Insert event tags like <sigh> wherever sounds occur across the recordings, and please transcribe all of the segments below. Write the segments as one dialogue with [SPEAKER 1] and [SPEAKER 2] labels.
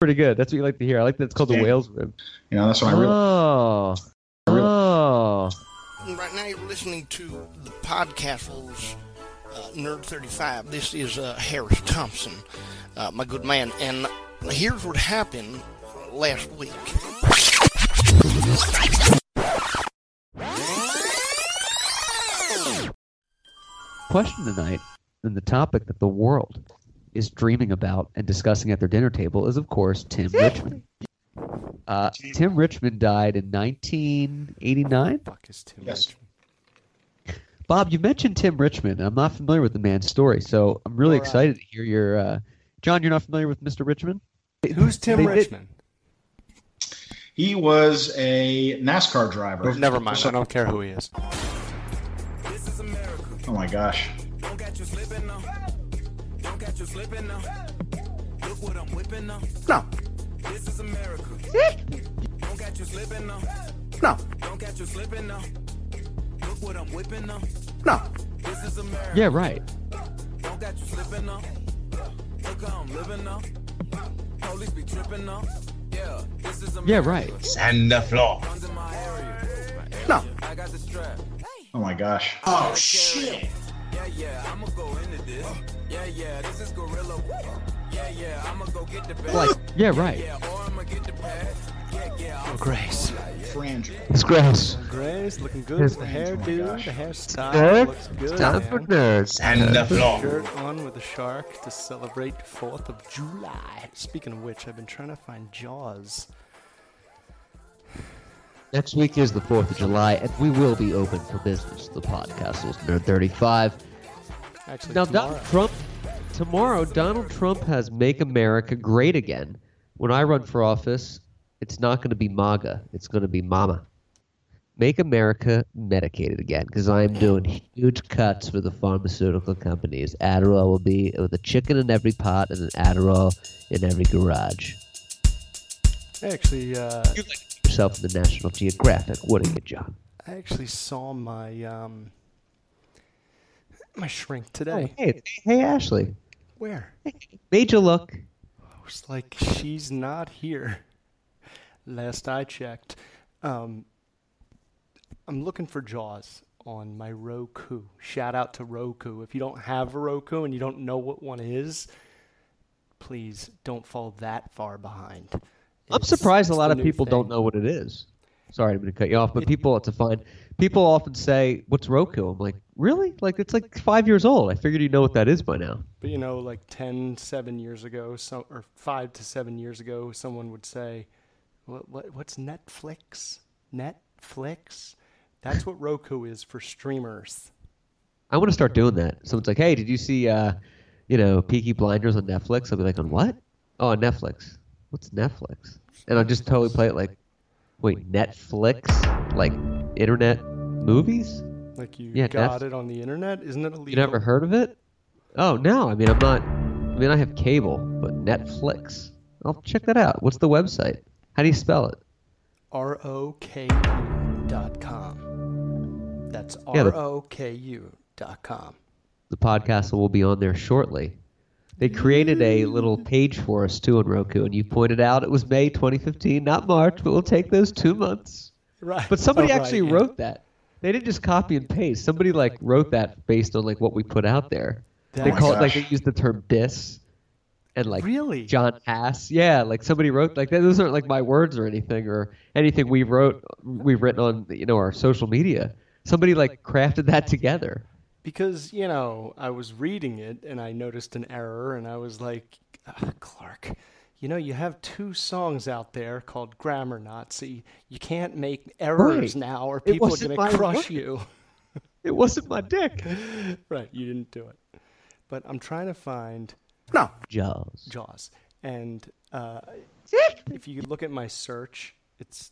[SPEAKER 1] pretty good. That's what you like to hear. I like that it's called the
[SPEAKER 2] Yeah.
[SPEAKER 1] whale's rib.
[SPEAKER 2] You know, that's when I realized.
[SPEAKER 1] Oh.
[SPEAKER 2] I real-
[SPEAKER 1] Oh.
[SPEAKER 3] Right now, you're listening to the podcast rules, uh, Nerd 35. This is uh, Harris Thompson, uh, my good man. And here's what happened last week.
[SPEAKER 1] Question tonight, and the topic that the world is dreaming about and discussing at their dinner table is, of course, Tim Richmond. Uh, Tim Richmond died in 1989.
[SPEAKER 4] Fuck is Tim
[SPEAKER 2] Yes.
[SPEAKER 4] Richmond?
[SPEAKER 1] Bob, you mentioned Tim Richmond. and I'm not familiar with the man's story, so I'm really
[SPEAKER 3] All right.
[SPEAKER 1] excited to hear your. Uh, John, you're not familiar with Mr. Richmond?
[SPEAKER 4] Who's Tim
[SPEAKER 1] They did-
[SPEAKER 4] Richmond?
[SPEAKER 2] He was a NASCAR driver.
[SPEAKER 4] Oh, Never mind. I don't care who he is.
[SPEAKER 2] Oh my gosh.
[SPEAKER 5] Don't catch you slipping now. Don't catch you slipping now. Look what I'm whipping now.
[SPEAKER 4] No,
[SPEAKER 5] This is America. Don't catch you slipping now.
[SPEAKER 4] no,
[SPEAKER 5] Don't catch you slipping now. Look what I'm whipping now.
[SPEAKER 4] no.
[SPEAKER 5] This is America.
[SPEAKER 1] Yeah, right.
[SPEAKER 5] Don't catch you slipping now. Look how I'm living now. Police be tripping now. Yeah, this is America.
[SPEAKER 1] Yeah, right.
[SPEAKER 6] Sand the floor.
[SPEAKER 5] Guns in my area.
[SPEAKER 4] No.
[SPEAKER 5] I got the strap.
[SPEAKER 2] Oh my gosh.
[SPEAKER 5] Yeah, yeah, I'ma go into this. Yeah, yeah, this is gorilla. Yeah, yeah, I'ma go get the bag.
[SPEAKER 1] Like, yeah, right.
[SPEAKER 5] Yeah, or I'ma get the pad. Yeah, yeah, I'm
[SPEAKER 4] Grace.
[SPEAKER 2] Fringe.
[SPEAKER 1] It's gross.
[SPEAKER 4] Grace looking good
[SPEAKER 1] His-
[SPEAKER 4] with the hair,
[SPEAKER 2] Oh my
[SPEAKER 4] dude.
[SPEAKER 2] gosh.
[SPEAKER 4] The hairstyle
[SPEAKER 1] Nerd.
[SPEAKER 4] looks good.
[SPEAKER 1] Time for
[SPEAKER 4] man.
[SPEAKER 1] nerds.
[SPEAKER 6] Sand the floor.
[SPEAKER 4] Shirt on with a shark to celebrate 4th of July. Speaking of which, I've been trying to find Jaws.
[SPEAKER 1] Next week is the 4th of July, and we will be open for business. The podcast is Nerd 35.
[SPEAKER 4] Actually,
[SPEAKER 1] Now,
[SPEAKER 4] tomorrow.
[SPEAKER 1] Donald Trump, tomorrow, Donald Trump has Make America Great Again. When I run for office, it's not going to be MAGA, it's going to be MAMA. Make America Medicated Again, because I'm doing huge cuts for the pharmaceutical companies. Adderall will be with a chicken in every pot and an Adderall in every garage.
[SPEAKER 4] I actually, uh,
[SPEAKER 1] Yourself in the National Geographic. What do you, John?
[SPEAKER 4] I actually saw my um, my shrink
[SPEAKER 1] Hey,
[SPEAKER 4] today.
[SPEAKER 1] hey, hey, Ashley.
[SPEAKER 4] Where?
[SPEAKER 1] Made you look.
[SPEAKER 4] I was like, she's not here. Last I checked, um, I'm looking for Jaws on my Roku. Shout out to Roku. If you don't have a Roku and you don't know what one is, please don't fall that far behind.
[SPEAKER 1] I'm
[SPEAKER 4] It's-
[SPEAKER 1] surprised a
[SPEAKER 4] it's
[SPEAKER 1] lot
[SPEAKER 4] the
[SPEAKER 1] of
[SPEAKER 4] new
[SPEAKER 1] people
[SPEAKER 4] thing.
[SPEAKER 1] don't know what it is. Sorry, I'm going to cut you off, but people, it's a fine. People often say, "What's Roku?" I'm like, "Really? Like it's like five years old. I figured you know what that is by now."
[SPEAKER 4] But you know, like 10, 7 years ago, some or five to seven years ago, someone would say, "What, what what's Netflix? Netflix? That's what Roku is for streamers."
[SPEAKER 1] I want to start doing that. Someone's like, "Hey, did you see, uh, you know, Peaky Blinders on Netflix?" I'll be like, "On what? Oh, on Netflix. What's Netflix?" And I'll just totally play it like, "Wait, Netflix? Like internet movies?
[SPEAKER 4] Like you
[SPEAKER 1] Yeah,
[SPEAKER 4] got
[SPEAKER 1] Netf-
[SPEAKER 4] it on the internet? Isn't it illegal?
[SPEAKER 1] You never heard of it? Oh no. I mean, I'm not. I mean, I have cable, but Netflix. I'll check that out. What's the website? How do you spell it?
[SPEAKER 4] R O K U dot com. That's
[SPEAKER 1] Yeah, the-
[SPEAKER 4] R O K U dot com.
[SPEAKER 1] The podcast will be on there shortly. They created a little page for us too on Roku, and you pointed out it was May 2015, not March, but we'll take those two months.
[SPEAKER 4] Right.
[SPEAKER 1] But somebody
[SPEAKER 4] Oh, right,
[SPEAKER 1] actually
[SPEAKER 4] yeah.
[SPEAKER 1] wrote that. They didn't just copy and paste. Somebody like wrote that based on like what we put out there. they
[SPEAKER 2] my
[SPEAKER 4] That's-
[SPEAKER 1] call it like
[SPEAKER 2] gosh.
[SPEAKER 1] they used the term diss and like
[SPEAKER 4] Really?
[SPEAKER 1] John Hass. Yeah, like somebody wrote like those aren't like my words or anything or anything we wrote we've written on you know our social media. Somebody like crafted that together.
[SPEAKER 4] because you know i was reading it and i noticed an error and i was like "Ah, clark you know you have two songs out there called grammar nazi you can't make errors
[SPEAKER 1] Right.
[SPEAKER 4] now or
[SPEAKER 1] It
[SPEAKER 4] people are
[SPEAKER 1] wasn't
[SPEAKER 4] going
[SPEAKER 1] my
[SPEAKER 4] to
[SPEAKER 1] word.
[SPEAKER 4] crush you <laughs>
[SPEAKER 1] It wasn't my dick.
[SPEAKER 4] right you didn't do it but i'm trying to find
[SPEAKER 1] Jaws.
[SPEAKER 4] jaws and uh, if you look at my search it's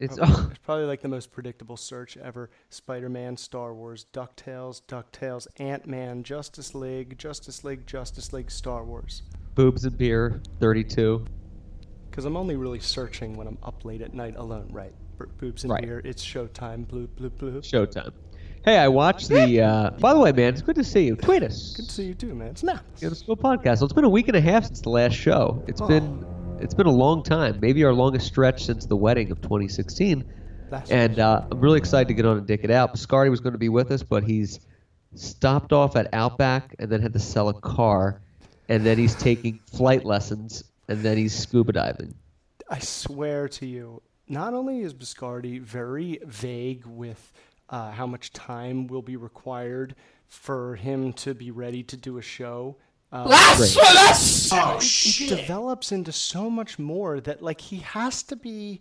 [SPEAKER 1] It's
[SPEAKER 4] Probably-
[SPEAKER 1] oh,
[SPEAKER 4] it's probably like the most predictable search ever. Spider Man, Star Wars, DuckTales, DuckTales, Ant Man, Justice League, Justice League, Justice League, Star Wars.
[SPEAKER 1] boobs and beer 32.
[SPEAKER 4] Because I'm only really searching when I'm up late at night alone, right? B- boobs and
[SPEAKER 1] Right.
[SPEAKER 4] beer, it's showtime, bloop, bloop, bloop.
[SPEAKER 1] Showtime. Hey, I watched
[SPEAKER 4] <laughs>
[SPEAKER 1] the uh By the way, man, it's good to see you. Tweet us.
[SPEAKER 4] Good to see you too, man. It's not.
[SPEAKER 1] Get us to a podcast. Well, it's been a week and a half since the last show. It's been It's been a long time, maybe our longest stretch since the wedding of 2016.
[SPEAKER 4] That's
[SPEAKER 1] And uh, I'm really excited to get on and dick it out. Biscardi was going to be with us, but he's stopped off at Outback and then had to sell a car, and then he's taking flight lessons, and then he's scuba
[SPEAKER 4] <laughs>
[SPEAKER 1] diving.
[SPEAKER 4] I swear to you, not only is Biscardi very vague with uh, how much time will be required for him to be ready to do a show, um,
[SPEAKER 2] Oh,
[SPEAKER 4] it develops into so much more that like he has to be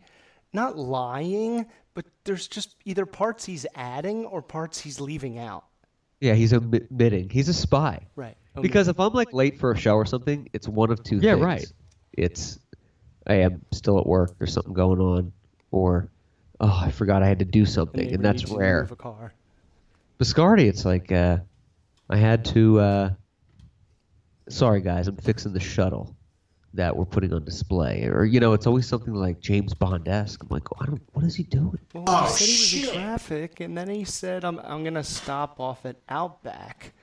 [SPEAKER 4] not lying, but there's just either parts he's adding or parts he's leaving out.
[SPEAKER 1] Yeah, he's omitting. He's a spy.
[SPEAKER 4] Right.
[SPEAKER 1] Because if I'm like late for a show or something, it's one of two
[SPEAKER 7] Yeah,
[SPEAKER 1] things.
[SPEAKER 7] right.
[SPEAKER 1] It's I am still at work. There's something going on, or oh, I forgot I had to do something,
[SPEAKER 4] Maybe
[SPEAKER 1] and, that's
[SPEAKER 4] you should
[SPEAKER 1] rare.
[SPEAKER 4] move a car.
[SPEAKER 1] Biscardi, it's like uh, I had to. Uh, sorry, guys, I'm fixing the shuttle that we're putting on display, or you know, it's always something like James Bond esque. I'm like, "Oh, I don't. What is he doing? <laughs>
[SPEAKER 4] Well,
[SPEAKER 2] Oh,
[SPEAKER 4] he said he was in traffic, and then he said, "I'm I'm gonna stop off at Outback,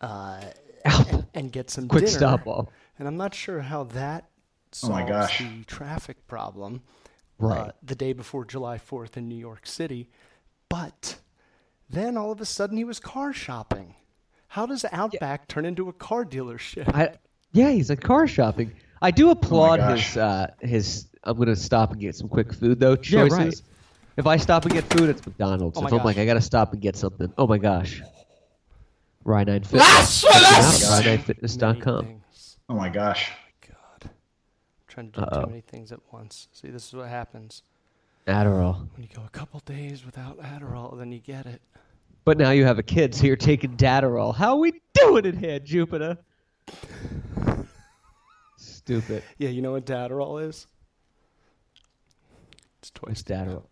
[SPEAKER 4] uh, and, and get some
[SPEAKER 1] Quick
[SPEAKER 4] dinner."
[SPEAKER 1] stop off.
[SPEAKER 4] And I'm not sure how that
[SPEAKER 2] Oh
[SPEAKER 4] solves
[SPEAKER 2] my gosh.
[SPEAKER 4] the traffic problem. uh,
[SPEAKER 1] Right.
[SPEAKER 4] the day before July 4th in New York City, but then all of a sudden he was car shopping. How does Outback turn into a car dealership?
[SPEAKER 1] I, yeah, he's at car shopping. I
[SPEAKER 4] Oh
[SPEAKER 1] do applaud
[SPEAKER 2] gosh.
[SPEAKER 1] his uh, his. I'm gonna stop and get some quick food though. Choices.
[SPEAKER 7] right.
[SPEAKER 1] If I stop and get food, it's McDonald's.
[SPEAKER 4] Oh
[SPEAKER 1] if
[SPEAKER 4] my
[SPEAKER 1] I'm like,
[SPEAKER 4] gosh.
[SPEAKER 1] I gotta stop and get something. Oh my gosh. Rye Nine Fitness.
[SPEAKER 2] gosh.
[SPEAKER 1] Rye9Fitness.com.
[SPEAKER 4] things.
[SPEAKER 2] oh my gosh.
[SPEAKER 4] God, I'm trying to do too many things at once. See, this is what happens
[SPEAKER 1] Adderall.
[SPEAKER 4] when you go a couple days without Adderall, then you get it.
[SPEAKER 1] But now you have a kid, so you're taking Datterall. How we doing it here, Jupiter? Stupid.
[SPEAKER 4] Yeah, you know what Adderall is? It's twice
[SPEAKER 1] It's Datterall.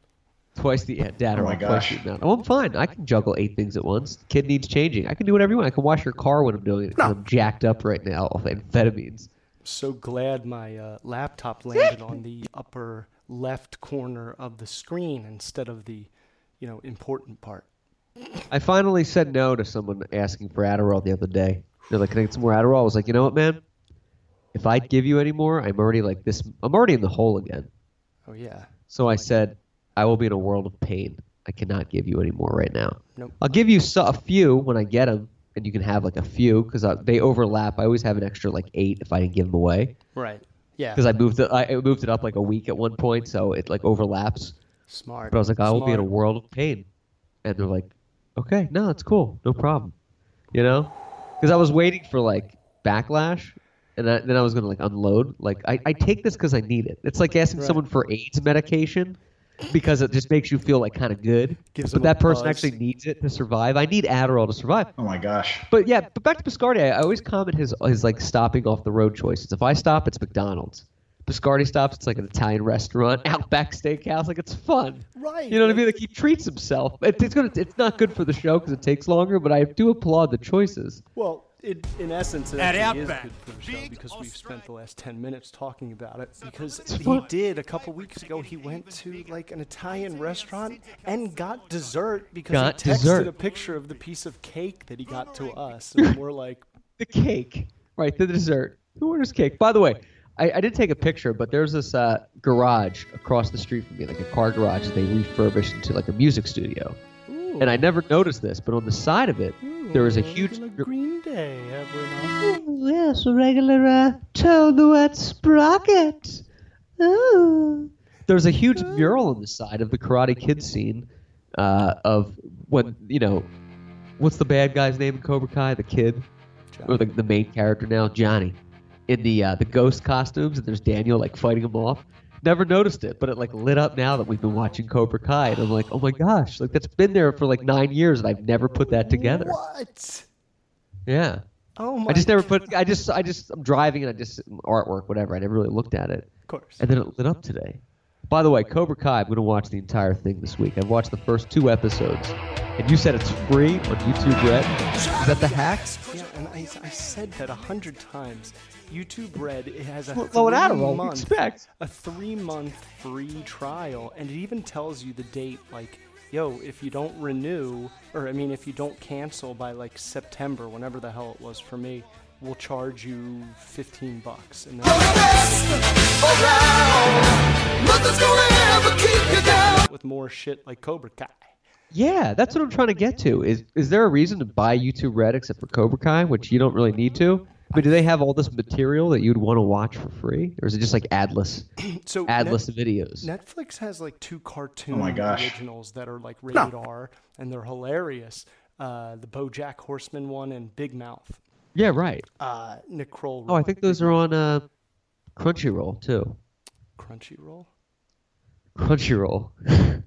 [SPEAKER 1] Twice the yeah, Datterall.
[SPEAKER 2] Oh my
[SPEAKER 1] twice
[SPEAKER 2] gosh.
[SPEAKER 1] the amount. Oh, I'm fine. I can juggle eight things at once. Kid needs changing. I can do whatever you want. I can wash your car when I'm doing it. 'cause I'm jacked up right now off amphetamines.
[SPEAKER 4] so glad my uh, laptop landed on the upper left corner of the screen instead of the, you know, important part.
[SPEAKER 1] I finally said no to someone asking for Adderall the other day. They're like, "Can I get some more Adderall?" I was like, "You know what, man? If I give you any more, I'm already like this. I'm already in the hole again."
[SPEAKER 4] Oh yeah.
[SPEAKER 1] So I said, I will be in a world of pain. I cannot give you any more right now.
[SPEAKER 4] Nope.
[SPEAKER 1] I'll give you so- a few when I get them, and you can have like a few because they overlap. I always have an extra like eight if I didn't give them away
[SPEAKER 4] Right. Yeah.
[SPEAKER 1] because I moved it. I I moved it up like a week at one point, so it like overlaps.
[SPEAKER 4] Smart.
[SPEAKER 1] But I was like, I will be in a
[SPEAKER 4] Smart.
[SPEAKER 1] world of pain, and they're like, okay, no, it's cool, no problem, you know, because I was waiting for like backlash. And I, then I was gonna like unload. Like I, I take this because I need it. It's like asking
[SPEAKER 4] Right.
[SPEAKER 1] someone for AIDS medication because it just makes you feel like kind of good.
[SPEAKER 4] Gives
[SPEAKER 1] but
[SPEAKER 4] them a
[SPEAKER 1] that person
[SPEAKER 4] buzz.
[SPEAKER 1] actually needs it to survive. I need Adderall to survive.
[SPEAKER 2] Oh my gosh.
[SPEAKER 1] But yeah, but back to Biscardi. I I always comment his his like stopping off the road choices. If I stop, it's McDonald's. Biscardi stops, it's like an Italian restaurant, <laughs> Outback Steakhouse. Like it's fun,
[SPEAKER 4] Right.
[SPEAKER 1] You know what I mean? Like he treats himself. It, it's gonna, it's not good for the show because it takes longer. But I do applaud the choices.
[SPEAKER 4] Well, it, in essence, it actually is good for the show because we've spent the last 10 minutes talking about it. Because he did a couple weeks ago, he went to like an Italian restaurant and got dessert because
[SPEAKER 1] Got
[SPEAKER 4] he texted
[SPEAKER 1] dessert.
[SPEAKER 4] a picture of the piece of cake that he got to us. And we're like,
[SPEAKER 1] the cake, right? The dessert. Who orders cake? By the way, I, I did take a picture, but there's this uh, garage across the street from me, like a car garage that they refurbished into like a music studio. And I never noticed this, but on the side of it, there was a huge.
[SPEAKER 4] Green Day, have we not?
[SPEAKER 1] Yes, a regular uh, toe the wet sprocket. Ooh. There's a huge mural on the side of the Karate Kid scene uh, of when, you know, what's the bad guy's name in Cobra Kai? The kid? or the, the main character now, Johnny, in the uh, the ghost costumes, and there's Daniel like fighting him off. Never noticed it, but it like lit up now that we've been watching Cobra Kai, and I'm like, oh my gosh, like that's been there for like nine years, and I've never put that together.
[SPEAKER 4] What?
[SPEAKER 1] Yeah,
[SPEAKER 4] Oh my
[SPEAKER 1] I just never put. I just
[SPEAKER 4] <laughs>
[SPEAKER 1] I just I'm driving and I just artwork whatever. I never really looked at it,
[SPEAKER 4] Of course.
[SPEAKER 1] and then it lit up today. By the way, Cobra Kai, I'm gonna watch the entire thing this week. I've watched the first two episodes, and you said it's free on YouTube Red. Is that the hack?
[SPEAKER 4] Yeah, and I, I said that a hundred times. YouTube Red it has a
[SPEAKER 1] Well,
[SPEAKER 4] three
[SPEAKER 1] well, Adderall, you
[SPEAKER 4] month,
[SPEAKER 1] expect.
[SPEAKER 4] a three month free trial, and it even tells you the date. Like, yo, if you don't renew, or I mean, if you don't cancel by like September, whenever the hell it was for me, we'll charge you fifteen bucks. And then more shit like Cobra Kai.
[SPEAKER 1] Yeah, that's what I'm trying to get to. Is is there a reason to buy YouTube Red except for Cobra Kai, which you don't really need to? But do they have all this material that you'd want to watch for free, or is it just like
[SPEAKER 4] <coughs>
[SPEAKER 1] adless,
[SPEAKER 4] So Net-
[SPEAKER 1] adless videos?
[SPEAKER 4] Netflix has like two cartoon
[SPEAKER 2] Oh my gosh.
[SPEAKER 4] originals that are like rated R, and they're hilarious. Uh, the BoJack Horseman one and Big Mouth.
[SPEAKER 1] yeah, right.
[SPEAKER 4] Uh, Nick Kroll.
[SPEAKER 1] Oh, I think those are on uh, Crunchyroll too.
[SPEAKER 4] Crunchyroll.
[SPEAKER 1] Crunchyroll.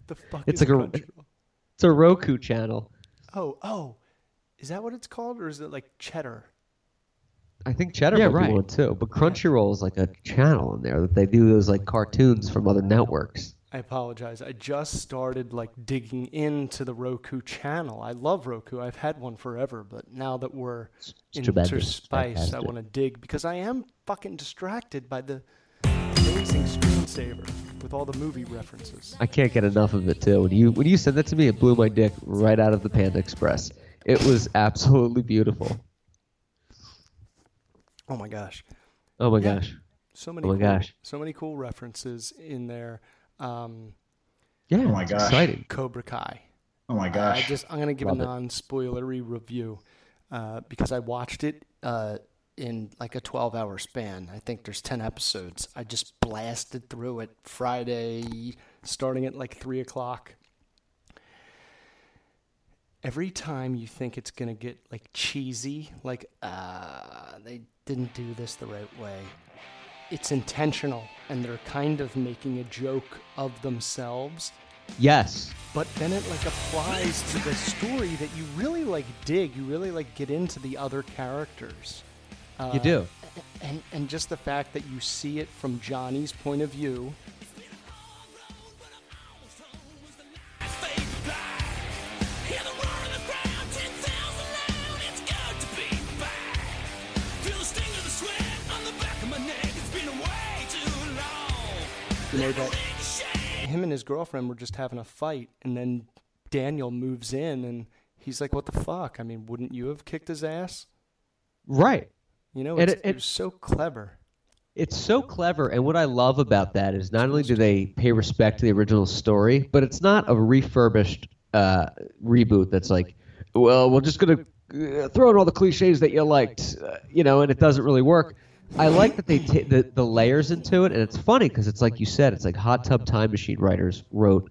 [SPEAKER 4] The fuck
[SPEAKER 1] It's
[SPEAKER 4] is
[SPEAKER 1] like a-
[SPEAKER 4] Crunchyroll?
[SPEAKER 1] it's a Roku channel.
[SPEAKER 4] Oh, oh, is that what it's called, or is it like Cheddar?
[SPEAKER 1] I think Cheddar yeah, might be one too. But Crunchyroll is like a channel in there that they do those like cartoons from other networks.
[SPEAKER 4] I apologize. I just started like digging into the Roku channel. I love Roku. I've had one forever, but now that we're in
[SPEAKER 1] tremendous.
[SPEAKER 4] interspice, I
[SPEAKER 1] Fantastic.
[SPEAKER 4] want to dig because I am fucking distracted by the amazing screensaver with all the movie references.
[SPEAKER 1] I can't get enough of it too. When you when you said that to me, it blew my dick right out of the Panda Express. It was absolutely beautiful.
[SPEAKER 4] Oh my gosh.
[SPEAKER 1] Oh my gosh.
[SPEAKER 4] So many
[SPEAKER 1] Oh my
[SPEAKER 4] cool,
[SPEAKER 1] gosh.
[SPEAKER 4] so many cool references in there. Um,
[SPEAKER 1] Yeah.
[SPEAKER 2] Oh my
[SPEAKER 1] it's
[SPEAKER 2] gosh.
[SPEAKER 1] Exciting.
[SPEAKER 4] Cobra Kai.
[SPEAKER 2] Oh my
[SPEAKER 4] I
[SPEAKER 2] gosh.
[SPEAKER 4] just I'm gonna give
[SPEAKER 1] Love
[SPEAKER 4] a
[SPEAKER 1] it.
[SPEAKER 4] non-spoilery review uh, because I watched it uh, in like a 12-hour span. I think there's 10 episodes. I just blasted through it Friday, starting at like three o'clock. Every time you think it's gonna get like cheesy, like uh, they didn't do this the right way. It's intentional, and they're kind of making a joke of themselves
[SPEAKER 1] Yes.
[SPEAKER 4] but then it like applies to the story that you really like dig you really like get into the other characters
[SPEAKER 1] you do.
[SPEAKER 4] and and just the fact that you see it from johnny's point of view you know that him and his girlfriend were just having a fight and then daniel moves in and he's like what the fuck i mean wouldn't you have kicked his ass
[SPEAKER 1] Right.
[SPEAKER 4] you know
[SPEAKER 1] And
[SPEAKER 4] it's,
[SPEAKER 1] it- it-
[SPEAKER 4] was so clever
[SPEAKER 1] It's so clever, and what I love about that is not only do they pay respect to the original story, but it's not a refurbished uh, reboot that's like, well, we're just gonna uh, throw in all the cliches that you liked, uh, you know, and it doesn't really work. I like that they ta the, the layers into it, and it's funny because it's like you said, it's like Hot Tub Time Machine writers wrote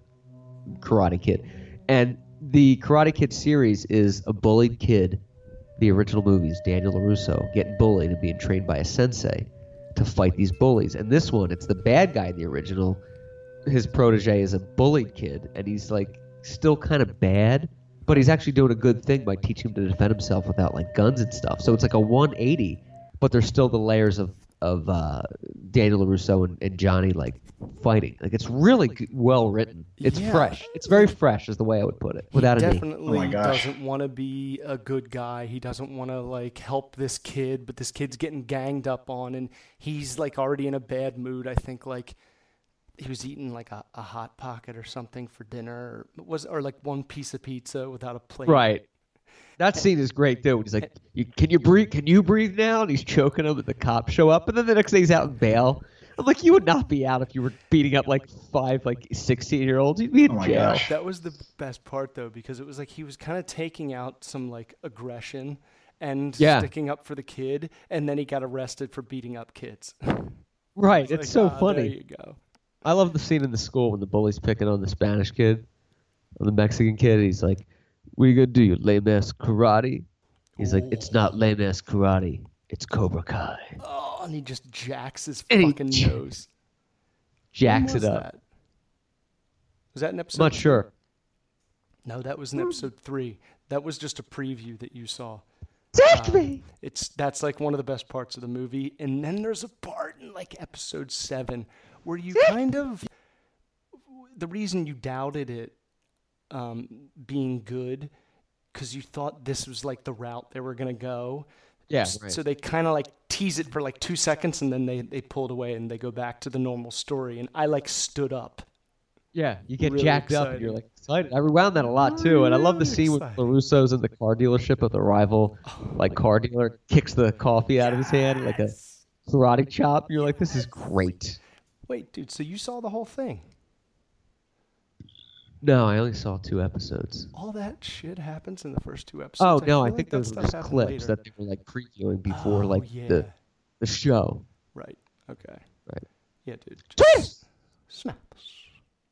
[SPEAKER 1] Karate Kid, and the Karate Kid series is a bullied kid the original movies, Daniel LaRusso getting bullied and being trained by a sensei to fight these bullies. And this one, it's the bad guy in the original. His protege is a bullied kid, and he's like still kind of bad, but he's actually doing a good thing by teaching him to defend himself without like guns and stuff. So it's like a 180, but there's still the layers of of uh, Daniel LaRusso and, and Johnny like fighting. Like it's really g- well written. It's
[SPEAKER 4] Yeah.
[SPEAKER 1] fresh. It's very fresh, is the way I would put it. Without any.
[SPEAKER 4] definitely
[SPEAKER 2] Oh my gosh.
[SPEAKER 4] doesn't want to be a good guy. He doesn't want to like help this kid, but this kid's getting ganged up on, and he's like already in a bad mood. I think like he was eating like a, a hot pocket or something for dinner, or was or like one piece of pizza without a plate.
[SPEAKER 1] Right. That scene is great too. when He's like, you, "Can you breathe? Can you breathe now?" And he's choking him, and the cops show up, and then the next day he's out in bail. I'm like, you would not be out if you were beating up like five, like sixteen year olds. You'd be in
[SPEAKER 2] Oh my
[SPEAKER 1] jail.
[SPEAKER 2] gosh.
[SPEAKER 4] That was the best part though, because it was like he was kind of taking out some like aggression and
[SPEAKER 1] Yeah.
[SPEAKER 4] sticking up for the kid, and then he got arrested for beating up kids. <laughs>
[SPEAKER 1] Right? It's, so
[SPEAKER 4] Like, ah,
[SPEAKER 1] funny.
[SPEAKER 4] There you go.
[SPEAKER 1] I love the scene in the school when the bully's picking on the Spanish kid, on the Mexican kid. and he's like, "What are you gonna do? You lame ass karate?" He's like, "It's not lame ass karate. It's Cobra Kai."
[SPEAKER 4] Oh, and he just jacks his
[SPEAKER 1] And he
[SPEAKER 4] fucking
[SPEAKER 1] j-
[SPEAKER 4] nose. When
[SPEAKER 1] Jacks it
[SPEAKER 4] was
[SPEAKER 1] up.
[SPEAKER 4] That? Was that an episode?
[SPEAKER 1] I'm not sure.
[SPEAKER 4] No, that was in episode three. That was just a preview that you saw.
[SPEAKER 1] Take me.
[SPEAKER 4] It's that's like one of the best parts of the movie. And then there's a part in like episode seven
[SPEAKER 1] <laughs>
[SPEAKER 4] where you kind of the reason you doubted it um, being good because you thought this was like the route they were gonna go.
[SPEAKER 1] Yeah.
[SPEAKER 4] S-
[SPEAKER 1] Right.
[SPEAKER 4] So they kind of like tease it for like two seconds and then they, they pulled away and they go back to the normal story. And I like stood up.
[SPEAKER 1] Yeah, you get
[SPEAKER 4] Really
[SPEAKER 1] jacked up and you're like excited. I rewound that a lot too, and I love the
[SPEAKER 4] Really
[SPEAKER 1] scene with
[SPEAKER 4] excited. Oh
[SPEAKER 1] LaRusso's in the car dealership with a rival like car dealer kicks the coffee out of his hand like a karate chop. You're like, this is great.
[SPEAKER 4] Wait, dude, so you saw the whole thing?
[SPEAKER 1] No, I only saw two episodes.
[SPEAKER 4] All that shit happens in the first two
[SPEAKER 1] Oh
[SPEAKER 4] episodes.
[SPEAKER 1] no,
[SPEAKER 4] feel
[SPEAKER 1] I
[SPEAKER 4] like
[SPEAKER 1] think
[SPEAKER 4] that
[SPEAKER 1] those were
[SPEAKER 4] stuff
[SPEAKER 1] just
[SPEAKER 4] happened
[SPEAKER 1] clips
[SPEAKER 4] later
[SPEAKER 1] that
[SPEAKER 4] than-
[SPEAKER 1] they were like previewing before
[SPEAKER 4] Oh,
[SPEAKER 1] like the
[SPEAKER 4] yeah.
[SPEAKER 1] the show.
[SPEAKER 4] Right. Okay.
[SPEAKER 1] Right.
[SPEAKER 4] Yeah, dude.
[SPEAKER 1] Twist!
[SPEAKER 4] Just snaps.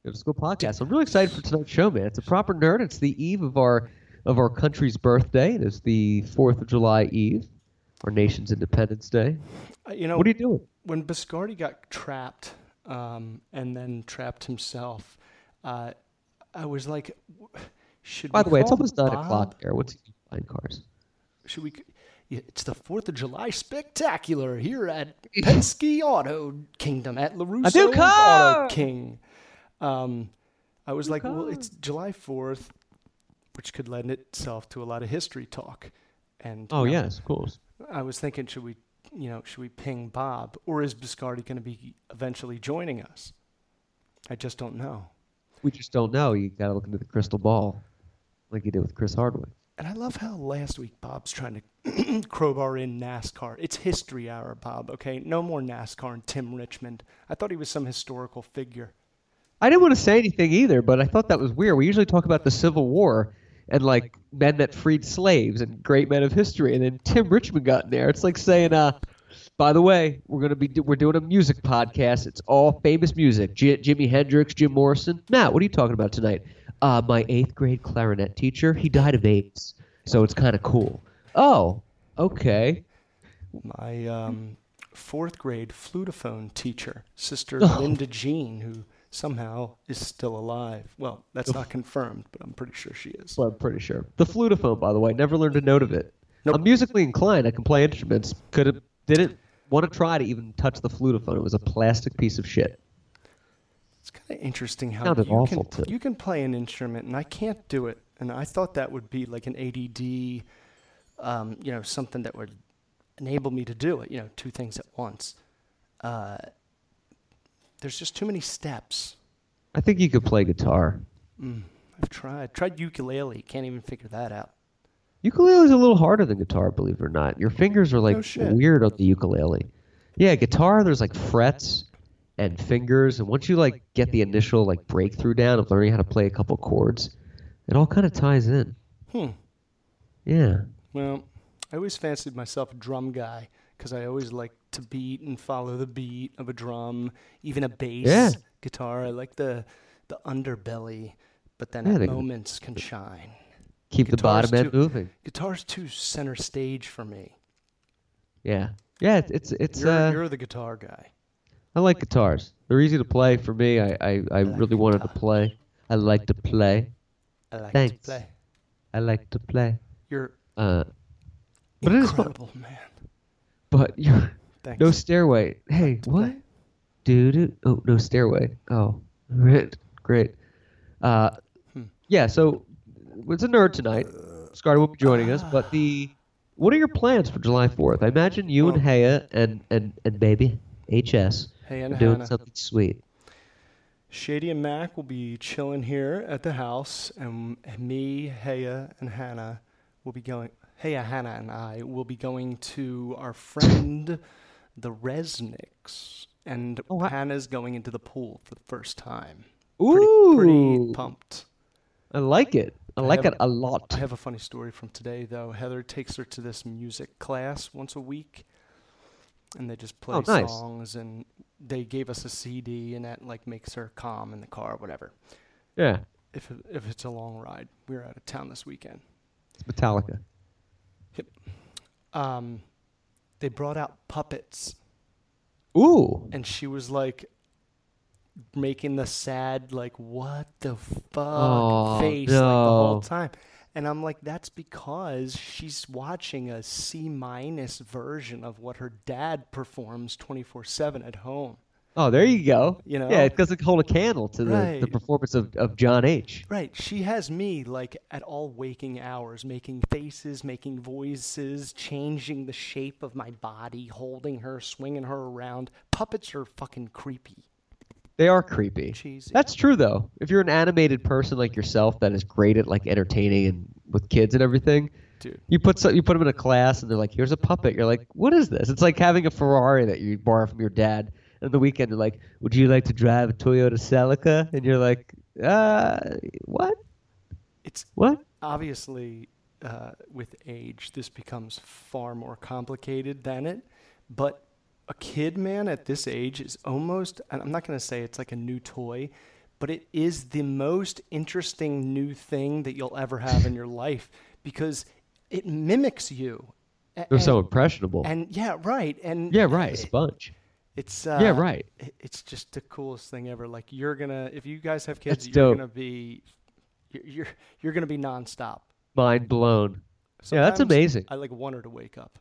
[SPEAKER 1] Go to School podcast. I'm really excited for tonight's show, man. It's a proper nerd. It's the eve of our of our country's birthday. It is the Fourth of July Eve, our nation's Independence Day.
[SPEAKER 4] Uh, You know,
[SPEAKER 1] What are you doing?
[SPEAKER 4] when Biscardi got trapped um, and then trapped himself, uh, I was like, w- should
[SPEAKER 1] By
[SPEAKER 4] we
[SPEAKER 1] the way, it's
[SPEAKER 4] call
[SPEAKER 1] almost nine
[SPEAKER 4] Bob?
[SPEAKER 1] o'clock there. What's he doing behind cars?
[SPEAKER 4] Should we? Yeah, It's the Fourth of July spectacular here at Penske Auto Kingdom at Larusso
[SPEAKER 1] new car!
[SPEAKER 4] Auto King. Um, I was like, well, it's July Fourth, which could lend itself to a lot of history talk. And
[SPEAKER 1] Oh
[SPEAKER 4] you know,
[SPEAKER 1] yes, of course.
[SPEAKER 4] I was thinking, should we, you know, should we ping Bob, or is Biscardi going to be eventually joining us? I just don't know.
[SPEAKER 1] We just don't know. You got to look into the crystal ball, like you did with Chris Hardwick.
[SPEAKER 4] And I love how last week Bob's trying to <clears throat> crowbar in NASCAR. It's history hour, Bob. Okay, no more NASCAR and Tim Richmond. I thought he was some historical figure.
[SPEAKER 1] I didn't want to say anything either, but I thought that was weird. We usually talk about the Civil War and like men that freed slaves and great men of history, and then Tim Richmond got in there. It's like saying, uh, by the way, we're gonna be we're doing a music podcast. It's all famous music: J- Jimi Hendrix, Jim Morrison. Matt, what are you talking about tonight? Uh, my eighth grade clarinet teacher. He died of AIDS, so it's kind of cool. Oh, okay.
[SPEAKER 4] My um, fourth grade flutophone teacher, Sister Linda Jean, who somehow is still alive. Well, that's not confirmed, but I'm pretty sure she is.
[SPEAKER 1] Well, I'm pretty sure. The flutophone, by the way, never learned a note of it.
[SPEAKER 4] Nope.
[SPEAKER 1] I'm musically inclined. I can play instruments. Could have didn't want to try to even touch the flutophone. It was a plastic piece of shit.
[SPEAKER 4] It's kind of interesting how
[SPEAKER 1] Sounded
[SPEAKER 4] you
[SPEAKER 1] awful,
[SPEAKER 4] can
[SPEAKER 1] too.
[SPEAKER 4] you can play an instrument and I can't do it. And I thought that would be like an ADD, um, you know, something that would enable me to do it. You know, two things at once. Uh, there's just too many steps.
[SPEAKER 1] I think you could play guitar.
[SPEAKER 4] I've tried tried ukulele. Can't even figure that out.
[SPEAKER 1] Ukulele is a little harder than guitar, believe it or not. Your fingers are like
[SPEAKER 4] No shit.
[SPEAKER 1] weird on the ukulele. Yeah, guitar there's like frets and fingers, and once you like get the initial like breakthrough down of learning how to play a couple chords, it all kind of ties in.
[SPEAKER 4] Hmm.
[SPEAKER 1] Yeah.
[SPEAKER 4] Well, I always fancied myself a drum guy because I always like to beat and follow the beat of a drum, even a bass
[SPEAKER 1] Yeah.
[SPEAKER 4] guitar. I like the the underbelly, but then
[SPEAKER 1] Yeah,
[SPEAKER 4] at
[SPEAKER 1] they-
[SPEAKER 4] moments can shine.
[SPEAKER 1] Keep the
[SPEAKER 4] Guitar's
[SPEAKER 1] bottom end
[SPEAKER 4] too-
[SPEAKER 1] moving.
[SPEAKER 4] Guitar's too center stage for me.
[SPEAKER 1] Yeah. Yeah, it's it's, it's
[SPEAKER 4] You're,
[SPEAKER 1] uh,
[SPEAKER 4] you're the guitar guy.
[SPEAKER 1] I like guitars. They're easy to play for me. I, I, I really wanted to play. I like to play.
[SPEAKER 4] I like
[SPEAKER 1] thanks.
[SPEAKER 4] to play.
[SPEAKER 1] I like to play.
[SPEAKER 4] You're
[SPEAKER 1] Uh, but it is fun.
[SPEAKER 4] incredible, man.
[SPEAKER 1] But you
[SPEAKER 4] Thanks.
[SPEAKER 1] no stairway. Hey, what? Dude, oh no stairway. Oh, great, great. Uh, yeah. So it's a nerd tonight. Scarter will be joining us. But the what are your plans for July Fourth? I imagine you and Haya and and and baby HS
[SPEAKER 4] Hey, and
[SPEAKER 1] are doing
[SPEAKER 4] Hannah.
[SPEAKER 1] something sweet.
[SPEAKER 4] Shady and Mac will be chilling here at the house, and me, Haya, and Hannah will be going. Haya, Hannah, and I will be going to our friend, the Resnicks, and
[SPEAKER 1] Oh, I-
[SPEAKER 4] Hannah's going into the pool for the first time.
[SPEAKER 1] Ooh,
[SPEAKER 4] Pretty pumped.
[SPEAKER 1] I like it. I like
[SPEAKER 4] have-
[SPEAKER 1] it a lot.
[SPEAKER 4] I have a funny story from today, though. Heather takes her to this music class once a week, and they just play
[SPEAKER 1] Oh, nice.
[SPEAKER 4] songs, and they gave us a CD, and that like makes her calm in the car, whatever.
[SPEAKER 1] Yeah,
[SPEAKER 4] if it- if it's a long ride. We were out of town this weekend.
[SPEAKER 1] it's Metallica.
[SPEAKER 4] Um, they brought out puppets,
[SPEAKER 1] Ooh,
[SPEAKER 4] and she was like making the sad like what the fuck
[SPEAKER 1] Oh,
[SPEAKER 4] face like the whole
[SPEAKER 1] no.
[SPEAKER 4] time. And I'm like, that's because she's watching a C minus version of what her dad performs 24 seven at home.
[SPEAKER 1] oh, there you go.
[SPEAKER 4] You know?
[SPEAKER 1] yeah, it doesn't hold a candle to the, the
[SPEAKER 4] Right.
[SPEAKER 1] performance of, of John H.
[SPEAKER 4] Right. She has me like at all waking hours, making faces, making voices, changing the shape of my body, holding her, swinging her around. Puppets are fucking creepy.
[SPEAKER 1] They are creepy.
[SPEAKER 4] Cheesy.
[SPEAKER 1] That's true though. If you're an animated person like yourself that is great at like entertaining and with kids and everything,
[SPEAKER 4] Dude.
[SPEAKER 1] you put so, you put them in a class and they're like, "Here's a puppet." You're like, "What is this?" It's like having a Ferrari that you borrow from your dad. And the weekend, they're like, "Would you like to drive a Toyota Celica?" And you're like, Uh, what?
[SPEAKER 4] It's
[SPEAKER 1] What?
[SPEAKER 4] obviously uh, with age this becomes far more complicated than it but a kid man at this age is almost and i'm not going to say it's like a new toy but it is the most interesting new thing that you'll ever have in your life because it mimics you A-
[SPEAKER 1] They're so
[SPEAKER 4] and-
[SPEAKER 1] impressionable.
[SPEAKER 4] and yeah right and
[SPEAKER 1] yeah, right. Sponge.
[SPEAKER 4] it's uh,
[SPEAKER 1] Yeah, right.
[SPEAKER 4] i- It's just the coolest thing ever. Like you're gonna, if you guys have kids,
[SPEAKER 1] That's
[SPEAKER 4] you're
[SPEAKER 1] dope.
[SPEAKER 4] gonna be, you're you're, you're gonna be nonstop.
[SPEAKER 1] Mind blown. Yeah, that's
[SPEAKER 4] Sometimes
[SPEAKER 1] amazing.
[SPEAKER 4] I like want her to wake up.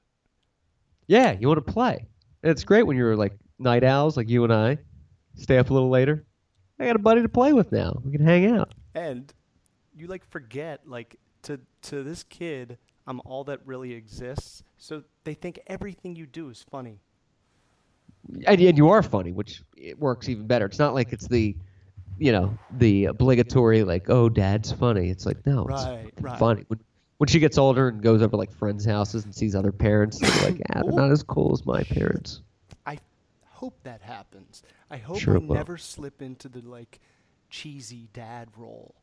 [SPEAKER 1] Yeah, you want to play. And it's great when you're like night owls, like you and I. Stay up a little later. I got a buddy to play with now. We can hang out.
[SPEAKER 4] And you like forget like to to this kid, I'm all that really exists. So they think everything you do is funny.
[SPEAKER 1] and, and you are funny, which it works even better. It's not like it's the, you know, the obligatory like, oh, dad's funny. It's like no, it's
[SPEAKER 4] Right,
[SPEAKER 1] fucking
[SPEAKER 4] right.
[SPEAKER 1] funny. When, when she gets older and goes over like friends' houses and sees other parents, they're like, ah, they're not as cool as my parents.
[SPEAKER 4] I hope that happens. I hope
[SPEAKER 1] Sure
[SPEAKER 4] I
[SPEAKER 1] it will.
[SPEAKER 4] never slip into the like cheesy dad role.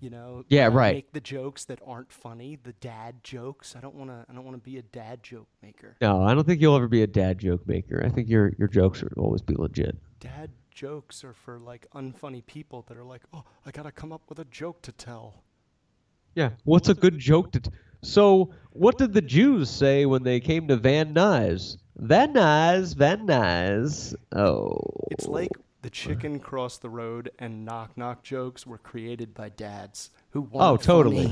[SPEAKER 4] You know,
[SPEAKER 1] Yeah,
[SPEAKER 4] I
[SPEAKER 1] right.
[SPEAKER 4] Make the jokes that aren't funny, the dad jokes. I don't want to. I don't want to be a dad joke maker.
[SPEAKER 1] No, I don't think you'll ever be a dad joke maker. I think your your jokes will always be legit.
[SPEAKER 4] Dad jokes are for like unfunny people that are like, oh, I gotta come up with a joke to tell.
[SPEAKER 1] Yeah. What's a good joke to? T- so, what did the Jews say when they came to Van Nuys? Van Nuys, Van Nuys. Oh.
[SPEAKER 4] It's like the chicken crossed the road and knock knock jokes were created by dads who
[SPEAKER 1] Oh,
[SPEAKER 4] want
[SPEAKER 1] totally.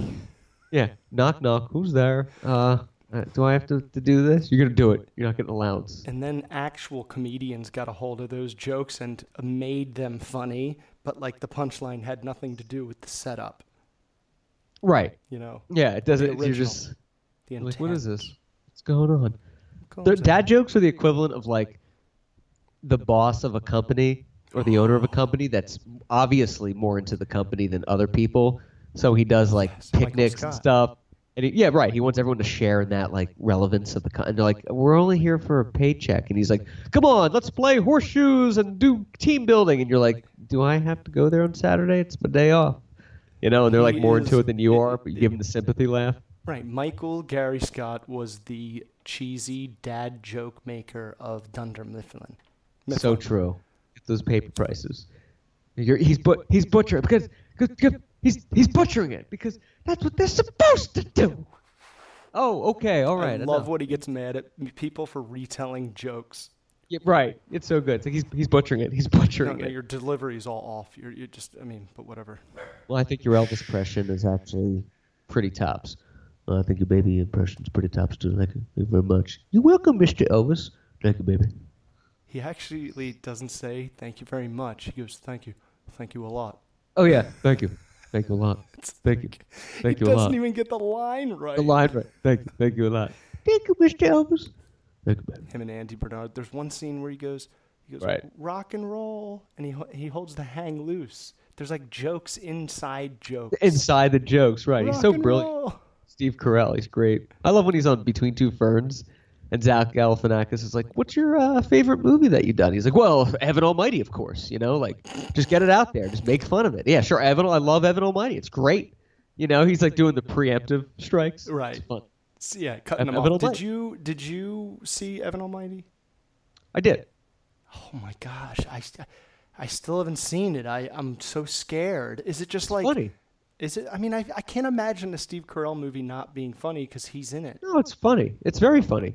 [SPEAKER 1] Yeah. Knock, knock. Who's there? Uh, uh, do I have to, to do this? You're gonna do it. You're not getting allowance.
[SPEAKER 4] And then actual comedians got a hold of those jokes and made them funny, but like the punchline had nothing to do with the setup,
[SPEAKER 1] Right.
[SPEAKER 4] you know?
[SPEAKER 1] Yeah. It doesn't.
[SPEAKER 4] The
[SPEAKER 1] You're
[SPEAKER 4] original.
[SPEAKER 1] just
[SPEAKER 4] The
[SPEAKER 1] like, what
[SPEAKER 4] intent.
[SPEAKER 1] is this? What's going on?
[SPEAKER 4] Cool.
[SPEAKER 1] They're- dad jokes are the equivalent of like the boss of a company or the owner of a company that's obviously more into the company than other people. So he does like
[SPEAKER 4] Michael
[SPEAKER 1] picnics and
[SPEAKER 4] Scott.
[SPEAKER 1] stuff. And he, yeah, right. He wants everyone to share in that like relevance of the. Co- and they're like, we're only here for a paycheck. And he's like, come on, let's play horseshoes and do team building. And you're like, do I have to go there on Saturday? It's my day off. You know, and they're like
[SPEAKER 4] He
[SPEAKER 1] more
[SPEAKER 4] is-
[SPEAKER 1] into it than you are, but you give them the sympathy laugh.
[SPEAKER 4] Right. Michael Gary Scott was the cheesy dad joke maker of Dunder Mifflin.
[SPEAKER 1] So true. Get those paper prices. You're, he's but he's butchering because, because, because he's he's butchering it because that's what they're supposed to do. Oh, okay, all right.
[SPEAKER 4] I love
[SPEAKER 1] enough.
[SPEAKER 4] what he gets mad at m- people for retelling jokes.
[SPEAKER 1] Yeah, right. It's so good. It's like he's he's butchering it. He's
[SPEAKER 4] No,
[SPEAKER 1] butchering
[SPEAKER 4] no,
[SPEAKER 1] it.
[SPEAKER 4] your delivery's all off. You're, you're just, I mean, but whatever.
[SPEAKER 1] Well, I think your Elvis impression is actually pretty tops. Well, I think your baby impression's pretty tops too. Thank you, thank you very much. You're welcome, Mr. Elvis. Thank you, baby.
[SPEAKER 4] He actually doesn't say thank you very much. He goes, thank you. Thank you a lot.
[SPEAKER 1] Oh yeah, thank you, thank you a lot. Thank you, thank
[SPEAKER 4] he
[SPEAKER 1] you a lot.
[SPEAKER 4] doesn't even get the line right.
[SPEAKER 1] the line right. Thank you. Thank you a lot. Thank you, Mr. Elvis. Thank you, baby.
[SPEAKER 4] Him and Andy Bernard. There's one scene where he goes, he goes
[SPEAKER 1] Right.
[SPEAKER 4] rock and roll, and he ho- he holds the hang loose. There's like jokes inside jokes.
[SPEAKER 1] Inside the jokes, right? he's
[SPEAKER 4] Rock
[SPEAKER 1] so
[SPEAKER 4] and
[SPEAKER 1] brilliant.
[SPEAKER 4] roll.
[SPEAKER 1] Steve Carell, he's great. I love when he's on Between Two Ferns, and Zach Galifianakis is like, "What's your uh, favorite movie that you've done?" He's like, "Well, Evan Almighty, of course. You know, like, just get it out there, just make fun of it. Yeah, sure, Evan. I love Evan Almighty. It's great. You know, he's like doing the preemptive strikes.
[SPEAKER 4] Right.
[SPEAKER 1] It's fun.
[SPEAKER 4] So, yeah, cutting
[SPEAKER 1] Ev-
[SPEAKER 4] him
[SPEAKER 1] Evan
[SPEAKER 4] off. Did
[SPEAKER 1] Almighty.
[SPEAKER 4] you did you see Evan Almighty?
[SPEAKER 1] I did.
[SPEAKER 4] Oh my gosh, I st- I still haven't seen it. I I'm so scared. Is it just like
[SPEAKER 1] Funny.
[SPEAKER 4] Is it? I mean, I I can't imagine a Steve Carell movie not being funny because he's in it.
[SPEAKER 1] No, it's funny. It's very funny.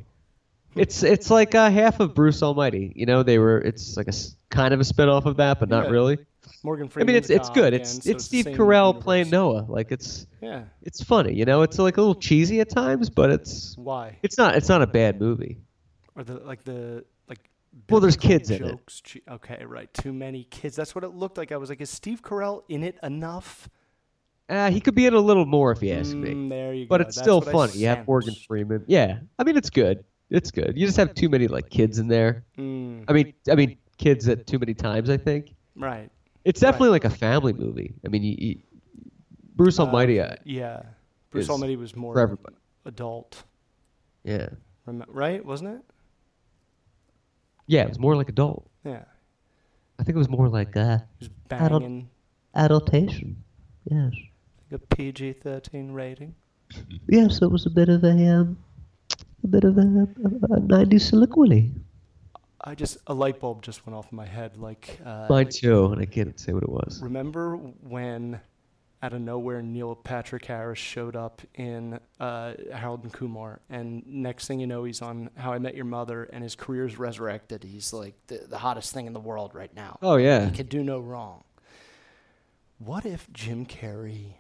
[SPEAKER 1] It's it's like uh, half of Bruce Almighty. You know, they were. It's like a s- kind of a spinoff of that, but not
[SPEAKER 4] Yeah.
[SPEAKER 1] really.
[SPEAKER 4] Morgan
[SPEAKER 1] I
[SPEAKER 4] Freeman.
[SPEAKER 1] mean, it's it's good. It's it's Steve Carell playing Noah. Like it's
[SPEAKER 4] Yeah.
[SPEAKER 1] it's funny. You know, it's like a little cheesy at times, but it's
[SPEAKER 4] Why?
[SPEAKER 1] it's not it's not a bad movie.
[SPEAKER 4] Or the like the like.
[SPEAKER 1] Well, there's
[SPEAKER 4] biblical
[SPEAKER 1] kids in it.
[SPEAKER 4] jokes. Gee, Okay, right. Too many kids. That's what it looked like. I was like, is Steve Carell in it enough?
[SPEAKER 1] Uh, he could be in a little more if you ask me,
[SPEAKER 4] Mm, there you
[SPEAKER 1] but
[SPEAKER 4] go.
[SPEAKER 1] it's
[SPEAKER 4] That's
[SPEAKER 1] still
[SPEAKER 4] what I
[SPEAKER 1] funny. You have Morgan
[SPEAKER 4] sensed.
[SPEAKER 1] Freeman. Yeah, I mean, it's good. It's good. You just have too many like kids in there.
[SPEAKER 4] Mm,
[SPEAKER 1] I mean, I mean, kids at too many times. I think.
[SPEAKER 4] right.
[SPEAKER 1] It's definitely like a family movie. I mean, you, you, Bruce Almighty. uh,
[SPEAKER 4] Yeah. Bruce
[SPEAKER 1] Is
[SPEAKER 4] Almighty was more
[SPEAKER 1] for everybody.
[SPEAKER 4] adult,
[SPEAKER 1] yeah,
[SPEAKER 4] rem- right? Wasn't it?
[SPEAKER 1] yeah, it was more like adult.
[SPEAKER 4] Yeah.
[SPEAKER 1] I think it was more like uh,
[SPEAKER 4] He was
[SPEAKER 1] I don't-
[SPEAKER 4] banging.
[SPEAKER 1] adultation. Yes.
[SPEAKER 4] Like a PG 13 rating.
[SPEAKER 1] Yes, it was a bit of a um, a bit of a, a, a 90s soliloquy.
[SPEAKER 4] I just, a light bulb just went off in my head. Like, uh,
[SPEAKER 1] Mine too, and I can't say what it was.
[SPEAKER 4] remember when out of nowhere Neil Patrick Harris showed up in uh, Harold and Kumar, and next thing you know, he's on How I Met Your Mother, and his career's resurrected. He's like the, the hottest thing in the world right now.
[SPEAKER 1] Oh yeah.
[SPEAKER 4] He could do no wrong. What if Jim Carrey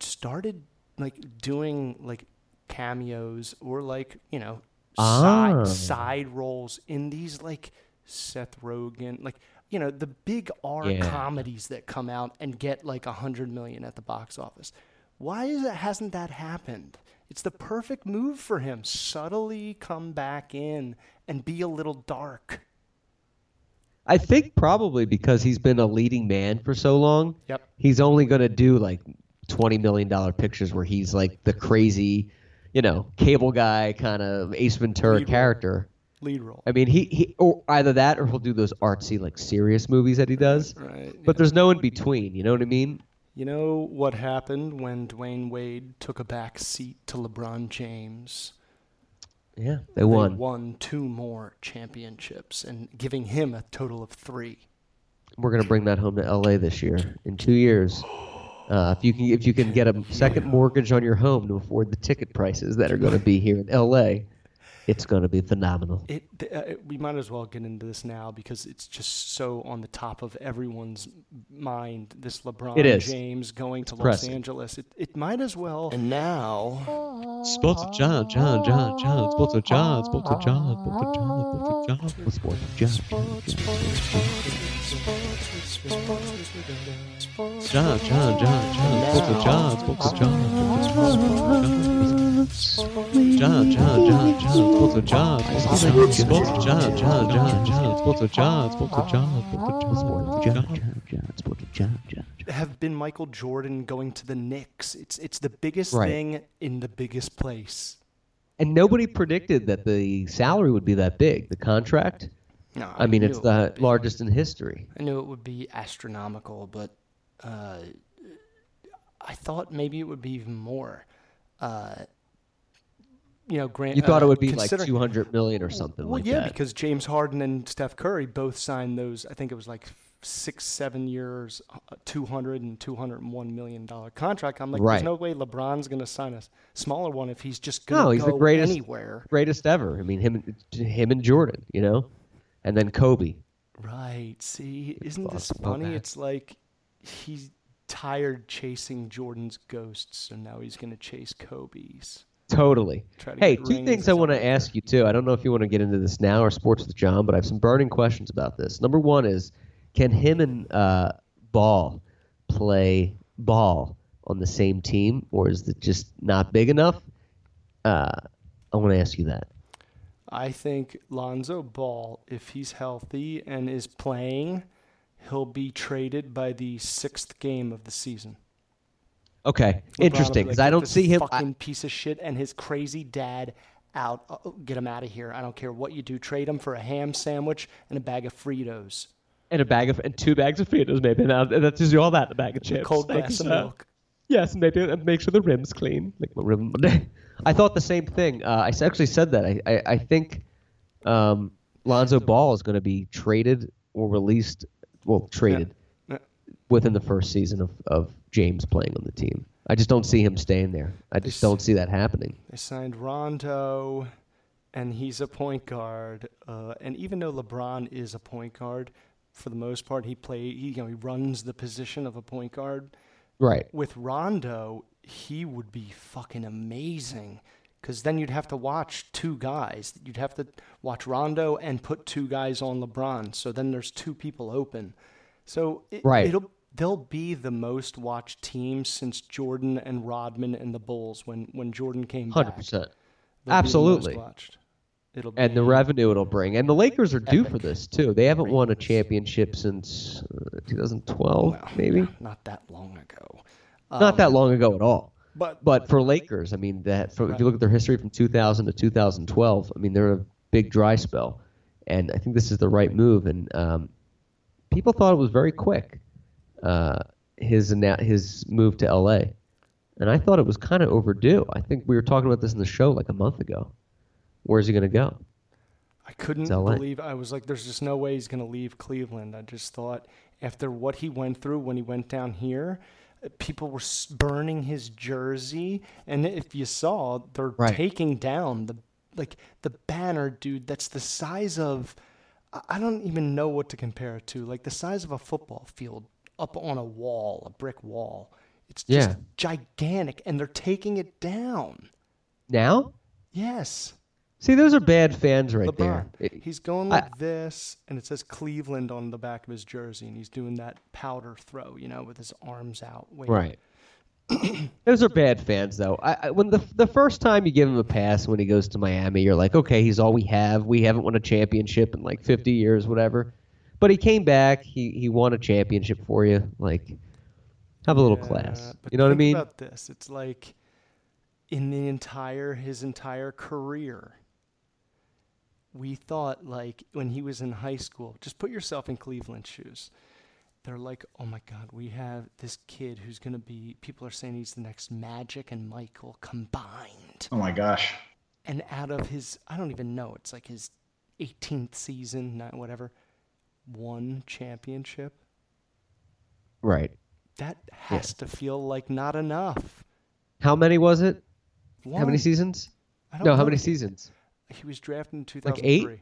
[SPEAKER 4] started like doing like cameos or like, you know,
[SPEAKER 1] Ah.
[SPEAKER 4] side side roles in these like Seth Rogen, like you know, the big R
[SPEAKER 1] Yeah.
[SPEAKER 4] comedies that come out and get like a hundred million at the box office. Why is it hasn't that happened? It's the perfect move for him. Subtly come back in and be a little dark.
[SPEAKER 1] I think probably because he's been a leading man for so long.
[SPEAKER 4] Yep.
[SPEAKER 1] He's only going to do like twenty million dollar pictures where he's like the crazy, you know, cable guy kind of Ace Ventura
[SPEAKER 4] Lead role.
[SPEAKER 1] character.
[SPEAKER 4] Lead role.
[SPEAKER 1] I mean, he, he or either that or he'll do those artsy like serious movies that he does.
[SPEAKER 4] Right.
[SPEAKER 1] But there's no in between. You know what I mean?
[SPEAKER 4] You know what happened when Dwayne Wade took a back seat to LeBron James?
[SPEAKER 1] Yeah. They
[SPEAKER 4] They
[SPEAKER 1] won.
[SPEAKER 4] won two more championships and giving him a total of three.
[SPEAKER 1] We're gonna bring that home to L.A. this year in two years. Uh, if you can, if you can get a second mortgage on your home to afford the ticket prices that are going to be here in L.A., it's going to be phenomenal.
[SPEAKER 4] It, th- uh, it- we might as well get into this now because it's just so on the top of everyone's mind. This LeBron
[SPEAKER 1] It is.
[SPEAKER 4] James going to Los
[SPEAKER 1] pressing.
[SPEAKER 4] Angeles. It, it might as well.
[SPEAKER 3] And now,
[SPEAKER 1] Sports of John, John, John, John. Sports of John, Sports of John, Sports of John, Sports of John, Ah. Sports of John. John, John, John, John. Sports of John, Sports of John. John, John, John, John. Sports of John, Sports of John. Sports of John, John, John, John. Sports of John, Sports of John, Sports of John. Sports of John, John, John. Sports of John, John, John.
[SPEAKER 4] have been Michael Jordan going to the Knicks. It's it's the biggest
[SPEAKER 1] Right.
[SPEAKER 4] thing in the biggest place.
[SPEAKER 1] And nobody predicted that the salary would be that big. The contract.
[SPEAKER 3] no,
[SPEAKER 1] I mean, it's
[SPEAKER 4] knew it
[SPEAKER 1] the largest in history.
[SPEAKER 4] I knew it would be astronomical, but uh, I thought maybe it would be even more. Uh, you know, Grant.
[SPEAKER 1] You thought
[SPEAKER 4] uh,
[SPEAKER 1] it would be like
[SPEAKER 4] considering-
[SPEAKER 1] 200 million or something
[SPEAKER 4] Well,
[SPEAKER 1] like
[SPEAKER 4] yeah,
[SPEAKER 1] that.
[SPEAKER 4] because James Harden and Steph Curry both signed those. I think it was like six, seven years, uh, 200 and 201 million dollar contract. I'm like, there's
[SPEAKER 1] Right.
[SPEAKER 4] no way LeBron's going to sign a s- smaller one if he's just going to
[SPEAKER 1] no, he's
[SPEAKER 4] go
[SPEAKER 1] the greatest
[SPEAKER 4] anywhere.
[SPEAKER 1] greatest ever. I mean, him him and Jordan, you know. And then Kobe.
[SPEAKER 4] Right. See, isn't
[SPEAKER 1] thought
[SPEAKER 4] this
[SPEAKER 1] about
[SPEAKER 4] funny?
[SPEAKER 1] that.
[SPEAKER 4] It's like he's tired chasing Jordan's ghosts, so now he's going to chase Kobe's.
[SPEAKER 1] Totally.
[SPEAKER 4] Try to
[SPEAKER 1] Hey,
[SPEAKER 4] get
[SPEAKER 1] two
[SPEAKER 4] rings
[SPEAKER 1] things
[SPEAKER 4] or
[SPEAKER 1] I want to
[SPEAKER 4] something.
[SPEAKER 1] ask you too. I don't know if you want to get into this now or sports with John, but I have some burning questions about this. Number one is, can him and uh, Ball play ball on the same team, or is it just not big enough? Uh, I want to ask you that.
[SPEAKER 4] I think Lonzo Ball, if he's healthy and is playing, he'll be traded by the sixth game of the season.
[SPEAKER 1] Okay,
[SPEAKER 4] LeBron will be
[SPEAKER 1] interesting. Because
[SPEAKER 4] like,
[SPEAKER 1] I
[SPEAKER 4] "Get
[SPEAKER 1] don't
[SPEAKER 4] this
[SPEAKER 1] see him. I-
[SPEAKER 4] Fucking piece of shit and his crazy dad out. Uh, get him out of here. I don't care what you do. Trade him for a ham sandwich and a bag of Fritos.
[SPEAKER 1] and a bag of and two bags of Fritos maybe. Now that's just all that a bag of
[SPEAKER 4] and
[SPEAKER 1] chips. uh,
[SPEAKER 4] A cold
[SPEAKER 1] Thank
[SPEAKER 4] glass
[SPEAKER 1] you,
[SPEAKER 4] of
[SPEAKER 1] sir.
[SPEAKER 4] milk.
[SPEAKER 1] Yes, maybe and make sure the rim's clean. Like my rim. <laughs> I thought the same thing. Uh, I s- actually said that. I I, I think um, Lonzo Ball is going to be traded or released. Well, traded
[SPEAKER 4] Yeah.
[SPEAKER 1] within the first season of of James playing on the team. I just don't see him staying there. I just don't see that happening.
[SPEAKER 4] They signed Rondo, and he's a point guard. Uh, and even though LeBron is a point guard, for the most part, he play he you know he runs the position of a point guard.
[SPEAKER 1] Right.
[SPEAKER 4] With Rondo, he would be fucking amazing. Because then you'd have to watch two guys. You'd have to watch Rondo and put two guys on LeBron. So then there's two people open. So it,
[SPEAKER 1] Right.
[SPEAKER 4] it'll they'll be the most watched team since Jordan and Rodman and the Bulls when when Jordan came back.
[SPEAKER 1] Hundred percent.
[SPEAKER 4] They'll be the most
[SPEAKER 1] Absolutely.
[SPEAKER 4] watched. It'll be
[SPEAKER 1] and the revenue it'll bring. And the Lakers are due for this too. They haven't won a championship since uh, 2012,
[SPEAKER 4] well,
[SPEAKER 1] maybe.
[SPEAKER 4] yeah, Um, not that long ago.
[SPEAKER 1] Not that long ago at all.
[SPEAKER 4] But
[SPEAKER 1] But for Lakers, I mean that from, if you look at their history from 2000 to 2012, I mean they're a big dry spell, and I think this is the right move. And um, people thought it was very quick. uh, his annou- his move to LA, and I thought it was kind of overdue. I think we were talking about this in the show like a month ago. Where's he going to go?
[SPEAKER 4] I couldn't
[SPEAKER 1] It's LA.
[SPEAKER 4] believe I was like, there's just no way he's going to leave Cleveland. I just thought after what he went through when he went down here, uh, people were s- burning his jersey, and if you saw, they're
[SPEAKER 1] Right.
[SPEAKER 4] taking down the like the banner, dude. That's the size of I- I don't even know what to compare it to, like the size of a football field up on a wall, a brick wall. It's just
[SPEAKER 1] Yeah.
[SPEAKER 4] gigantic, and they're taking it down.
[SPEAKER 1] Now?
[SPEAKER 4] Yes.
[SPEAKER 1] See, those are bad fans right
[SPEAKER 4] LeBron.
[SPEAKER 1] there. It-
[SPEAKER 4] he's going
[SPEAKER 1] I-
[SPEAKER 4] like this, and it says Cleveland on the back of his jersey, and he's doing that powder throw, you know, with his arms out. Wait,
[SPEAKER 1] Right. Those are bad fans, though. I, I, when the the first time you give him a pass when he goes to Miami, you're like, okay, he's all we have. We haven't won a championship in like 50 years, whatever. But he came back. He he won a championship for you. Like, have a little class. You know what I mean?
[SPEAKER 4] About this, it's like in the entire his entire career. We thought like when he was in high school, just put yourself in Cleveland shoes. They're like, oh my God, we have this kid who's gonna be. People are saying he's the next Magic and Michael combined.
[SPEAKER 2] Oh my gosh.
[SPEAKER 4] and out of his I don't even know, it's like his 18th season, not whatever, one championship.
[SPEAKER 1] right.
[SPEAKER 4] That has to feel like not enough.
[SPEAKER 1] How many was it? How
[SPEAKER 4] One.
[SPEAKER 1] many seasons?
[SPEAKER 4] I don't
[SPEAKER 1] No, how
[SPEAKER 4] know.
[SPEAKER 1] many seasons?
[SPEAKER 4] He was drafted in
[SPEAKER 1] Like
[SPEAKER 4] 2003.
[SPEAKER 1] eight?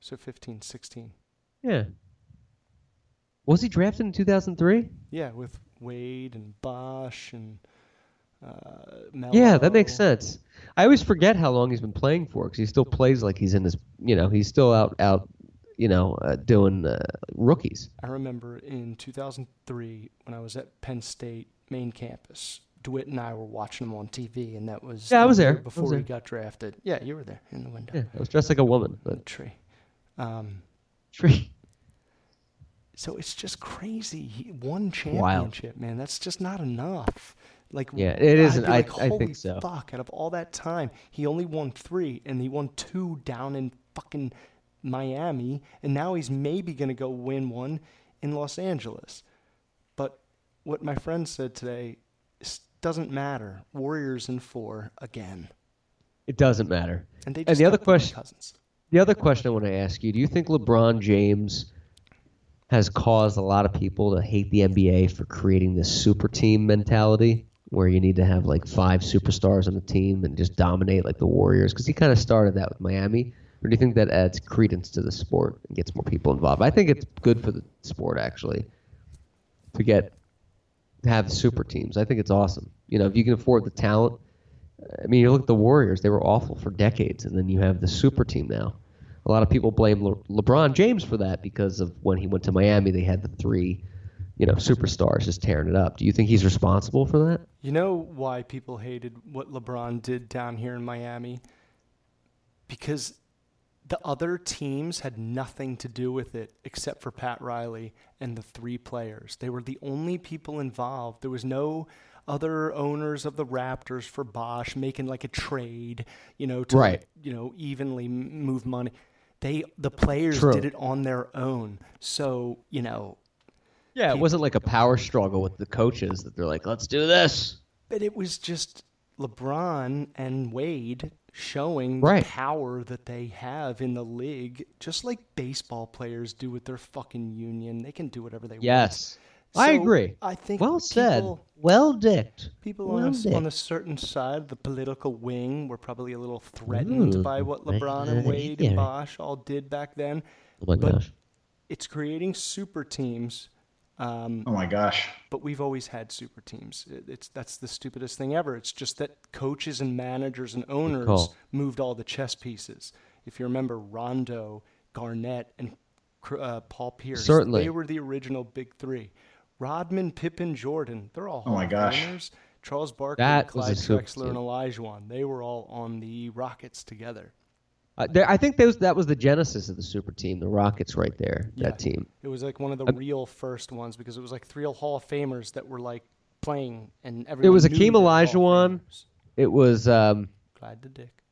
[SPEAKER 4] So 15, 16.
[SPEAKER 1] Yeah. Was he drafted in 2003?
[SPEAKER 4] Yeah, with Wade and Bosch and uh, Melo.
[SPEAKER 1] Yeah, that makes sense. I always forget how long he's been playing for because he still plays like he's in his, you know, he's still out, out, you know, uh, doing uh, rookies.
[SPEAKER 4] I remember in 2003 when I was at Penn State main campus, DeWitt and I were watching him on TV, and that was
[SPEAKER 1] Yeah, I was
[SPEAKER 4] the year
[SPEAKER 1] there. I was
[SPEAKER 4] before
[SPEAKER 1] there.
[SPEAKER 4] he got drafted. Yeah, you were there in the window.
[SPEAKER 1] Yeah, I was dressed like a woman,
[SPEAKER 4] the
[SPEAKER 1] but
[SPEAKER 4] tree. Um,
[SPEAKER 1] tree.
[SPEAKER 4] so it's just crazy. He, one
[SPEAKER 1] Wild.
[SPEAKER 4] championship, man. That's just not enough. Like
[SPEAKER 1] Yeah, it
[SPEAKER 4] I'd
[SPEAKER 1] isn't.
[SPEAKER 4] be
[SPEAKER 1] I-
[SPEAKER 4] like,
[SPEAKER 1] I
[SPEAKER 4] Holy
[SPEAKER 1] think so."
[SPEAKER 4] Fuck! Out of all that time, he only won three, and he won two down in fucking Miami, and now he's maybe gonna go win one in Los Angeles. But what my friend said today s- doesn't matter. Warriors in four again,
[SPEAKER 1] <laughs> It doesn't matter.
[SPEAKER 4] and they.
[SPEAKER 1] And
[SPEAKER 4] Just
[SPEAKER 1] the other
[SPEAKER 4] got Boogie
[SPEAKER 1] question-
[SPEAKER 4] Cousins.
[SPEAKER 1] The other question I want to ask you: Do you think LeBron James has caused a lot of people to hate the NBA for creating this super team mentality, where you need to have like five superstars on a team and just dominate like the Warriors? Because he kind of started that with Miami. Or do you think that adds credence to the sport and gets more people involved? I think it's good for the sport actually to get to have super teams. I think it's awesome. You know, if you can afford the talent I mean, you look at the Warriors; they were awful for decades, and then you have the super team now. A lot of people blame Le- LeBron James for that because of when he went to Miami, they had the three, you know, superstars just tearing it up. Do you think he's responsible for that?
[SPEAKER 4] You know why people hated what LeBron did down here in Miami? Because the other teams had nothing to do with it except for Pat Riley and the three players. They were the only people involved. There was no other owners of the Raptors for Bosch making like a trade, you know, to
[SPEAKER 1] Right.
[SPEAKER 4] you know evenly m- move money. They the players
[SPEAKER 1] True.
[SPEAKER 4] did it on their own. So, you know,
[SPEAKER 1] Yeah, it wasn't like a power struggle with the coaches that they're like, "Let's do this."
[SPEAKER 4] But it was just LeBron and Wade showing
[SPEAKER 1] Right.
[SPEAKER 4] the power that they have in the league, just like baseball players do with their fucking union. They can do whatever they want.
[SPEAKER 1] Yes, I
[SPEAKER 4] So,
[SPEAKER 1] agree.
[SPEAKER 4] I think
[SPEAKER 1] well said,
[SPEAKER 4] people-
[SPEAKER 1] well dicked.
[SPEAKER 4] People
[SPEAKER 1] well
[SPEAKER 4] on a, s- on
[SPEAKER 1] dicked.
[SPEAKER 4] a certain side of the political wing were probably a little threatened
[SPEAKER 1] Ooh,
[SPEAKER 4] by what
[SPEAKER 1] right
[SPEAKER 4] LeBron and
[SPEAKER 1] there.
[SPEAKER 4] Wade and Bosch all did back then.
[SPEAKER 1] Oh my
[SPEAKER 4] but-
[SPEAKER 1] gosh.
[SPEAKER 4] It's creating super teams. Um,
[SPEAKER 2] Oh my gosh.
[SPEAKER 4] but we've always had super teams. It- It's that's the stupidest thing ever. It's just that coaches and managers and owners
[SPEAKER 1] call.
[SPEAKER 4] moved all the chess pieces. If you remember Rondo, Garnett, and Cr- uh, Paul Pierce,
[SPEAKER 1] Certainly.
[SPEAKER 4] they were the original big three. Rodman, Pippen, Jordan—they're all
[SPEAKER 2] Oh my
[SPEAKER 4] Hall of
[SPEAKER 2] gosh.
[SPEAKER 4] Famers. Charles Barkley,
[SPEAKER 1] That was a
[SPEAKER 4] Clyde
[SPEAKER 1] super
[SPEAKER 4] Drexler, and Olajuwon—they were all on the Rockets together.
[SPEAKER 1] Uh, there, I think those, that was the genesis of the super team, the Rockets, right there. That
[SPEAKER 4] Yeah.
[SPEAKER 1] team.
[SPEAKER 4] It was like one of the real first ones because it was like three Hall of Famers that were like playing, and everyone.
[SPEAKER 1] was
[SPEAKER 4] knew
[SPEAKER 1] Hakeem
[SPEAKER 4] they were Hall of
[SPEAKER 1] Olajuwon.
[SPEAKER 4] Famers.
[SPEAKER 1] It was. Um,
[SPEAKER 4] Clyde the Dick.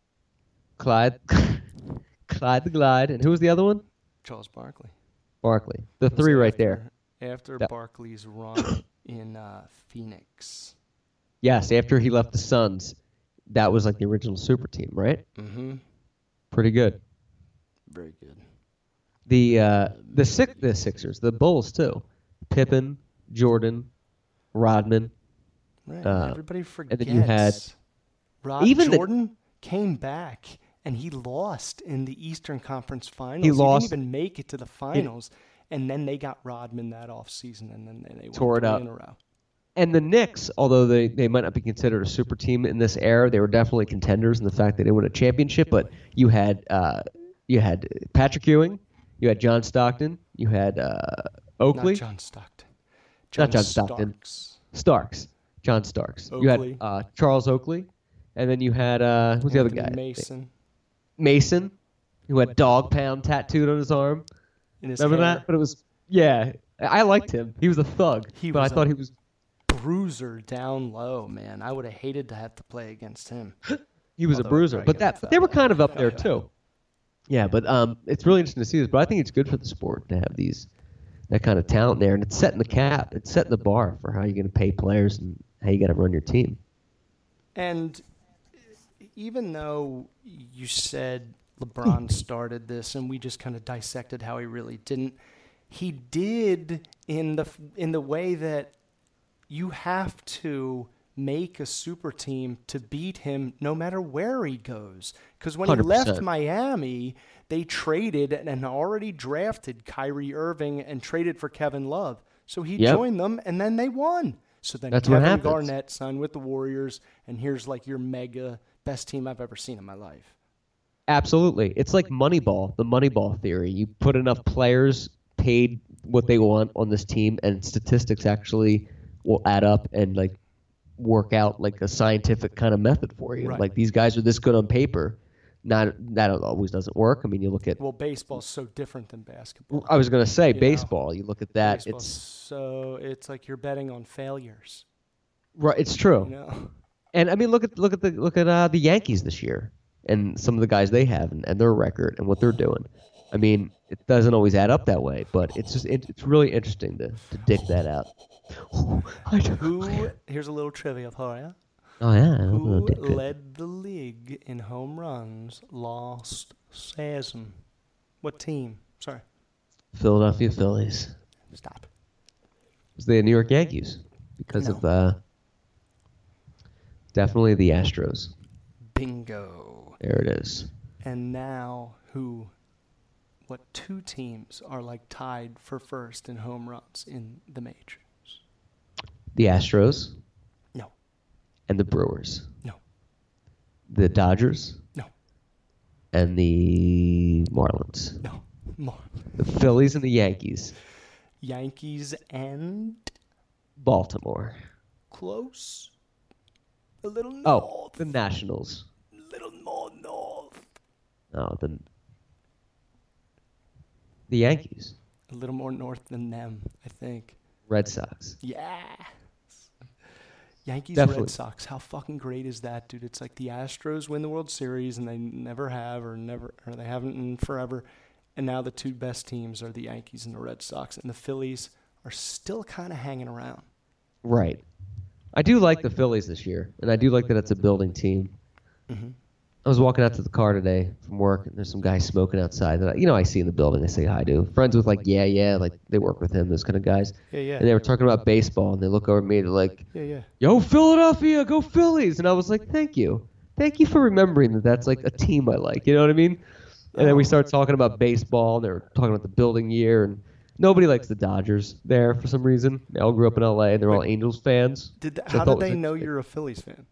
[SPEAKER 1] Clyde, <laughs> Clyde the Glide, and who was the other one?
[SPEAKER 4] Charles Barkley.
[SPEAKER 1] Barkley. The three right there.
[SPEAKER 4] after
[SPEAKER 1] That-
[SPEAKER 4] Barkley's
[SPEAKER 1] <coughs>
[SPEAKER 4] run in uh, Phoenix.
[SPEAKER 1] Yes, after he left the Suns, that was like the original super team, right?
[SPEAKER 4] Mm-hmm.
[SPEAKER 1] Pretty good.
[SPEAKER 4] Very good.
[SPEAKER 1] The uh, the six the Sixers, the Bulls too. Pippen, Jordan, Rodman.
[SPEAKER 4] Right.
[SPEAKER 1] Uh,
[SPEAKER 4] everybody forgets.
[SPEAKER 1] then you had-
[SPEAKER 4] Rod
[SPEAKER 1] even the-
[SPEAKER 4] Jordan came back and he lost in the Eastern Conference Finals.
[SPEAKER 1] lost-
[SPEAKER 4] didn't even make it to the finals. and then they got Rodman that offseason, and then they, they
[SPEAKER 1] Tore
[SPEAKER 4] won
[SPEAKER 1] it
[SPEAKER 4] three
[SPEAKER 1] up.
[SPEAKER 4] in a row.
[SPEAKER 1] And the Knicks, although they, they might not be considered a super team in this era, they were definitely contenders in the fact that they won a championship. But you had uh, you had Patrick Ewing, you had John Stockton, you had uh, Oakley,
[SPEAKER 4] Not John Stockton.
[SPEAKER 1] Not John Stockton.
[SPEAKER 4] Starks.
[SPEAKER 1] Starks, John Starks. You
[SPEAKER 4] Oakley.
[SPEAKER 1] had uh, Charles Oakley, and then you had uh, who's the other guy?
[SPEAKER 4] Anthony Mason.
[SPEAKER 1] Mason, who had dog pound tattooed on his arm.
[SPEAKER 4] In his
[SPEAKER 1] Remember
[SPEAKER 4] hair.
[SPEAKER 1] that? But it was yeah. I I liked him. He was a thug,
[SPEAKER 4] He
[SPEAKER 1] but
[SPEAKER 4] was
[SPEAKER 1] I thought
[SPEAKER 4] a-
[SPEAKER 1] he was
[SPEAKER 4] bruiser down low, man. I would have hated to have to play against him.
[SPEAKER 1] he was a
[SPEAKER 4] Although
[SPEAKER 1] bruiser.
[SPEAKER 4] Greg
[SPEAKER 1] But
[SPEAKER 4] and
[SPEAKER 1] that but they were kind of up there too. Yeah, but um, it's really interesting to see this. But I think it's good for the sport to have these that kind of talent there, and it's setting the cap, it's setting the bar for how you're going to pay players and how you got to run your team.
[SPEAKER 4] And even though you said LeBron started this and we just kind of dissected how he really didn't, he did in the in the way that you have to make a super team to beat him no matter where he goes. Because when he left
[SPEAKER 1] 100%.
[SPEAKER 4] Miami, they traded and already drafted Kyrie Irving and traded for Kevin Love. So he
[SPEAKER 1] Yep.
[SPEAKER 4] joined them and then they won. So then
[SPEAKER 1] That's what
[SPEAKER 4] Kevin
[SPEAKER 1] happens.
[SPEAKER 4] Garnett signed with the Warriors, and here's like your mega best team I've ever seen in my life.
[SPEAKER 1] Absolutely. It's like Moneyball, the Moneyball theory. You put enough players paid what they want on this team, and statistics actually will add up and like work out like a scientific kind of method for you.
[SPEAKER 4] Right.
[SPEAKER 1] Like these guys are this good on paper. Not that always doesn't work. I mean, you look at.
[SPEAKER 4] Well, baseball's so different than basketball.
[SPEAKER 1] I was gonna say
[SPEAKER 4] know,
[SPEAKER 1] baseball. You look at that.
[SPEAKER 4] Baseball's
[SPEAKER 1] It's
[SPEAKER 4] so it's like you're betting on failures.
[SPEAKER 1] right. It's true.
[SPEAKER 4] You know, <laughs>
[SPEAKER 1] And I mean, look at look at the look at uh, the Yankees this year, and some of the guys they have, and, and their record, and what they're doing. I mean, it doesn't always add up that way, but it's just it, it's really interesting to, to dig that out. <laughs> I don't-
[SPEAKER 4] who? Here's a little trivia for you.
[SPEAKER 1] Oh yeah. I don't know,
[SPEAKER 4] Who
[SPEAKER 1] dig that.
[SPEAKER 4] led the league in home runs last season? What team? Sorry,
[SPEAKER 1] Philadelphia Phillies.
[SPEAKER 4] stop.
[SPEAKER 1] It was the New York Yankees because of uh, definitely the Astros.
[SPEAKER 4] Bingo.
[SPEAKER 1] There it is.
[SPEAKER 4] And now who? What two teams are like tied for first in home runs in the major?
[SPEAKER 1] The Astros
[SPEAKER 4] No,
[SPEAKER 1] and the Brewers,
[SPEAKER 4] no,
[SPEAKER 1] the Dodgers
[SPEAKER 4] no,
[SPEAKER 1] and the Marlins,
[SPEAKER 4] no. More.
[SPEAKER 1] the Phillies and the Yankees.
[SPEAKER 4] Yankees and
[SPEAKER 1] Baltimore.
[SPEAKER 4] close. A little north.
[SPEAKER 1] Oh, the Nationals.
[SPEAKER 4] A little more north.
[SPEAKER 1] No, the the Yankees,
[SPEAKER 4] A little more north than them, I think.
[SPEAKER 1] Red Sox.
[SPEAKER 4] Yeah. Yankees
[SPEAKER 1] Definitely.
[SPEAKER 4] Red Sox. How fucking great is that, dude? It's like the Astros win the World Series and they never have or never or they haven't in forever. And now the two best teams are the Yankees and the Red Sox and the Phillies are still kind of hanging around.
[SPEAKER 1] Right. I do like the Phillies this year, and I do like that it's a building team. Mm-hmm. I was walking out to the car today from work, and there's some guy smoking outside that I, you know I see in the building. I say hi to friends with like yeah yeah like they work with him those kind of guys.
[SPEAKER 4] Yeah, yeah.
[SPEAKER 1] And they were talking about baseball, and they look over at me and they're like,
[SPEAKER 4] Yeah, yeah.
[SPEAKER 1] "Yo, Philadelphia, go Phillies!" And I was like, "Thank you, thank you for remembering that. That's like a team I like. You know what I mean?" And then we started talking about baseball, and they were talking about the building year, and nobody likes the Dodgers there for some reason. They all grew up in L.A. and they're all Angels fans.
[SPEAKER 4] Did th-
[SPEAKER 1] which I
[SPEAKER 4] how
[SPEAKER 1] thought
[SPEAKER 4] did
[SPEAKER 1] was
[SPEAKER 4] they know
[SPEAKER 1] interesting.
[SPEAKER 4] you're a Phillies fan?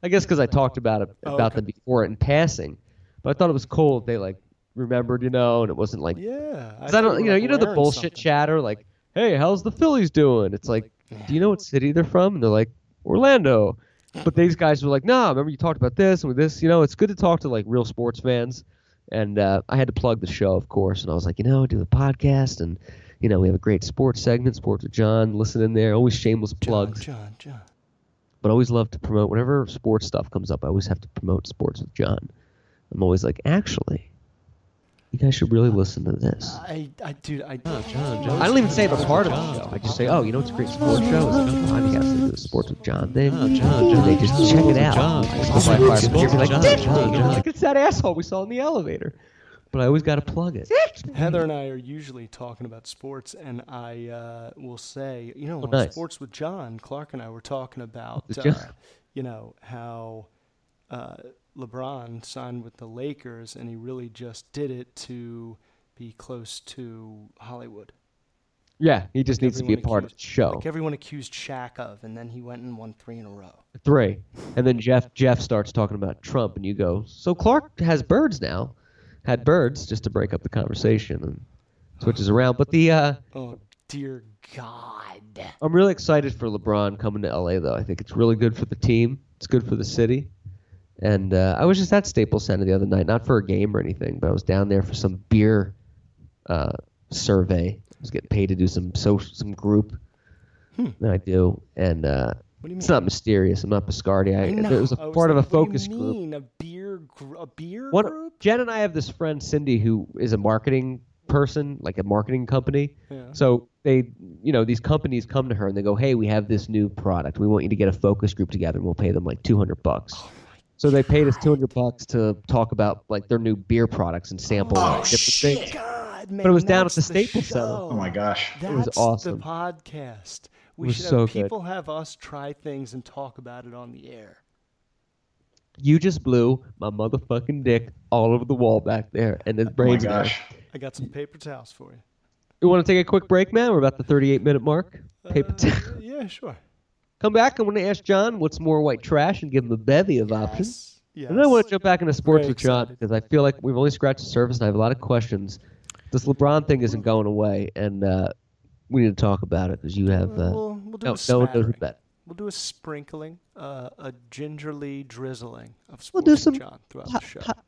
[SPEAKER 1] I guess because I talked about it
[SPEAKER 4] Oh,
[SPEAKER 1] about
[SPEAKER 4] okay.
[SPEAKER 1] them before it in passing, but I thought it was cool that they like remembered, you know, and it wasn't like
[SPEAKER 4] Yeah.
[SPEAKER 1] because I
[SPEAKER 4] thought
[SPEAKER 1] don't,
[SPEAKER 4] were,
[SPEAKER 1] you know,
[SPEAKER 4] like,
[SPEAKER 1] you know the
[SPEAKER 4] wearing
[SPEAKER 1] bullshit
[SPEAKER 4] something.
[SPEAKER 1] chatter like, "Hey, how's the Phillies doing?" It's like, do you know what city they're from? And they're like, Orlando. But these guys were like, "Nah, remember you talked about this and with this." You know, it's good to talk to like real sports fans. And uh, I had to plug the show, of course. And I was like, you know, do a podcast, and you know, we have a great sports segment, Sports with John. Listen in there. Always shameless
[SPEAKER 4] John,
[SPEAKER 1] plugs,
[SPEAKER 4] John, John.
[SPEAKER 1] but I always love to promote whenever sports stuff comes up. I always have to promote Sports with John. I'm always like, actually, You guys should really listen to this.
[SPEAKER 4] I, I, dude, I.
[SPEAKER 1] I don't even say I'm a part of the show. I just say, oh, you know what's a great sports show? It's a podcast that does sports with Oh, John. They, they just check it out. oh, I just go by fire from here and be like, "Dick!" You know, like, it's that asshole we saw in the elevator. But I always got to plug it.
[SPEAKER 4] Heather and I are usually talking about sports, and I uh, will say, you know, on
[SPEAKER 1] Oh, nice.
[SPEAKER 4] sports with John Clark and I were talking about,
[SPEAKER 1] With
[SPEAKER 4] uh,
[SPEAKER 1] John.
[SPEAKER 4] you know, how uh, LeBron signed with the Lakers, and he really just did it to be close to Hollywood.
[SPEAKER 1] Yeah, he just needs to be a
[SPEAKER 4] Everyone
[SPEAKER 1] part of the
[SPEAKER 4] accused-
[SPEAKER 1] show.
[SPEAKER 4] Like everyone accused Shaq of, and then he went and won three in a row.
[SPEAKER 1] Three. And then Jeff Jeff starts talking about Trump, and you go, so Clark has birds now. Had birds just to break up the conversation and switches around. But the uh,
[SPEAKER 4] Oh dear God!
[SPEAKER 1] I'm really excited for LeBron coming to LA, though. I think it's really good for the team. It's good for the city. And uh, I was just at Staples Center the other night, not for a game or anything, but I was down there for some beer uh, survey. I was getting paid to do some social, some group that I do. And uh,
[SPEAKER 4] Hmm. What do you
[SPEAKER 1] it's
[SPEAKER 4] mean?
[SPEAKER 1] not mysterious. I'm not Biscardi. I,
[SPEAKER 4] know.
[SPEAKER 1] It was a
[SPEAKER 4] I was
[SPEAKER 1] part
[SPEAKER 4] like,
[SPEAKER 1] of a
[SPEAKER 4] what do
[SPEAKER 1] focus
[SPEAKER 4] you
[SPEAKER 1] group.
[SPEAKER 4] mean? A beer, gr- a beer
[SPEAKER 1] One,
[SPEAKER 4] group.
[SPEAKER 1] Jen and I have this friend Cindy who is a marketing person, like a marketing company.
[SPEAKER 4] Yeah.
[SPEAKER 1] So they, you know, these companies come to her and they go, "Hey, we have this new product. We want you to get a focus group together, and we'll pay them like 200 bucks." so they paid us 200 bucks to talk about like their new beer products and sample like, different things.
[SPEAKER 4] God, man,
[SPEAKER 1] it was down at
[SPEAKER 4] that's
[SPEAKER 1] the Staples Center.
[SPEAKER 4] show.
[SPEAKER 2] Oh my gosh.
[SPEAKER 4] That's
[SPEAKER 1] was awesome.
[SPEAKER 4] the podcast. We
[SPEAKER 1] was
[SPEAKER 4] should
[SPEAKER 1] so
[SPEAKER 4] have
[SPEAKER 1] good.
[SPEAKER 4] people have us try things and talk about it on the air.
[SPEAKER 1] You just blew my motherfucking dick all over the wall back there, and his
[SPEAKER 2] Oh my
[SPEAKER 1] brains. in there.
[SPEAKER 2] gosh.
[SPEAKER 4] I got some paper towels for you.
[SPEAKER 1] You want to take a quick break, man? We're about the 38 minute mark. Paper towel. <laughs>
[SPEAKER 4] Yeah, sure.
[SPEAKER 1] Come back. I want to ask John what's more white trash and give him a bevy of options.
[SPEAKER 4] Yes.
[SPEAKER 1] And then I want to jump back into sports
[SPEAKER 4] Very
[SPEAKER 1] with John
[SPEAKER 4] excited.
[SPEAKER 1] because I feel like we've only scratched the surface and I have a lot of questions. This LeBron thing isn't going away, and uh, we need to talk about it because you have. Uh,
[SPEAKER 4] we'll, we'll do
[SPEAKER 1] no, no one
[SPEAKER 4] a
[SPEAKER 1] knows
[SPEAKER 4] smattering.
[SPEAKER 1] who bet.
[SPEAKER 4] We'll do a sprinkling, uh, a gingerly drizzling of sports
[SPEAKER 1] We'll do some
[SPEAKER 4] with John throughout
[SPEAKER 1] pa-
[SPEAKER 4] the show.
[SPEAKER 1] pa-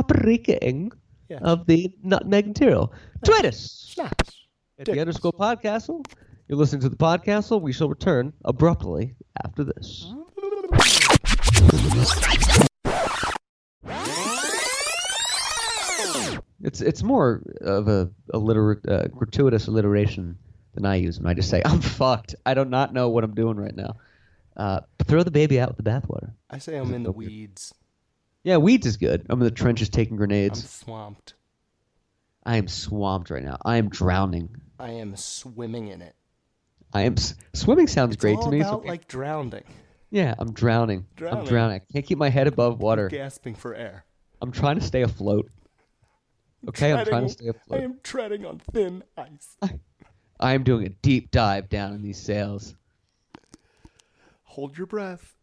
[SPEAKER 1] paprikaing
[SPEAKER 4] Yes.
[SPEAKER 1] of the nutmeg material. Tweet us
[SPEAKER 4] Snaps.
[SPEAKER 1] at the underscore podcastle. You're listening to the podcastle. We shall return abruptly after this. It's it's more of a alliter- uh, gratuitous alliteration than I use when I just say I'm fucked. I do not know what I'm doing right now. Uh, throw the baby out with the bathwater.
[SPEAKER 4] I say I'm in the
[SPEAKER 1] Okay.
[SPEAKER 4] weeds.
[SPEAKER 1] Yeah, weeds is good. I'm in the trenches taking
[SPEAKER 4] I'm
[SPEAKER 1] grenades.
[SPEAKER 4] swamped.
[SPEAKER 1] I am swamped right now. I am drowning.
[SPEAKER 4] I am swimming in it.
[SPEAKER 1] I am s- swimming sounds
[SPEAKER 4] It's
[SPEAKER 1] great
[SPEAKER 4] all
[SPEAKER 1] to me. so-
[SPEAKER 4] about like drowning,
[SPEAKER 1] yeah, I'm drowning. I'm
[SPEAKER 4] Drowning.
[SPEAKER 1] drowning. I can't keep my head above water.
[SPEAKER 4] gasping for air.
[SPEAKER 1] I'm trying to stay afloat. Okay, I'm trying
[SPEAKER 4] Treading-
[SPEAKER 1] to stay
[SPEAKER 4] I
[SPEAKER 1] afloat.
[SPEAKER 4] am treading on thin ice.
[SPEAKER 1] I am doing a deep dive down in these sails.
[SPEAKER 4] Hold your breath.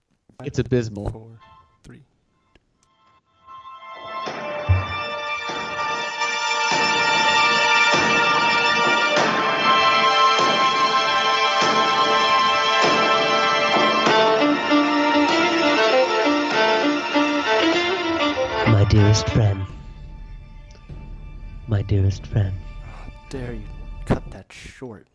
[SPEAKER 1] It's abysmal.
[SPEAKER 4] Four, three.
[SPEAKER 1] My dearest friend. My dearest friend.
[SPEAKER 4] Dare you cut that short?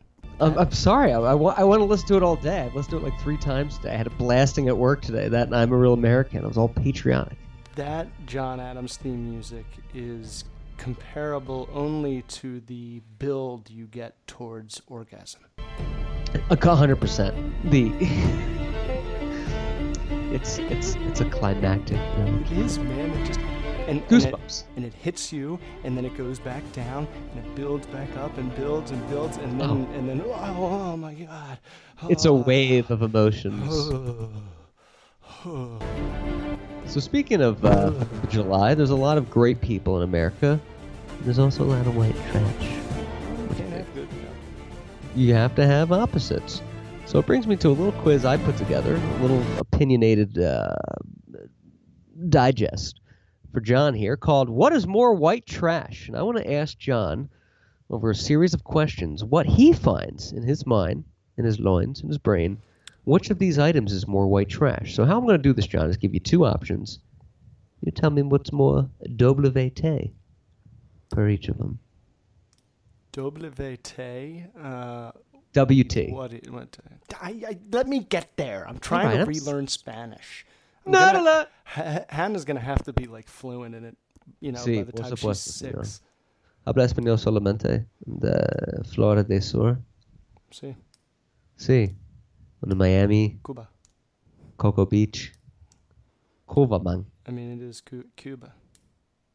[SPEAKER 1] I'm, I'm sorry. I, I, wa- I want to listen to it all day. I've listened to it like three times today. I had a blasting at work today. That and I'm a real American. I was all patriotic.
[SPEAKER 4] That John Adams theme music is comparable only to the build you get towards orgasm.
[SPEAKER 1] A hundred percent. The <laughs> it's it's it's a climactic. uh, you know.
[SPEAKER 4] It is, man. It just and and it-
[SPEAKER 1] Goosebumps.
[SPEAKER 4] And it, hits you, and then it goes back down, and it builds back up, and builds and builds, and then and then oh, oh my god.
[SPEAKER 1] It's a wave of emotions. So speaking of uh, July, there's a lot of great people in America. There's also a lot of white trash. you have to have opposites. So it brings me to a little quiz I put together, a little opinionated uh, digest for John here called What is More White Trash? And I want to ask John over a series of questions what he finds in his mind, in his loins, in his brain. Which of these items is more white trash? So how I'm going to do this, John, is give you two options. You tell me what's more WT per each of them.
[SPEAKER 4] WT. Uh,
[SPEAKER 1] WT.
[SPEAKER 4] what it what? I, I, let me get there. I'm trying
[SPEAKER 1] Alright,
[SPEAKER 4] to
[SPEAKER 1] I'm s-
[SPEAKER 4] relearn Spanish. I'm
[SPEAKER 1] Not
[SPEAKER 4] gonna-
[SPEAKER 1] a lot.
[SPEAKER 4] Ha- Hannah's gonna have to be like fluent in it, you know,
[SPEAKER 1] Sí,
[SPEAKER 4] by the
[SPEAKER 1] por
[SPEAKER 4] time she's
[SPEAKER 1] supuesto,
[SPEAKER 4] six.
[SPEAKER 1] Habla español solamente de Florida del Sur.
[SPEAKER 4] See,
[SPEAKER 1] Sí. In Miami,
[SPEAKER 4] Cuba.
[SPEAKER 1] Cocoa Beach. Cuba, man.
[SPEAKER 4] I mean, it is Cu- Cuba.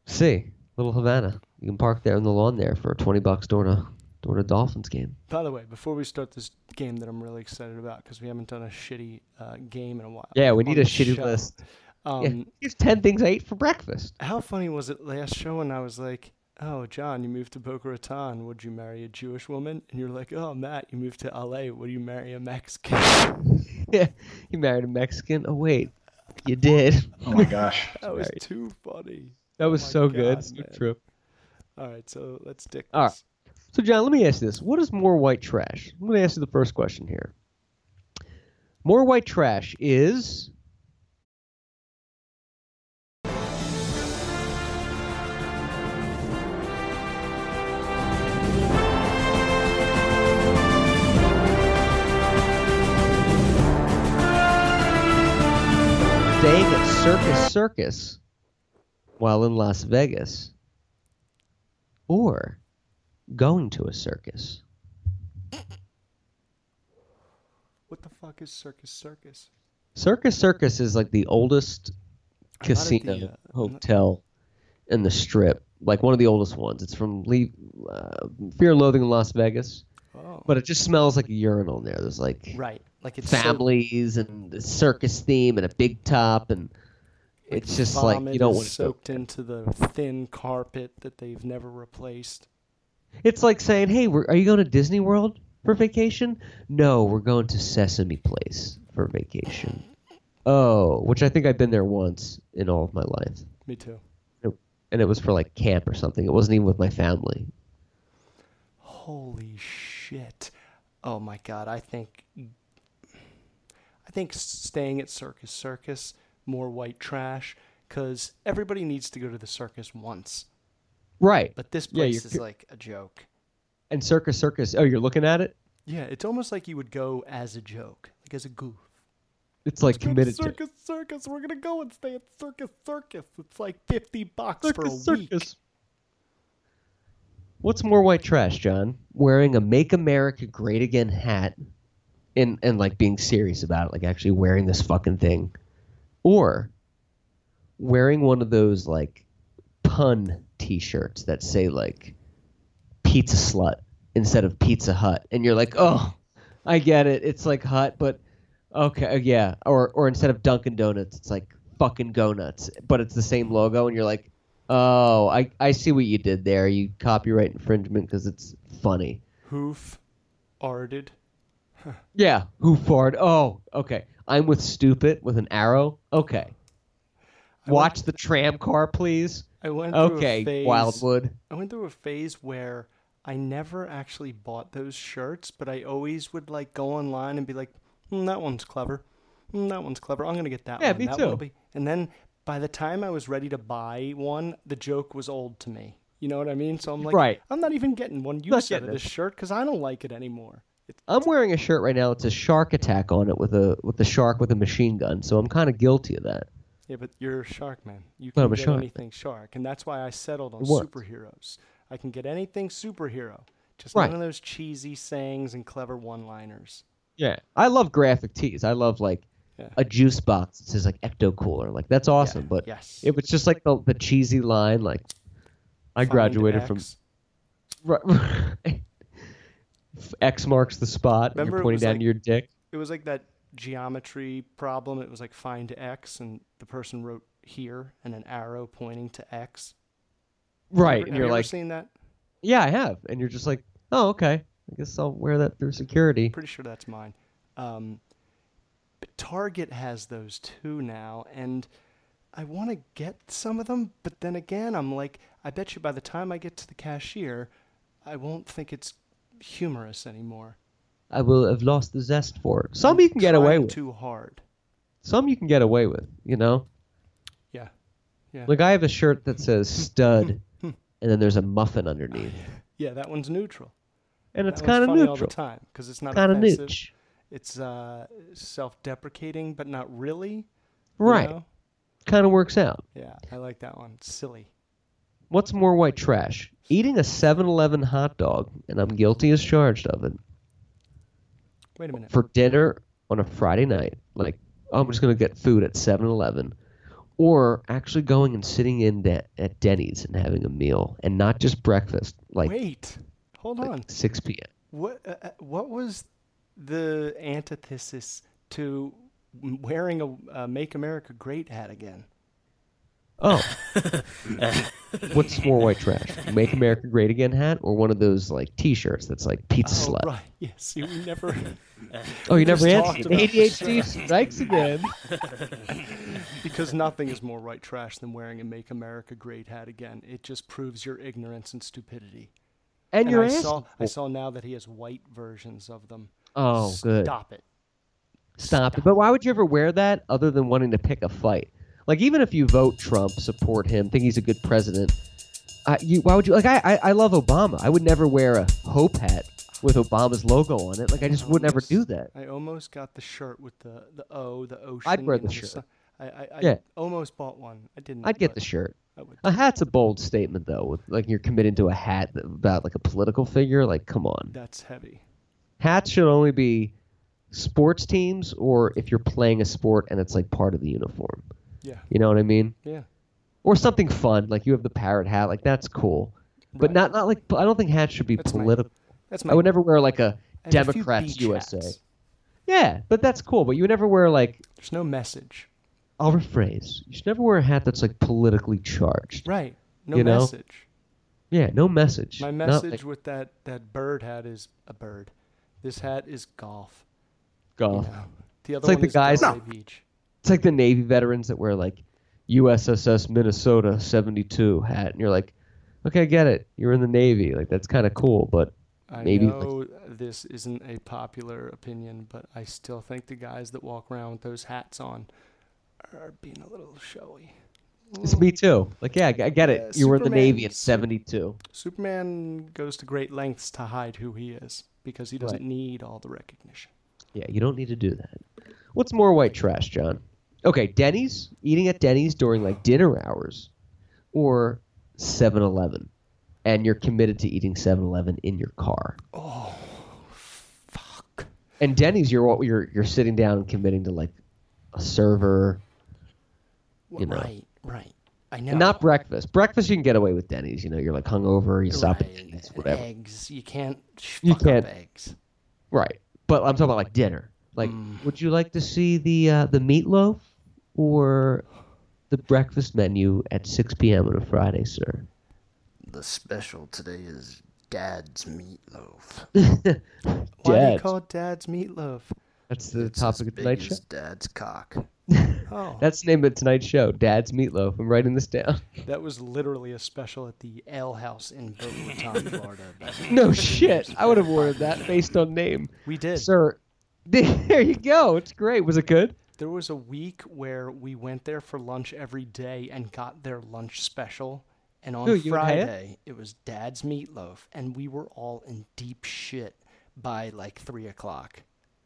[SPEAKER 1] Sí. Little Havana. You can park there on the lawn there for 20 bucks during a, during a Dolphins game.
[SPEAKER 4] By the way, before we start this game that I'm really excited about because we haven't done a shitty uh, game in a while.
[SPEAKER 1] Yeah, we
[SPEAKER 4] on
[SPEAKER 1] need a
[SPEAKER 4] the
[SPEAKER 1] shitty
[SPEAKER 4] show.
[SPEAKER 1] list.
[SPEAKER 4] Um,
[SPEAKER 1] Yeah, Here's 10 things I ate for breakfast.
[SPEAKER 4] How funny was it last show when I was like, "Oh, John, you moved to Boca Raton. Would you marry a Jewish woman?" And you're like, "Oh, Matt, you moved to LA. Would you marry a Mexican?" <laughs>
[SPEAKER 1] Yeah. You married a Mexican? Oh, wait. You did.
[SPEAKER 2] Oh my gosh.
[SPEAKER 4] That was
[SPEAKER 1] Right.
[SPEAKER 4] too funny.
[SPEAKER 1] That was
[SPEAKER 4] Oh my
[SPEAKER 1] so good.
[SPEAKER 4] God,
[SPEAKER 1] so
[SPEAKER 4] man.
[SPEAKER 1] true.
[SPEAKER 4] All right, so let's dick
[SPEAKER 1] All right.
[SPEAKER 4] this.
[SPEAKER 1] So, John, let me ask you this. What is more white trash? I'm going to ask you the first question here. More white trash is. Staying at Circus Circus while in Las Vegas. Or going to a circus.
[SPEAKER 4] What the fuck is Circus Circus?
[SPEAKER 1] Circus Circus is like the oldest
[SPEAKER 4] I thought it
[SPEAKER 1] casino
[SPEAKER 4] the, uh,
[SPEAKER 1] hotel in the Strip, like one of the oldest ones. It's from Le- uh, Fear and Loathing in Las Vegas,
[SPEAKER 4] Oh,
[SPEAKER 1] but it just smells like a urinal in there. There's like
[SPEAKER 4] right, like it's so-
[SPEAKER 1] families and the circus theme and a big top, and
[SPEAKER 4] like
[SPEAKER 1] it's just like
[SPEAKER 4] vomit
[SPEAKER 1] you don't
[SPEAKER 4] is
[SPEAKER 1] want to. go.
[SPEAKER 4] soaked into the thin carpet that they've never replaced.
[SPEAKER 1] It's like saying, "Hey, we're, are you going to Disney World for vacation?" No, we're going to Sesame Place for vacation. Oh, which I think I've been there once in all of my life,
[SPEAKER 4] Me too.
[SPEAKER 1] and it was for like camp or something. It wasn't even with my family.
[SPEAKER 4] Holy shit. Oh my god, I think I think staying at Circus Circus more white trash cuz everybody needs to go to the circus once.
[SPEAKER 1] Right.
[SPEAKER 4] But this
[SPEAKER 1] Yeah, you're
[SPEAKER 4] place is
[SPEAKER 1] cu-
[SPEAKER 4] like a joke.
[SPEAKER 1] And Circus Circus. Oh, you're looking at it.
[SPEAKER 4] Yeah, it's almost like you would go as a joke, like as a goof.
[SPEAKER 1] It's like committed to.
[SPEAKER 4] circus Circus, we're going to go and stay at Circus Circus. It's like 50 bucks for a week.
[SPEAKER 1] What's more white trash, John? Wearing a "Make America Great Again" hat, and and like being serious about it, like actually wearing this fucking thing, or wearing one of those like pun T-shirts that say like "Pizza Slut" instead of "Pizza Hut," and you're like, oh, I get it. It's like Hut, but okay, uh, yeah. Or or instead of Dunkin' Donuts, it's like fucking Go Nuts, but it's the same logo, and you're like. Oh, I, I see what you did there. You copyright infringement because it's funny.
[SPEAKER 4] Hoof arted.
[SPEAKER 1] Yeah. Who farted? Oh, okay. I'm with stupid with an arrow. Okay. Watch the tram car, please.
[SPEAKER 4] I went through a
[SPEAKER 1] Okay,
[SPEAKER 4] phase-
[SPEAKER 1] Wildwood.
[SPEAKER 4] I went through a phase where I never actually bought those shirts, but I always would like go online and be like, mm, "That one's clever. Mm, that one's clever. I'm gonna get that
[SPEAKER 1] Yeah,
[SPEAKER 4] one.
[SPEAKER 1] me
[SPEAKER 4] that
[SPEAKER 1] too."
[SPEAKER 4] will be." And then by the time I was ready to buy one, the joke was old to me. You know what I mean? So I'm like,
[SPEAKER 1] Right.
[SPEAKER 4] I'm not even getting one
[SPEAKER 1] Not
[SPEAKER 4] use out of
[SPEAKER 1] getting it.
[SPEAKER 4] this shirt because I don't like it anymore. It's,
[SPEAKER 1] I'm wearing a shirt right now. It's a shark attack on it with a with a shark with a machine gun. So I'm kind of guilty of that.
[SPEAKER 4] yeah, but you're a shark man. You
[SPEAKER 1] But
[SPEAKER 4] can
[SPEAKER 1] I'm a
[SPEAKER 4] get
[SPEAKER 1] shark.
[SPEAKER 4] anything shark, and that's why I settled on
[SPEAKER 1] It works.
[SPEAKER 4] superheroes. I can get anything superhero. Just
[SPEAKER 1] Right.
[SPEAKER 4] none of those cheesy sayings and clever one-liners.
[SPEAKER 1] Yeah. I love graphic tees. I love like
[SPEAKER 4] Yeah.
[SPEAKER 1] a juice box that says like Ecto Cooler. Like that's awesome. But
[SPEAKER 4] yes.
[SPEAKER 1] if it's just like the the cheesy line, like I
[SPEAKER 4] Find
[SPEAKER 1] graduated from
[SPEAKER 4] X.
[SPEAKER 1] Right. <laughs> right. X marks the spot. and
[SPEAKER 4] Remember
[SPEAKER 1] you're
[SPEAKER 4] it
[SPEAKER 1] pointing
[SPEAKER 4] was
[SPEAKER 1] down
[SPEAKER 4] like-
[SPEAKER 1] your dick.
[SPEAKER 4] It was like that geometry problem. It was like find X, and the person wrote here and an arrow pointing to X.
[SPEAKER 1] Right.
[SPEAKER 4] Have
[SPEAKER 1] And
[SPEAKER 4] you
[SPEAKER 1] you're
[SPEAKER 4] ever
[SPEAKER 1] like,
[SPEAKER 4] seen that?
[SPEAKER 1] yeah, I have. And you're just like, oh, okay. I guess I'll wear that through security.
[SPEAKER 4] Pretty sure that's mine. Um, but Target has those too now, and I want to get some of them. But then again, I'm like, I bet you by the time I get to the cashier, I won't think it's humorous anymore.
[SPEAKER 1] I will have lost the zest for it. Some you can get away
[SPEAKER 4] Trying
[SPEAKER 1] with.
[SPEAKER 4] too hard.
[SPEAKER 1] Some you can get away with, you know?
[SPEAKER 4] Yeah.
[SPEAKER 1] Like, I have a shirt that says
[SPEAKER 4] <laughs>
[SPEAKER 1] stud, and then there's a muffin underneath.
[SPEAKER 4] Yeah, that one's neutral.
[SPEAKER 1] And it's
[SPEAKER 4] That one's
[SPEAKER 1] kind of
[SPEAKER 4] funny all the
[SPEAKER 1] neutral.
[SPEAKER 4] time because it's not
[SPEAKER 1] Kind of
[SPEAKER 4] offensive.
[SPEAKER 1] niche.
[SPEAKER 4] It's uh, self-deprecating, but not really. you
[SPEAKER 1] Right.
[SPEAKER 4] know?
[SPEAKER 1] Kind of works out.
[SPEAKER 4] Yeah, I like that one. Silly.
[SPEAKER 1] What's more white trash? Eating a 7-Eleven hot dog, and I'm guilty as charged of it,
[SPEAKER 4] Wait a minute.
[SPEAKER 1] for dinner on a Friday night. Like, oh, I'm just going to get food at 7-Eleven. Or actually going and sitting in de- at Denny's and having a meal, and not just breakfast, like
[SPEAKER 4] Wait. Hold on.
[SPEAKER 1] 6 p.m.
[SPEAKER 4] What uh, uh, what was the antithesis to m- wearing a uh, "Make America Great" hat again? <laughs>
[SPEAKER 1] Oh. What's more white trash? Make America Great Again hat or one of those like t-shirts that's like pizza
[SPEAKER 4] Oh,
[SPEAKER 1] slut?
[SPEAKER 4] right. <laughs> Yes. see, we never.
[SPEAKER 1] Oh, you never
[SPEAKER 4] just
[SPEAKER 1] answered.
[SPEAKER 4] talked about
[SPEAKER 1] ADHD strikes again.
[SPEAKER 4] because nothing is more white trash than wearing a "Make America Great" hat again. It just proves your ignorance and stupidity.
[SPEAKER 1] And, you're
[SPEAKER 4] I
[SPEAKER 1] asking.
[SPEAKER 4] saw I
[SPEAKER 1] for-
[SPEAKER 4] saw now that he has white versions of them.
[SPEAKER 1] Oh, good. Stop,
[SPEAKER 4] Stop it.
[SPEAKER 1] it. But why would you ever wear that other than wanting to pick a fight? Like even if you vote Trump, support him, think he's a good president, I, you why would you like I, I I love Obama. I would never wear a hope hat with Obama's logo on it. Like I just would never
[SPEAKER 4] almost-
[SPEAKER 1] do that.
[SPEAKER 4] I almost got the shirt with the, the O, the ocean.
[SPEAKER 1] wear
[SPEAKER 4] you
[SPEAKER 1] the
[SPEAKER 4] know,
[SPEAKER 1] shirt.
[SPEAKER 4] sun. I, I, I
[SPEAKER 1] Yeah.
[SPEAKER 4] almost bought one. I didn't.
[SPEAKER 1] I'd get
[SPEAKER 4] but
[SPEAKER 1] the shirt.
[SPEAKER 4] I would.
[SPEAKER 1] A hat's a bold statement, though. With like you're committing to a hat that- about like a political figure. Like, come on.
[SPEAKER 4] That's heavy.
[SPEAKER 1] Hats should only be sports teams, or if you're playing a sport and it's like part of the uniform.
[SPEAKER 4] Yeah.
[SPEAKER 1] You know what I mean?
[SPEAKER 4] Yeah.
[SPEAKER 1] Or something fun, like you have the parrot hat. Like that's cool, but
[SPEAKER 4] Right.
[SPEAKER 1] not not like I don't think hats should be
[SPEAKER 4] That's my-
[SPEAKER 1] political.
[SPEAKER 4] That's my.
[SPEAKER 1] I would never wear like a
[SPEAKER 4] and a few
[SPEAKER 1] Democrats
[SPEAKER 4] beach
[SPEAKER 1] USA.
[SPEAKER 4] hats.
[SPEAKER 1] Yeah, but that's cool. But you would never wear like
[SPEAKER 4] There's no message.
[SPEAKER 1] I'll rephrase. You should never wear a hat that's like politically charged.
[SPEAKER 4] Right. No
[SPEAKER 1] You know?
[SPEAKER 4] message.
[SPEAKER 1] Yeah, no message.
[SPEAKER 4] My
[SPEAKER 1] Not,
[SPEAKER 4] message
[SPEAKER 1] like,
[SPEAKER 4] with that that bird hat is a bird. This hat is golf.
[SPEAKER 1] go.
[SPEAKER 4] The other
[SPEAKER 1] like
[SPEAKER 4] one
[SPEAKER 1] the
[SPEAKER 4] is
[SPEAKER 1] guys-
[SPEAKER 4] Galway Beach.
[SPEAKER 1] it's like the Navy veterans that wear like USSS Minnesota 72 hat, and you're like, okay, I get it. You're in the Navy. Like, that's kind of cool, but
[SPEAKER 4] I
[SPEAKER 1] maybe. like-
[SPEAKER 4] know this isn't a popular opinion, but I still think the guys that walk around with those hats on are being a little showy.
[SPEAKER 1] it's me too. Like, yeah, I I get it.
[SPEAKER 4] Yeah,
[SPEAKER 1] you were in the
[SPEAKER 4] Superman-
[SPEAKER 1] Navy in 72.
[SPEAKER 4] Superman goes to great lengths to hide who he is because he doesn't
[SPEAKER 1] Right.
[SPEAKER 4] need all the recognition.
[SPEAKER 1] Yeah, you don't need to do that. What's more white trash, John? Okay, Denny's, eating at Denny's during like dinner hours or 7 Eleven, and you're committed to eating 7 Eleven in your car.
[SPEAKER 4] Fuck.
[SPEAKER 1] And Denny's, you're what you're you're sitting down and committing to like a server, You know.
[SPEAKER 4] Right, right. I know.
[SPEAKER 1] and not breakfast. Breakfast you can get away with Denny's. You know, you're like hungover, you stop at Denny's, whatever.
[SPEAKER 4] Eggs. You can't sh-
[SPEAKER 1] You
[SPEAKER 4] fuck
[SPEAKER 1] can't.
[SPEAKER 4] up eggs.
[SPEAKER 1] Right. But I'm talking about like dinner. Like, would you like to see the uh, the meatloaf or the breakfast menu at 6 p.m. on a Friday, sir?
[SPEAKER 3] The special today is Dad's meatloaf.
[SPEAKER 4] Why do you
[SPEAKER 1] Dad's.
[SPEAKER 4] call it dad's meatloaf?
[SPEAKER 1] That's the topic of tonight's show.
[SPEAKER 3] Dad's cock.
[SPEAKER 1] <laughs>
[SPEAKER 4] Oh,
[SPEAKER 1] That's the name of tonight's show, Dad's Meatloaf. I'm writing this down.
[SPEAKER 4] that was literally a special at the L House in Boca Raton, Florida. back in-
[SPEAKER 1] <laughs> no shit. I would have ordered that based on name.
[SPEAKER 4] We did.
[SPEAKER 1] Sir, <laughs> there you go. It's great. Was it good?
[SPEAKER 4] There was a week where we went there for lunch every day and got their lunch special. And on
[SPEAKER 1] Who, you and Haya?
[SPEAKER 4] Friday, it was Dad's meatloaf, and we were all in deep shit by like three o'clock.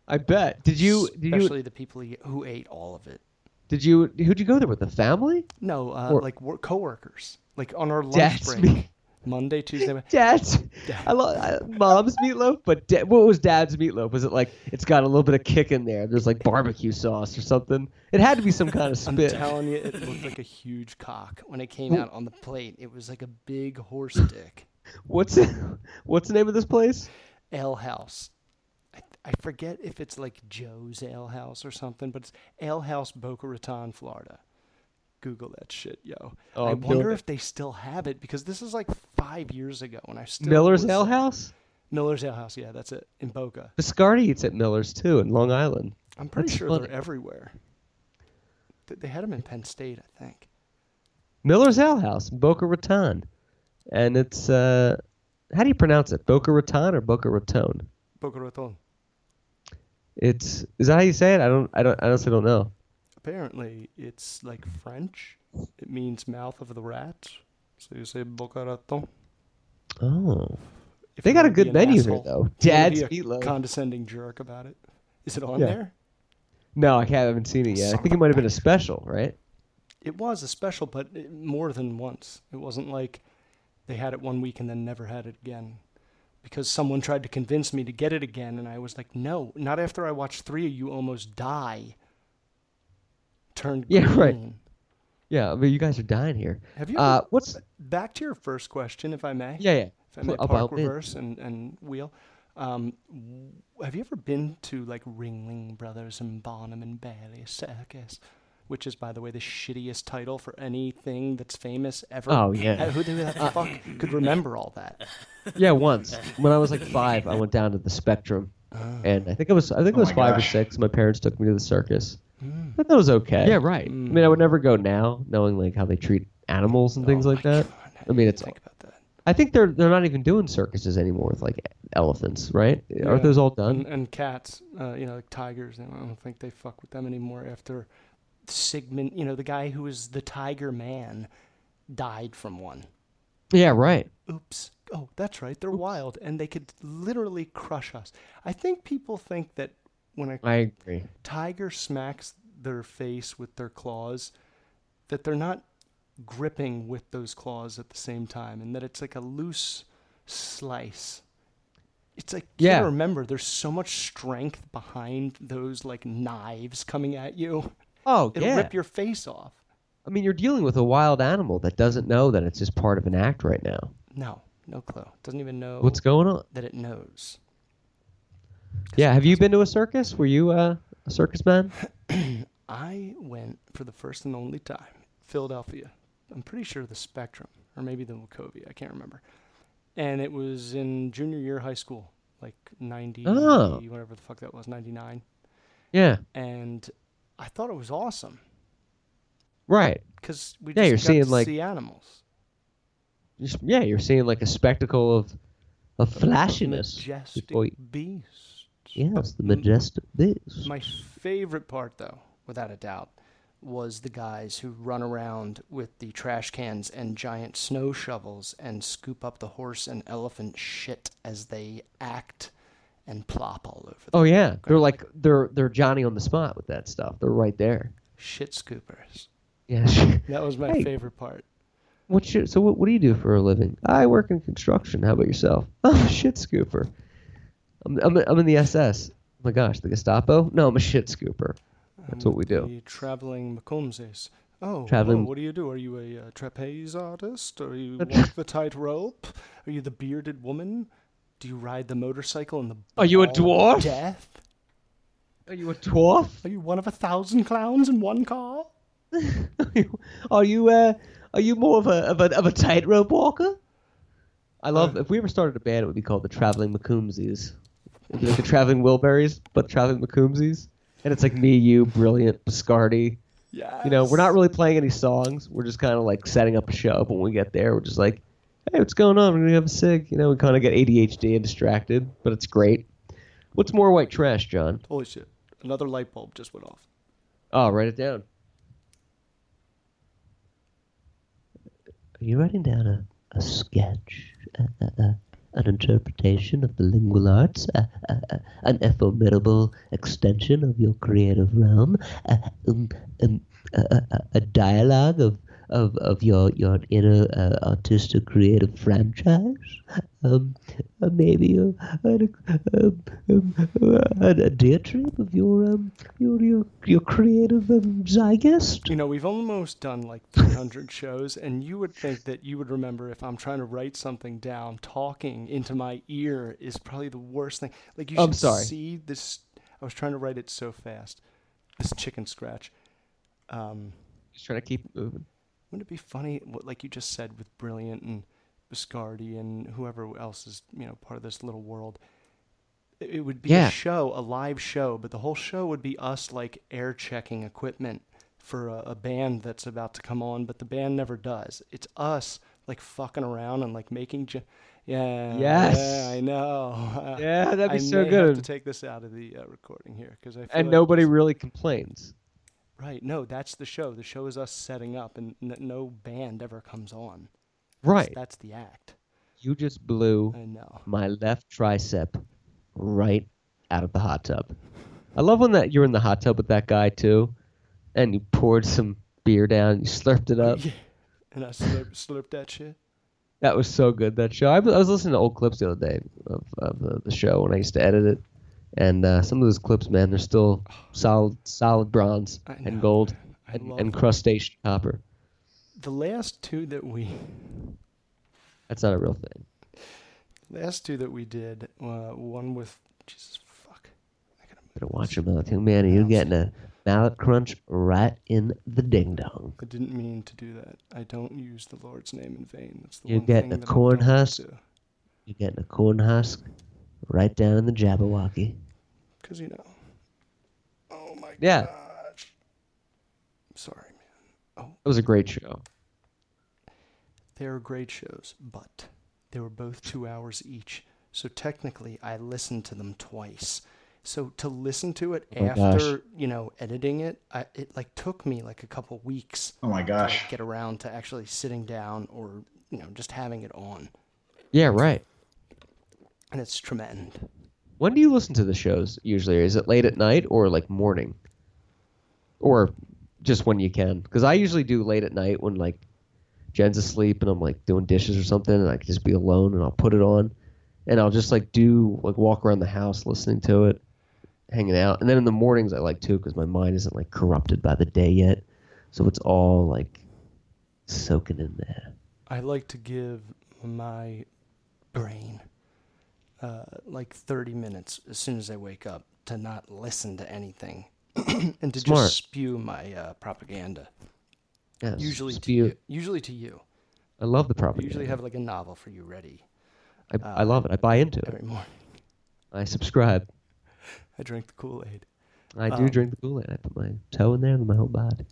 [SPEAKER 1] I bet. Did you did you
[SPEAKER 4] especially the people he- who ate all of it.
[SPEAKER 1] Did you? Who'd you go there with? The family?
[SPEAKER 4] No, uh,
[SPEAKER 1] Or-
[SPEAKER 4] like work coworkers, like on our lunch
[SPEAKER 1] Dad's
[SPEAKER 4] break,
[SPEAKER 1] meat-
[SPEAKER 4] Monday, Tuesday.
[SPEAKER 1] Dad's. I love I, mom's meatloaf, but da- what was dad's meatloaf? Was it like it's got a little bit of kick in there? There's like barbecue sauce or something. It had to be
[SPEAKER 4] <laughs>
[SPEAKER 1] some kind of
[SPEAKER 4] I'm
[SPEAKER 1] spit.
[SPEAKER 4] telling you, it looked like a huge cock when it came out on the plate. It was like a big horse dick.
[SPEAKER 1] What's <laughs> what's the name of this place?
[SPEAKER 4] Ale House. I, I forget if it's like Joe's Ale House or something, but it's Ale House Boca Raton, Florida. Google that shit, yo.
[SPEAKER 1] Oh,
[SPEAKER 4] I
[SPEAKER 1] I'm doing
[SPEAKER 4] wonder
[SPEAKER 1] it.
[SPEAKER 4] if they still have it because this is like five years ago and I still
[SPEAKER 1] Miller's
[SPEAKER 4] was-
[SPEAKER 1] Ale House.
[SPEAKER 4] Miller's Ale House, yeah, that's it in Boca.
[SPEAKER 1] Biscardi eats at Miller's too in Long Island.
[SPEAKER 4] I'm pretty
[SPEAKER 1] That's
[SPEAKER 4] sure
[SPEAKER 1] funny.
[SPEAKER 4] they're everywhere. Th- They had them in Penn State, I think.
[SPEAKER 1] Miller's Ale House in Boca Raton, and it's uh, how do you pronounce it? Boca Raton or Boca Raton?
[SPEAKER 4] Boca Raton.
[SPEAKER 1] It's is that how you say it? I don't I don't I honestly don't know.
[SPEAKER 4] Apparently, it's like French. It means mouth of the rat. So you say Boca Raton.
[SPEAKER 1] Oh.
[SPEAKER 4] if
[SPEAKER 1] They
[SPEAKER 4] you
[SPEAKER 1] got
[SPEAKER 4] wanna
[SPEAKER 1] a
[SPEAKER 4] be
[SPEAKER 1] good
[SPEAKER 4] an
[SPEAKER 1] menu here,
[SPEAKER 4] asshole.
[SPEAKER 1] though.
[SPEAKER 4] You wanna
[SPEAKER 1] Dad's
[SPEAKER 4] be a
[SPEAKER 1] Meatloaf.
[SPEAKER 4] Condescending jerk about it. Is it on
[SPEAKER 1] Yeah.
[SPEAKER 4] there?
[SPEAKER 1] No, I can't- I haven't seen it yet. I think it might have been a special, right?
[SPEAKER 4] It was a special, but it- more than once. It wasn't like They had it one week and then never had it again. Because someone tried to convince me to get it again, and I was like, no, not after I watched three of you almost die. Turned
[SPEAKER 1] <laughs>
[SPEAKER 2] Yeah, right.
[SPEAKER 4] green.
[SPEAKER 2] Yeah, I mean, you guys are dying here.
[SPEAKER 4] Have you
[SPEAKER 2] Uh,
[SPEAKER 4] ever-
[SPEAKER 2] what's
[SPEAKER 4] Back to your first question, if I may.
[SPEAKER 2] yeah, yeah.
[SPEAKER 4] If I may
[SPEAKER 2] About
[SPEAKER 4] park
[SPEAKER 2] me.
[SPEAKER 4] reverse and, and wheel. Um, w- have you ever been to like Ringling Brothers and Barnum and Bailey Circus? Which is, by the way, the shittiest title for anything that's famous ever.
[SPEAKER 2] Oh, yeah.
[SPEAKER 4] Uh, Who the fuck could remember all that?
[SPEAKER 2] Yeah, once when I was like five, I went down to the Spectrum,
[SPEAKER 4] Ah.
[SPEAKER 2] and I think it was I
[SPEAKER 4] Oh
[SPEAKER 2] think it was
[SPEAKER 8] my
[SPEAKER 2] five
[SPEAKER 8] gosh.
[SPEAKER 1] or six, my parents took me to the circus.
[SPEAKER 4] Hmm.
[SPEAKER 1] I thought that was okay.
[SPEAKER 2] Yeah, right.
[SPEAKER 1] I mean, I would never go now, knowing like how they treat animals and things
[SPEAKER 4] Oh
[SPEAKER 1] like
[SPEAKER 4] my
[SPEAKER 1] that.
[SPEAKER 4] God, I
[SPEAKER 1] I
[SPEAKER 4] didn't
[SPEAKER 1] mean, it's.
[SPEAKER 4] think about that.
[SPEAKER 1] I think they're they're not even doing circuses anymore with like elephants, right? Aren't
[SPEAKER 4] Yeah.
[SPEAKER 1] those all done?
[SPEAKER 4] And, and cats, uh, you know, like tigers. And I don't think they fuck with them anymore after Sigmund, you know, the guy who was the Tiger Man, died from one.
[SPEAKER 1] Yeah, right.
[SPEAKER 4] oops oh that's right they're wild and they could literally crush us i think people think that when a
[SPEAKER 1] I agree.
[SPEAKER 4] tiger smacks their face with their claws that they're not gripping with those claws at the same time and that it's like a loose slice it's like you
[SPEAKER 1] Yeah.
[SPEAKER 4] gotta remember there's so much strength behind those like knives coming at you
[SPEAKER 1] Oh
[SPEAKER 4] it'll
[SPEAKER 1] yeah.
[SPEAKER 4] rip your face off
[SPEAKER 1] I mean, you're dealing with a wild animal that doesn't know that it's just part of an act right now.
[SPEAKER 4] no no clue doesn't even know
[SPEAKER 1] What's going on?
[SPEAKER 4] that it knows
[SPEAKER 1] Yeah. Have you been to a circus? Were you uh, a circus <laughs> man?
[SPEAKER 4] I went for the first and only time, Philadelphia. I'm pretty sure the Spectrum, or maybe the Wachovia, I can't remember. And it was in junior year high school, like 90,
[SPEAKER 1] Oh.
[SPEAKER 4] whatever the fuck that was, 99.
[SPEAKER 1] Yeah.
[SPEAKER 4] And I thought it was awesome
[SPEAKER 1] Right.
[SPEAKER 4] because we
[SPEAKER 1] Yeah,
[SPEAKER 4] just
[SPEAKER 1] you're
[SPEAKER 4] got
[SPEAKER 1] seeing,
[SPEAKER 4] to
[SPEAKER 1] like-
[SPEAKER 4] see animals.
[SPEAKER 1] Just, yeah, you're seeing like a spectacle of of flashiness.
[SPEAKER 4] Majestic
[SPEAKER 1] before you-
[SPEAKER 4] beasts.
[SPEAKER 1] Yes, the majestic beast.
[SPEAKER 4] My favorite part, though, without a doubt, was the guys who run around with the trash cans and giant snow shovels and scoop up the horse and elephant shit as they act and plop all over the
[SPEAKER 1] Oh yeah, they're like they're they're Johnny on the spot with that stuff. They're right there.
[SPEAKER 4] shit scoopers.
[SPEAKER 1] Yeah. <laughs>
[SPEAKER 4] That was my
[SPEAKER 1] Hey.
[SPEAKER 4] favorite part.
[SPEAKER 1] What's your, so what, what do you do for a living? I work in construction. How about yourself? <laughs> I'm a shit scooper. I'm, I'm, I'm in the SS. Oh my gosh, the Gestapo? No, I'm a shit scooper. That's what we do.
[SPEAKER 4] The traveling Macomses. Oh,
[SPEAKER 1] Traveling-
[SPEAKER 4] oh, what do you do? Are you a uh, trapeze artist? Are you walk the tightrope? Are you the bearded woman? Do you ride the motorcycle in the
[SPEAKER 1] Are you a
[SPEAKER 4] ball of
[SPEAKER 1] dwarf?
[SPEAKER 4] Death?
[SPEAKER 1] Are you a dwarf?
[SPEAKER 4] Are you one of a thousand clowns in one car?
[SPEAKER 1] <laughs> are you uh, are you more of a of a, of a tightrope walker? I love. if we ever started a band, it would be called the Traveling Macumsies. It'd be like the Traveling Wilburys, but Traveling Macumsies. And it's like me, you, brilliant Biscardi.
[SPEAKER 4] Yeah.
[SPEAKER 1] You know, we're not really playing any songs. We're just kind of like setting up a show. But when we get there, we're just like, hey, what's going on? We're going to have a cig. You know, we kind of get ADHD and distracted, but it's great. What's more white trash, John?
[SPEAKER 4] Holy shit! Another light bulb just went off.
[SPEAKER 1] Oh, write it down. Are you writing down a, a sketch, a, a, a, an interpretation of the lingual arts, a, a, a, an ephemeral extension of your creative realm, a, um, um, a, a- a, a dialogue of, of, of your, your inner uh, artistic creative franchise? Um, uh, maybe a, an, um, um, uh, a, a deer trip of your, um, your, your, your creative um, zygest?
[SPEAKER 4] You know, we've almost done like 300 shows, and you would think that you would remember if I'm trying to write something down, talking into my ear is probably the worst thing. Like you should
[SPEAKER 1] I'm sorry.
[SPEAKER 4] see this. I was trying to write it so fast. This chicken scratch. Um,
[SPEAKER 1] Just trying to keep moving.
[SPEAKER 4] wouldn't it be funny, what, like you just said, with Brilliant and Biscardi and whoever else is, you know, part of this little world? It it would be
[SPEAKER 1] Yeah.
[SPEAKER 4] a show, a live show, but the whole show would be us like air checking equipment for a, a band that's about to come on, but the band never does. It's us like fucking around and like making. Ju- yeah.
[SPEAKER 1] Yes.
[SPEAKER 4] Yeah, I know. <laughs>
[SPEAKER 1] Yeah, that'd be
[SPEAKER 4] I
[SPEAKER 1] so
[SPEAKER 4] may Have
[SPEAKER 1] good.
[SPEAKER 4] to take this out of the uh, recording here because I feel
[SPEAKER 1] and
[SPEAKER 4] like
[SPEAKER 1] nobody
[SPEAKER 4] this-
[SPEAKER 1] really complains.
[SPEAKER 4] Right. No, that's the show. The show is us setting up, and n- no band ever comes on.
[SPEAKER 1] Right.
[SPEAKER 4] That's the act.
[SPEAKER 1] You just blew
[SPEAKER 4] I know.
[SPEAKER 1] my left tricep right out of the hot tub. I love when that you're in the hot tub with that guy too, and
[SPEAKER 4] <laughs>
[SPEAKER 1] you poured some beer down, you slurped it up.
[SPEAKER 4] And I slurp, slurp that shit.
[SPEAKER 1] That was so good. That show. I was, I was listening to old clips the other day of, of uh, the show when I used to edit it, and uh, some of those clips, man, they're still solid, solid bronze
[SPEAKER 4] Oh. I
[SPEAKER 1] and
[SPEAKER 4] know.
[SPEAKER 1] gold
[SPEAKER 4] I
[SPEAKER 1] and,
[SPEAKER 4] love
[SPEAKER 1] and
[SPEAKER 4] them.
[SPEAKER 1] crustacean copper.
[SPEAKER 4] The last two that we
[SPEAKER 1] That's not a real thing.
[SPEAKER 4] last two that we did, uh, one with Jesus fuck. I gotta move
[SPEAKER 1] Better watch your mouth, young man. Are you getting a mallet crunch right in the ding dong?
[SPEAKER 4] I didn't mean to do that. I don't use the Lord's name in vain. That's the
[SPEAKER 1] You
[SPEAKER 4] one
[SPEAKER 1] get
[SPEAKER 4] thing
[SPEAKER 1] the
[SPEAKER 4] that I
[SPEAKER 1] corn
[SPEAKER 4] don't
[SPEAKER 1] husk?
[SPEAKER 4] do.
[SPEAKER 1] You're getting a corn husk right down in the Jabberwocky.
[SPEAKER 4] 'Cause, you know. Oh my
[SPEAKER 1] Yeah.
[SPEAKER 4] gosh. Sorry, man.
[SPEAKER 1] That was a great show.
[SPEAKER 4] They are great shows, but they were both two hours each. So technically, I listened to them twice. So to listen to it
[SPEAKER 1] my gosh.
[SPEAKER 4] after you know editing it, I, it like took me like a couple weeks
[SPEAKER 2] Oh my
[SPEAKER 4] to
[SPEAKER 2] gosh.
[SPEAKER 4] like, get around to actually sitting down or you know just having it on,
[SPEAKER 1] Yeah, right.
[SPEAKER 4] and it's tremendous.
[SPEAKER 1] When do you listen to the shows usually? Is it late at night or like morning? Or just when you can? Because I usually do late at night when like Jen's asleep and I'm like doing dishes or something and I can just be alone and I'll put it on and I'll just like do like walk around the house listening to it, hanging out. And then in the mornings I like too because my mind isn't like corrupted by the day yet. So it's all like soaking in there.
[SPEAKER 4] I like to give my brain uh, like 30 minutes as soon as I wake up to not listen to anything <clears throat> and to
[SPEAKER 1] Smart.
[SPEAKER 4] just spew my uh, propaganda.
[SPEAKER 1] Yeah,
[SPEAKER 4] Usually to
[SPEAKER 1] spew-
[SPEAKER 4] you. Usually to you.
[SPEAKER 1] I love the
[SPEAKER 4] I
[SPEAKER 1] propaganda.
[SPEAKER 4] usually uh, have like a novel for you ready
[SPEAKER 1] I, I love it. I buy into
[SPEAKER 4] every
[SPEAKER 1] it.
[SPEAKER 4] morning. <laughs>
[SPEAKER 1] I subscribe.
[SPEAKER 4] I drink the Kool Aid.
[SPEAKER 1] I
[SPEAKER 4] Um,
[SPEAKER 1] do drink the Kool Aid. I put my toe in there and my whole body.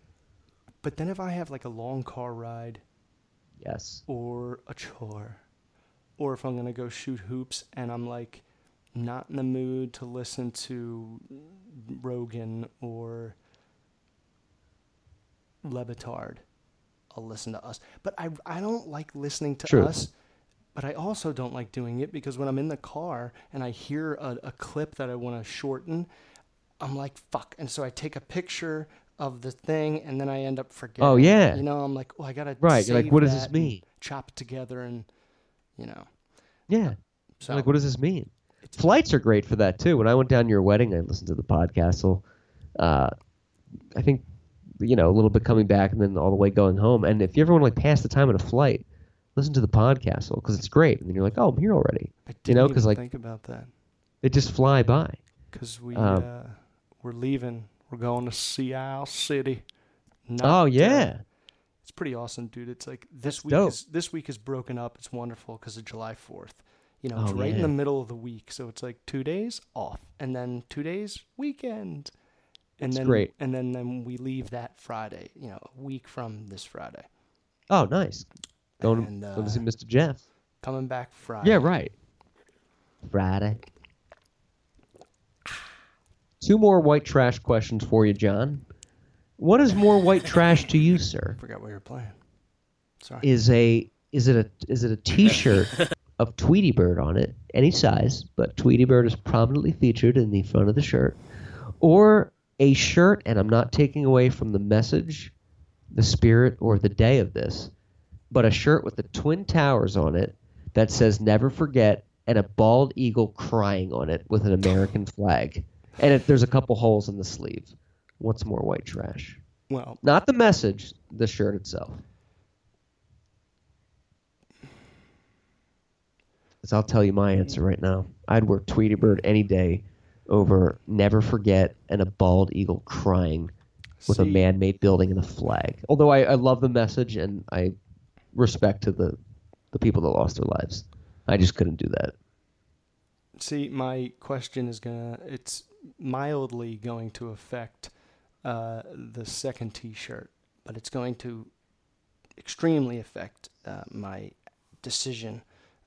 [SPEAKER 4] But then if I have like a long car ride
[SPEAKER 1] Yes.
[SPEAKER 4] or a chore, or if I'm gonna go shoot hoops and I'm like not in the mood to listen to Rogan or Levitard, I'll listen to us. But I I don't like listening to
[SPEAKER 1] True.
[SPEAKER 4] us. But I also don't like doing it because when I'm in the car and I hear a, a clip that I want to shorten, I'm like fuck, and so I take a picture of the thing and then I end up forgetting.
[SPEAKER 1] Oh, yeah.
[SPEAKER 4] you know I'm like, oh, I gotta
[SPEAKER 1] Right, you're like,
[SPEAKER 4] save
[SPEAKER 1] what does this
[SPEAKER 4] that and
[SPEAKER 1] mean?
[SPEAKER 4] Chop it together and, you know.
[SPEAKER 1] Yeah.
[SPEAKER 4] So
[SPEAKER 1] Like, what does this mean? Flights are great for that too. When I went down to your wedding, I listened to the podcast. So, uh, I think, you know, a little bit coming back and then all the way going home. And if you ever want to like pass the time on a flight, listen to the podcast because it's great. And then you're like, oh, I'm here already.
[SPEAKER 4] I didn't
[SPEAKER 1] You know,
[SPEAKER 4] even
[SPEAKER 1] because like
[SPEAKER 4] think about that
[SPEAKER 1] they just fly by.
[SPEAKER 4] because we
[SPEAKER 1] Um,
[SPEAKER 4] uh, we're leaving. We're going to Seattle City. Not,
[SPEAKER 1] Oh
[SPEAKER 4] uh,
[SPEAKER 1] yeah.
[SPEAKER 4] it's pretty awesome, dude. It's like this
[SPEAKER 1] That's
[SPEAKER 4] week
[SPEAKER 1] dope.
[SPEAKER 4] is this week is broken up. It's wonderful because of July Fourth. You know, it's
[SPEAKER 1] Oh,
[SPEAKER 4] right in
[SPEAKER 1] yeah.
[SPEAKER 4] the middle of the week, so it's like two days off, and then two days weekend, and
[SPEAKER 1] It's
[SPEAKER 4] then
[SPEAKER 1] great.
[SPEAKER 4] and then then we leave that Friday. You know, a week from this Friday,
[SPEAKER 1] Oh nice. Going,
[SPEAKER 4] And,
[SPEAKER 1] going
[SPEAKER 4] uh,
[SPEAKER 1] to see Mr. Jeff.
[SPEAKER 4] coming back Friday.
[SPEAKER 1] Yeah right. Friday. Two more white trash questions for you, John. What is more white trash to you, sir?
[SPEAKER 4] Forgot what you were playing. Sorry.
[SPEAKER 1] Is a is it a is it a T-shirt of Tweety Bird on it, any size, but Tweety Bird is prominently featured in the front of the shirt, or a shirt, and I'm not taking away from the message, the spirit, or the day of this, but a shirt with the twin towers on it that says "Never Forget" and a bald eagle crying on it with an American flag, and it, there's a couple holes in the sleeve. What's more white trash?
[SPEAKER 4] well,
[SPEAKER 1] Not the message, the shirt itself. Because I'll tell you my answer right now. I'd wear Tweety Bird any day over Never Forget and a bald eagle crying with a
[SPEAKER 4] See-
[SPEAKER 1] man made building and a flag. Although I, I love the message and I respect to the, the people that lost their lives. I just couldn't do that.
[SPEAKER 4] See, my question is gonna it's mildly going to affect uh, the second T-shirt, but it's going to extremely affect uh, my decision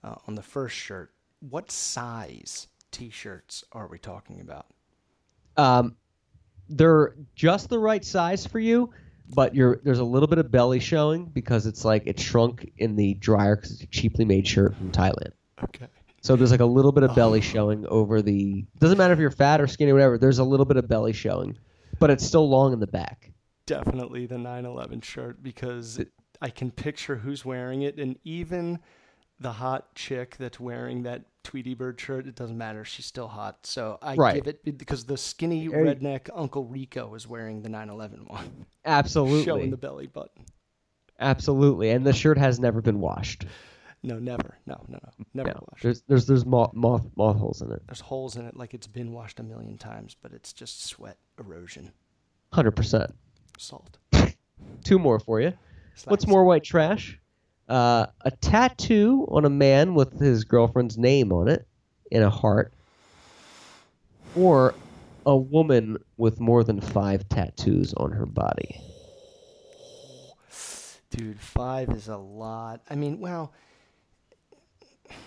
[SPEAKER 4] uh, on the first shirt. What size T-shirts are we talking about?
[SPEAKER 1] Um, they're just the right size for you, but you're there's a little bit of belly showing because it's like it shrunk in the dryer because it's a cheaply made shirt from Thailand.
[SPEAKER 4] Okay.
[SPEAKER 1] So there's like a little
[SPEAKER 4] Oh.
[SPEAKER 1] bit of belly showing over the. Doesn't matter if you're fat or skinny or whatever. There's a little bit of belly showing, but it's still long in the back.
[SPEAKER 4] Definitely the 9/11 shirt because I can picture who's wearing it, and even the hot chick that's wearing that Tweety Bird shirt, it doesn't matter. She's still hot. So I
[SPEAKER 1] Right.
[SPEAKER 4] give it because the skinny
[SPEAKER 1] There you-
[SPEAKER 4] redneck Uncle Rico is wearing the 911 one, <laughs> showing
[SPEAKER 1] Absolutely.
[SPEAKER 4] the belly button.
[SPEAKER 1] Absolutely. And the shirt has never been washed.
[SPEAKER 4] No, never. No, no, no. Never
[SPEAKER 1] No.
[SPEAKER 4] washed.
[SPEAKER 1] There's there's there's moth, moth moth holes in it.
[SPEAKER 4] There's holes in it like it's been washed a million times, but it's just sweat erosion.
[SPEAKER 1] Hundred percent.
[SPEAKER 4] Salt.
[SPEAKER 1] Two more for you.
[SPEAKER 4] Slap
[SPEAKER 1] What's
[SPEAKER 4] yourself.
[SPEAKER 1] more white trash? Uh, a tattoo on a man with his girlfriend's name on it in a heart, or a woman with more than five tattoos on her body.
[SPEAKER 4] Dude, five is a lot. I mean, well,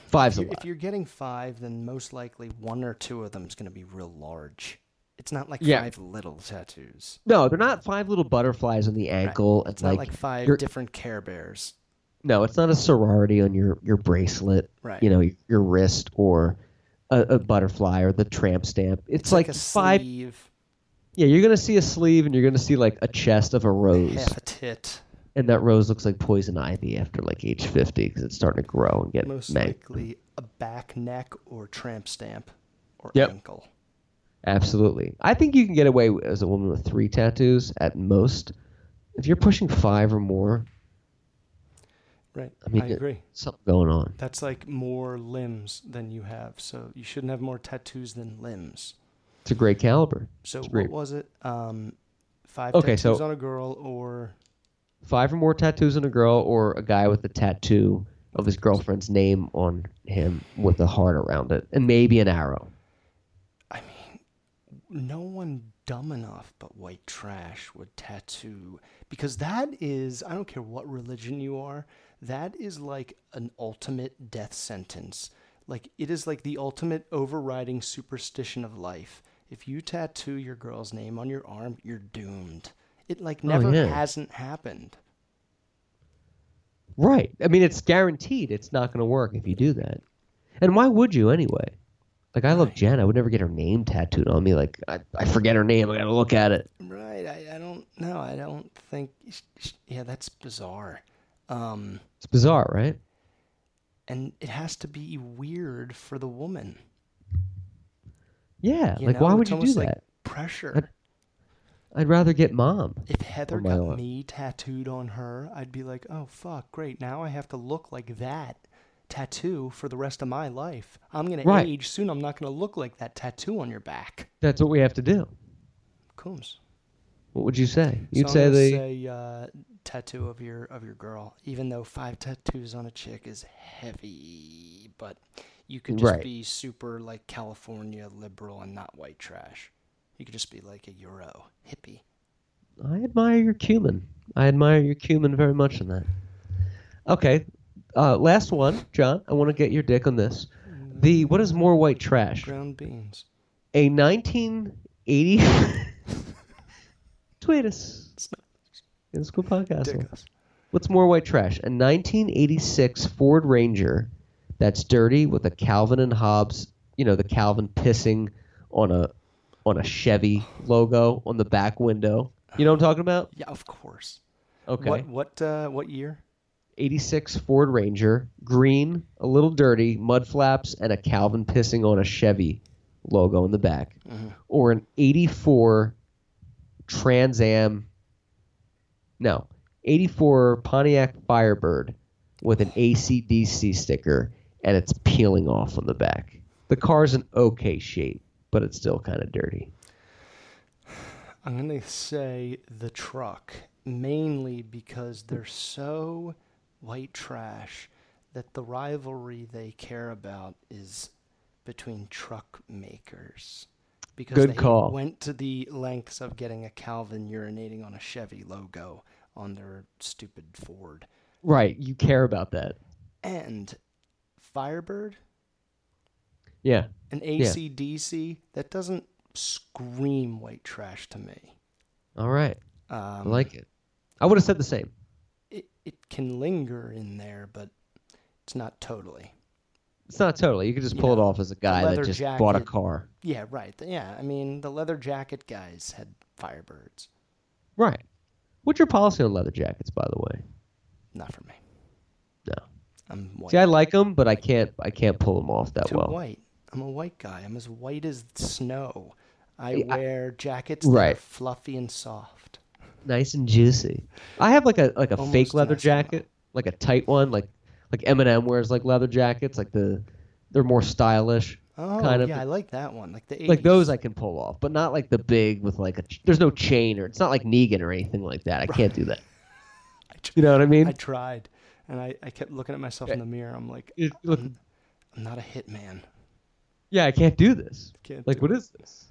[SPEAKER 1] Five's a
[SPEAKER 4] you- if
[SPEAKER 1] lot.
[SPEAKER 4] you're getting five, then most likely one or two of them is going to be real large. It's not like
[SPEAKER 1] Yeah.
[SPEAKER 4] five little tattoos.
[SPEAKER 1] No, they're not five little butterflies on the ankle.
[SPEAKER 4] It's
[SPEAKER 1] and like,
[SPEAKER 4] not like 5
[SPEAKER 1] you're-
[SPEAKER 4] different Care Bears.
[SPEAKER 1] no, it's not a sorority on your your bracelet.
[SPEAKER 4] Right.
[SPEAKER 1] You know, your, your wrist or a, a butterfly or the tramp stamp. It's,
[SPEAKER 4] It's like,
[SPEAKER 1] like,
[SPEAKER 4] a
[SPEAKER 1] five.
[SPEAKER 4] sleeve,
[SPEAKER 1] Yeah, you're gonna see a sleeve and you're gonna see like a chest of a rose.
[SPEAKER 4] half a tit.
[SPEAKER 1] and that rose looks like poison ivy after like age 50 because it's starting to grow and get
[SPEAKER 4] Most
[SPEAKER 1] mank.
[SPEAKER 4] likely a back neck or tramp stamp or
[SPEAKER 1] Yep.
[SPEAKER 4] ankle.
[SPEAKER 1] absolutely i think you can get away with- as a woman with three tattoos at most if you're pushing five or more
[SPEAKER 4] Right.
[SPEAKER 1] i mean
[SPEAKER 4] I
[SPEAKER 1] it-
[SPEAKER 4] agree.
[SPEAKER 1] something going on
[SPEAKER 4] That's like more limbs than you have. So you shouldn't have more tattoos than limbs.
[SPEAKER 1] it's a great caliber
[SPEAKER 4] So
[SPEAKER 1] It's
[SPEAKER 4] what
[SPEAKER 1] great.
[SPEAKER 4] was it? Um, five
[SPEAKER 1] Okay,
[SPEAKER 4] tattoos
[SPEAKER 1] so-
[SPEAKER 4] on a girl or
[SPEAKER 1] five or more tattoos on a girl or a guy with a tattoo of his girlfriend's name on him with a heart around it and maybe an arrow
[SPEAKER 4] no one dumb enough but white trash would tattoo because that is I don't care what religion you are, that is like an ultimate death sentence. Like it is like the ultimate overriding superstition of life. If you tattoo your girl's name on your arm, you're doomed. It like never
[SPEAKER 1] yeah.
[SPEAKER 4] hasn't happened.
[SPEAKER 1] right i mean it's guaranteed it's not going to work if you do that and why would you anyway like i love jen i would never get her name tattooed on me like i, I forget her name i gotta look at it
[SPEAKER 4] Right. I, I don't know. I don't think. Yeah, that's bizarre. Um,
[SPEAKER 1] It's bizarre, right?
[SPEAKER 4] and it has to be weird for the woman.
[SPEAKER 1] Yeah.
[SPEAKER 4] you
[SPEAKER 1] like,
[SPEAKER 4] know?
[SPEAKER 1] why would
[SPEAKER 4] It's
[SPEAKER 1] you do
[SPEAKER 4] almost
[SPEAKER 1] that?
[SPEAKER 4] like Pressure.
[SPEAKER 1] I'd rather get mom.
[SPEAKER 4] If Heather
[SPEAKER 1] Oh, my
[SPEAKER 4] got
[SPEAKER 1] Lord.
[SPEAKER 4] me tattooed on her, I'd be like, oh, fuck, great. Now I have to look like that tattoo for the rest of my life. I'm going
[SPEAKER 1] Right.
[SPEAKER 4] to age soon. I'm not going to look like that tattoo on your back.
[SPEAKER 1] That's what we have to do.
[SPEAKER 4] Coombs.
[SPEAKER 1] What would you say?
[SPEAKER 4] So
[SPEAKER 1] You'd
[SPEAKER 4] I'm
[SPEAKER 1] say
[SPEAKER 4] gonna
[SPEAKER 1] the
[SPEAKER 4] say, uh, tattoo of your of your girl, even though five tattoos on a chick is heavy, but you could just
[SPEAKER 1] Right.
[SPEAKER 4] be super like California liberal and not white trash. You could just be like a Euro hippie.
[SPEAKER 1] I admire your cumin. I admire your cumin very much in that. Okay. Uh, last one, John. I want to get your dick on this.
[SPEAKER 4] Mm.
[SPEAKER 1] The what is more white trash?
[SPEAKER 4] Ground beans.
[SPEAKER 1] A 1980 <laughs> tweet us. It's cool podcast.
[SPEAKER 4] Dick
[SPEAKER 1] one.
[SPEAKER 4] us.
[SPEAKER 1] What's more white trash? A 1986 Ford Ranger that's dirty with a Calvin and Hobbes, you know, the Calvin pissing on a on a Chevy logo on the back window. You know what I'm talking about?
[SPEAKER 4] Yeah, of course.
[SPEAKER 1] Okay.
[SPEAKER 4] What what uh, what year?
[SPEAKER 1] 86 Ford Ranger, green, a little dirty, mud flaps and a Calvin pissing on a Chevy logo in the back. Or an 84 Trans Am No, 84 Pontiac Firebird with an ACDC sticker and it's peeling off on the back. The car's in okay shape, but it's still kind of dirty.
[SPEAKER 4] I'm gonna say the truck, mainly because they're so white trash that the rivalry they care about is between truck makers. Because
[SPEAKER 1] Good
[SPEAKER 4] they
[SPEAKER 1] call.
[SPEAKER 4] went to the lengths of getting a Calvin urinating on a Chevy logo on their stupid Ford.
[SPEAKER 1] Right, you care about that.
[SPEAKER 4] And Firebird,
[SPEAKER 1] Yeah.
[SPEAKER 4] an ACDC, that doesn't scream white trash to me.
[SPEAKER 1] All right. I
[SPEAKER 4] Um,
[SPEAKER 1] like it. I would have said the same.
[SPEAKER 4] it, it can linger in there, but it's not totally.
[SPEAKER 1] It's not totally. You could just pull it off as a guy that
[SPEAKER 4] leather
[SPEAKER 1] just bought a
[SPEAKER 4] jacket.
[SPEAKER 1] car.
[SPEAKER 4] Yeah, right. th- Yeah, I mean, the leather jacket guys had Firebirds.
[SPEAKER 1] Right. What's your policy on leather jackets, by the way?
[SPEAKER 4] Not for me.
[SPEAKER 1] No.
[SPEAKER 4] I'm white.
[SPEAKER 1] See, I like them, but I can't I can't pull them off that
[SPEAKER 4] Too
[SPEAKER 1] well.
[SPEAKER 4] white. I'm a white guy. I'm as white as snow. I
[SPEAKER 1] Yeah, I-
[SPEAKER 4] wear jackets that are
[SPEAKER 1] Right.
[SPEAKER 4] fluffy and soft.
[SPEAKER 1] Nice and juicy. I have like a like a
[SPEAKER 4] Almost
[SPEAKER 1] fake leather
[SPEAKER 4] nice and
[SPEAKER 1] jacket, like a tight one, like like Eminem wears like leather jackets, like the they're more stylish.
[SPEAKER 4] Oh,
[SPEAKER 1] kind of
[SPEAKER 4] yeah, I like that one. Like the 80s.
[SPEAKER 1] like those I can pull off, but not like the big with like a. ch- There's no chain or it's not like Negan or anything like that. I can't do that. You know what I mean? Eh.
[SPEAKER 4] I tried, and I, I kept looking at myself in the mirror. I'm like,
[SPEAKER 1] It- look,
[SPEAKER 4] I'm not a hitman.
[SPEAKER 1] yeah, I can't do this.
[SPEAKER 4] Can't
[SPEAKER 1] like,
[SPEAKER 4] do
[SPEAKER 1] what is this?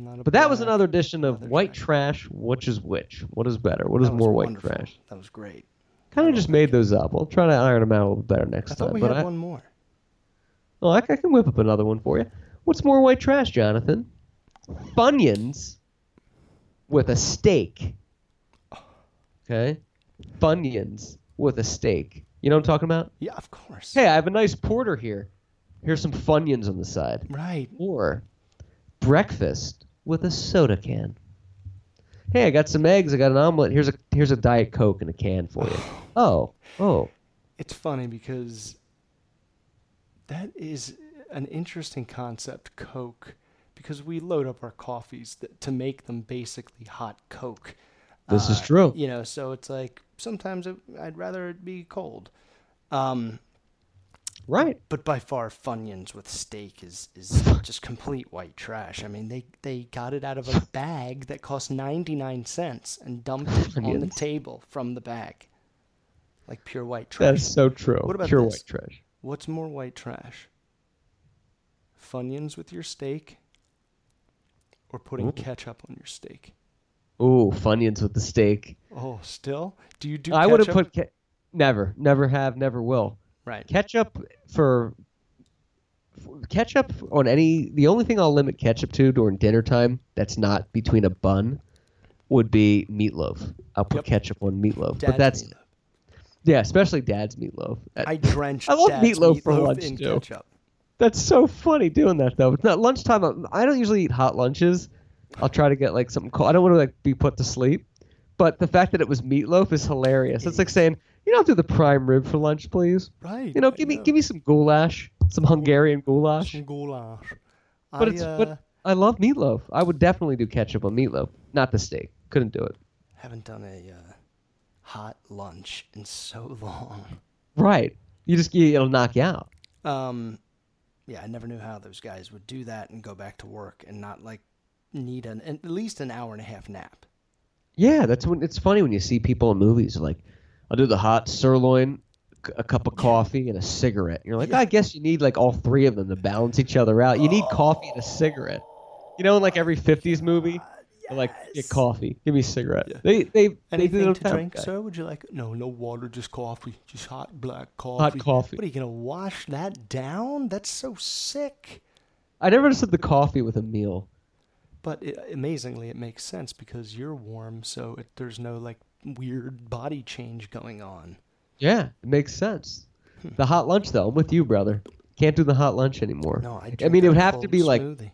[SPEAKER 4] I'm not a
[SPEAKER 1] But that was
[SPEAKER 4] black.
[SPEAKER 1] another edition of
[SPEAKER 4] leather
[SPEAKER 1] white
[SPEAKER 4] jacket.
[SPEAKER 1] trash. Which is which? What is better? What is
[SPEAKER 4] That was
[SPEAKER 1] more white
[SPEAKER 4] wonderful.
[SPEAKER 1] trash?
[SPEAKER 4] That was great.
[SPEAKER 1] Kind of just made those up. I'll try to iron them out a little better next
[SPEAKER 4] I thought
[SPEAKER 1] time.
[SPEAKER 4] we
[SPEAKER 1] but
[SPEAKER 4] had
[SPEAKER 1] I,
[SPEAKER 4] one more.
[SPEAKER 1] oh, I, I can whip up another one for you. What's more white trash, Jonathan? Funyuns with a steak. Okay, funyuns with a steak. You know what I'm talking about?
[SPEAKER 4] Yeah, of course.
[SPEAKER 1] hey, I have a nice porter here. Here's some Funyuns on the side.
[SPEAKER 4] Right.
[SPEAKER 1] Or breakfast with a soda can. Hey, I got some eggs. I got an omelet. Here's a here's a diet coke in a can for
[SPEAKER 4] <sighs>
[SPEAKER 1] you. oh, oh,
[SPEAKER 4] It's funny because that is an interesting concept, Coke, because we load up our coffees th- to make them basically hot Coke.
[SPEAKER 1] this
[SPEAKER 4] Uh,
[SPEAKER 1] is true.
[SPEAKER 4] You know, so it's like sometimes it, I'd rather it be cold. Um,
[SPEAKER 1] Right.
[SPEAKER 4] but by far, Funyuns with steak is
[SPEAKER 1] <laughs>
[SPEAKER 4] is just complete white trash. I mean, they they got it out of a
[SPEAKER 1] <laughs>
[SPEAKER 4] bag that cost ninety nine cents and dumped it on the
[SPEAKER 1] Funyuns.
[SPEAKER 4] table from the bag, like pure white trash.
[SPEAKER 1] That's so true.
[SPEAKER 4] What about
[SPEAKER 1] Pure
[SPEAKER 4] this?
[SPEAKER 1] white trash.
[SPEAKER 4] What's more white trash? Funyuns with your steak or putting ketchup on your steak?
[SPEAKER 1] Ooh, Funyuns with the steak.
[SPEAKER 4] Oh, still? Do you do
[SPEAKER 1] I would
[SPEAKER 4] ketchup?
[SPEAKER 1] have put ke- never, never have, never will.
[SPEAKER 4] right.
[SPEAKER 1] Ketchup for for- ketchup on any the only thing I'll limit ketchup to during dinner time that's not between a bun would be meatloaf. I'll put
[SPEAKER 4] Yep.
[SPEAKER 1] ketchup on meatloaf.
[SPEAKER 4] Dad's
[SPEAKER 1] but that's
[SPEAKER 4] meatloaf.
[SPEAKER 1] yeah, especially dad's meatloaf. Uh, That-
[SPEAKER 4] I drenched
[SPEAKER 1] <laughs> I love
[SPEAKER 4] Dad's
[SPEAKER 1] meatloaf for lunch,
[SPEAKER 4] in
[SPEAKER 1] too.
[SPEAKER 4] ketchup.
[SPEAKER 1] that's so funny doing that though. It's not lunchtime. I'm- I don't usually eat hot lunches. I'll try to get like something cold. I don't want to like be put to sleep. But the fact that it was meatloaf is hilarious. It's like saying, you don't have to do the prime rib for lunch, please.
[SPEAKER 4] Right.
[SPEAKER 1] You know,
[SPEAKER 4] I
[SPEAKER 1] give me give me some goulash, some Hungarian goulash.
[SPEAKER 4] Some goulash.
[SPEAKER 1] But
[SPEAKER 4] I,
[SPEAKER 1] it's
[SPEAKER 4] uh,
[SPEAKER 1] but I love meatloaf. I would definitely do ketchup on meatloaf, not the steak. Couldn't do it.
[SPEAKER 4] haven't done a uh, hot lunch in so long.
[SPEAKER 1] Right. You just you- it'll knock you out.
[SPEAKER 4] Um, yeah, I never knew how those guys would do that and go back to work and not like need an at least an hour and a half nap.
[SPEAKER 1] Yeah, that's when it's funny when you see people in movies like, I'll do the hot sirloin, c- a cup of coffee, and a cigarette. And you're like, I guess you need like all three of them to balance each other out. You need coffee and a cigarette. You know, in like every '50s movie, they're like get coffee, give me a cigarette. They they they did it
[SPEAKER 4] Anything
[SPEAKER 1] on
[SPEAKER 4] to
[SPEAKER 1] Family
[SPEAKER 4] drink,
[SPEAKER 1] Guy.
[SPEAKER 4] sir? Would you like? No, no water, just coffee, just hot black coffee.
[SPEAKER 1] coffee.
[SPEAKER 4] What are you gonna wash that down? That's so sick.
[SPEAKER 1] I never understood the coffee with a meal.
[SPEAKER 4] But it, amazingly, it makes sense because you're warm, so it, there's no like weird body change going on.
[SPEAKER 1] Yeah, it makes sense.
[SPEAKER 4] Hmm.
[SPEAKER 1] The hot lunch, though, I'm with you, brother. Can't do the hot lunch anymore.
[SPEAKER 4] No, I.
[SPEAKER 1] I
[SPEAKER 4] drink
[SPEAKER 1] mean,
[SPEAKER 4] a
[SPEAKER 1] it would have to
[SPEAKER 4] cold
[SPEAKER 1] be like
[SPEAKER 4] smoothie.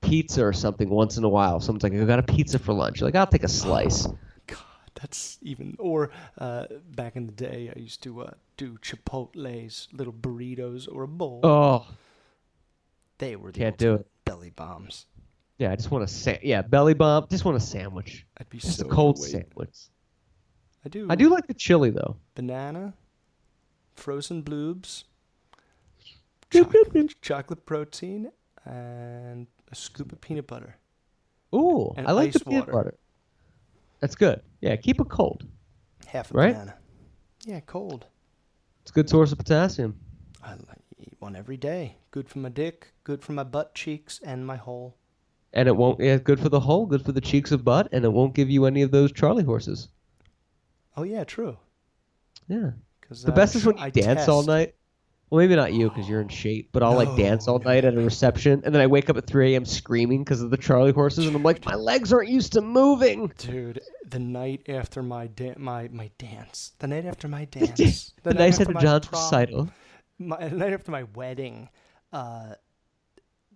[SPEAKER 1] pizza or something once in a while. Someone's like, I got a pizza for lunch. You're like, I'll take a slice.
[SPEAKER 4] God, that's even. Or uh, back in the day, I used to uh, do Chipotle's little burritos or a bowl.
[SPEAKER 1] Oh,
[SPEAKER 4] they were the
[SPEAKER 1] can't do
[SPEAKER 4] ultimate belly bombs.
[SPEAKER 1] yeah, I just want a sa- yeah belly bump. Just want a sandwich,
[SPEAKER 4] I'd be
[SPEAKER 1] just
[SPEAKER 4] so
[SPEAKER 1] a cold
[SPEAKER 4] overweight.
[SPEAKER 1] sandwich.
[SPEAKER 4] I do.
[SPEAKER 1] I do like the chili though.
[SPEAKER 4] banana, frozen bloobs,
[SPEAKER 1] Bloop, bloop, bloop.
[SPEAKER 4] chocolate protein, and a scoop of peanut butter.
[SPEAKER 1] Ooh,
[SPEAKER 4] And
[SPEAKER 1] I like the
[SPEAKER 4] ice
[SPEAKER 1] peanut
[SPEAKER 4] water.
[SPEAKER 1] butter. That's good. Yeah, keep it cold.
[SPEAKER 4] Half a
[SPEAKER 1] Right?
[SPEAKER 4] banana. Yeah, cold.
[SPEAKER 1] It's a good source of potassium.
[SPEAKER 4] I like eat one every day. Good for my dick, good for my butt cheeks, and my hole.
[SPEAKER 1] And it won't. Yeah, good for the whole. Good for the cheeks of butt, and it won't give you any of those Charlie horses.
[SPEAKER 4] Oh yeah, true.
[SPEAKER 1] Yeah.
[SPEAKER 4] 'Cause
[SPEAKER 1] The
[SPEAKER 4] I
[SPEAKER 1] best is
[SPEAKER 4] Uh,
[SPEAKER 1] when
[SPEAKER 4] tr-
[SPEAKER 1] you
[SPEAKER 4] I
[SPEAKER 1] dance all
[SPEAKER 4] test-
[SPEAKER 1] night. Well, maybe not you because you're in shape, but I'll like dance all night at a reception, and then I wake up at 3 a.m. screaming because of the Charlie horses, and I'm like, my legs aren't used to moving.
[SPEAKER 4] Dude, the night after my da- my my dance, the night
[SPEAKER 1] <laughs>
[SPEAKER 4] after my dance,
[SPEAKER 1] The, night
[SPEAKER 4] after
[SPEAKER 1] after
[SPEAKER 4] my
[SPEAKER 1] John's
[SPEAKER 4] prom,
[SPEAKER 1] recital.
[SPEAKER 4] my, <laughs> the night after my wedding, uh,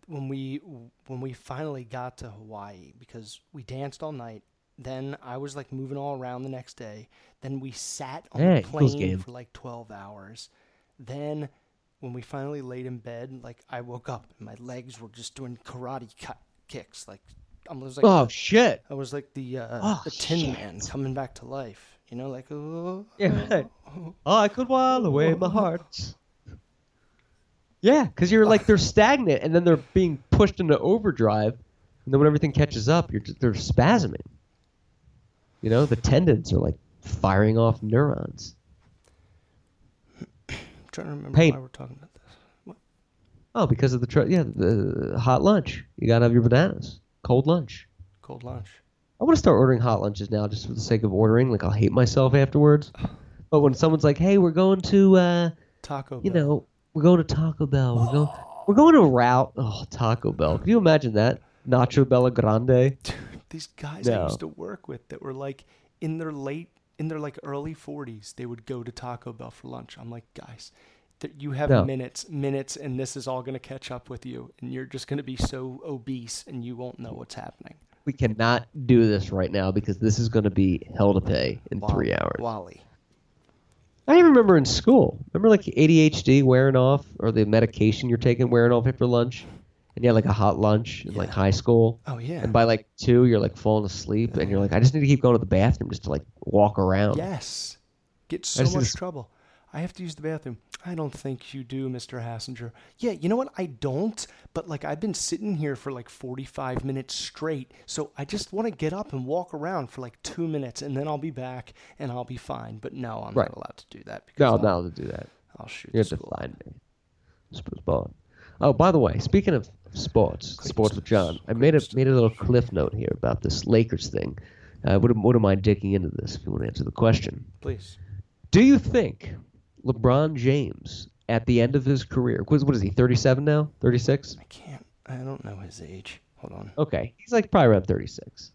[SPEAKER 4] when we when we finally got to Hawaii because we danced all night. Then I was like moving all around the next day. Then we sat on
[SPEAKER 1] Yeah,
[SPEAKER 4] the
[SPEAKER 1] Eagles
[SPEAKER 4] plane
[SPEAKER 1] game.
[SPEAKER 4] for like twelve hours. Then, when we finally laid in bed, like I woke up and my legs were just doing karate cut kicks. Like I was like,
[SPEAKER 1] Oh shit!
[SPEAKER 4] I was like the uh,
[SPEAKER 1] Oh,
[SPEAKER 4] the Tin
[SPEAKER 1] shit.
[SPEAKER 4] Man coming back to life. You know, like oh,
[SPEAKER 1] Yeah, right. Oh, I could while away my heart. Yeah, because you're like they're stagnant, and then they're being pushed into overdrive, and then when everything catches up, you're just, they're spasming. You know, the tendons are like firing off neurons.
[SPEAKER 4] I'm trying to remember
[SPEAKER 1] Pain.
[SPEAKER 4] why we're talking about this.
[SPEAKER 1] Oh, because of the tr- yeah the hot lunch. You gotta have your bananas. Cold lunch.
[SPEAKER 4] Cold lunch.
[SPEAKER 1] I want to start ordering hot lunches now, just for the sake of ordering. Like I'll hate myself afterwards. But when someone's like, "Hey, we're going to," uh,
[SPEAKER 4] Taco.
[SPEAKER 1] you
[SPEAKER 4] Bell.
[SPEAKER 1] know, we're going to Taco Bell. We're
[SPEAKER 4] <gasps>
[SPEAKER 1] going, we're going to route. Oh, Taco Bell. Can you imagine that? Nacho Bella
[SPEAKER 4] <laughs>
[SPEAKER 1] Grande.
[SPEAKER 4] these guys I
[SPEAKER 1] No.
[SPEAKER 4] used to work with that were like in their late in their like early 40s they would go to Taco Bell for lunch. I'm like, guys, that you have
[SPEAKER 1] No.
[SPEAKER 4] minutes, minutes and this is all going to catch up with you and you're just going to be so obese and you won't know what's happening.
[SPEAKER 1] We cannot do this right now because this is going to be hell to pay in
[SPEAKER 4] Wall-
[SPEAKER 1] three hours.
[SPEAKER 4] Wally.
[SPEAKER 1] I even remember in school. Remember like ADHD wearing off or the medication you're taking wearing off after lunch? And you had like a hot lunch in like high school.
[SPEAKER 4] Oh yeah.
[SPEAKER 1] And by like two, you're like falling asleep and you're like, I just need to keep going to the bathroom just to like walk around.
[SPEAKER 4] yes. Get so
[SPEAKER 1] just
[SPEAKER 4] much
[SPEAKER 1] need to-
[SPEAKER 4] trouble. I have to use the bathroom. I don't think you do, Mr. Hassinger. Yeah, you know what? I don't, but like I've been sitting here for like 45 minutes straight, so I just want to get up and walk around for like 2 minutes and then I'll be back and I'll be fine. But no, I'm
[SPEAKER 1] Right.
[SPEAKER 4] not allowed to do that because
[SPEAKER 1] No,
[SPEAKER 4] I'll,
[SPEAKER 1] no, to do that.
[SPEAKER 4] I'll shoot
[SPEAKER 1] You
[SPEAKER 4] the
[SPEAKER 1] have to
[SPEAKER 4] school.
[SPEAKER 1] find me. Sports ball. Oh, by the way, speaking of sports, sports with John, I made a made a little cliff note here about this Lakers thing. Uh, wouldn't wouldn't mind digging into this if you want to answer the question.
[SPEAKER 4] Please.
[SPEAKER 1] Do you think LeBron James at the end of his career? What is, what is he? Thirty seven now? Thirty six?
[SPEAKER 4] I can't. I don't know his age. Hold on.
[SPEAKER 1] Okay, he's like probably around thirty six.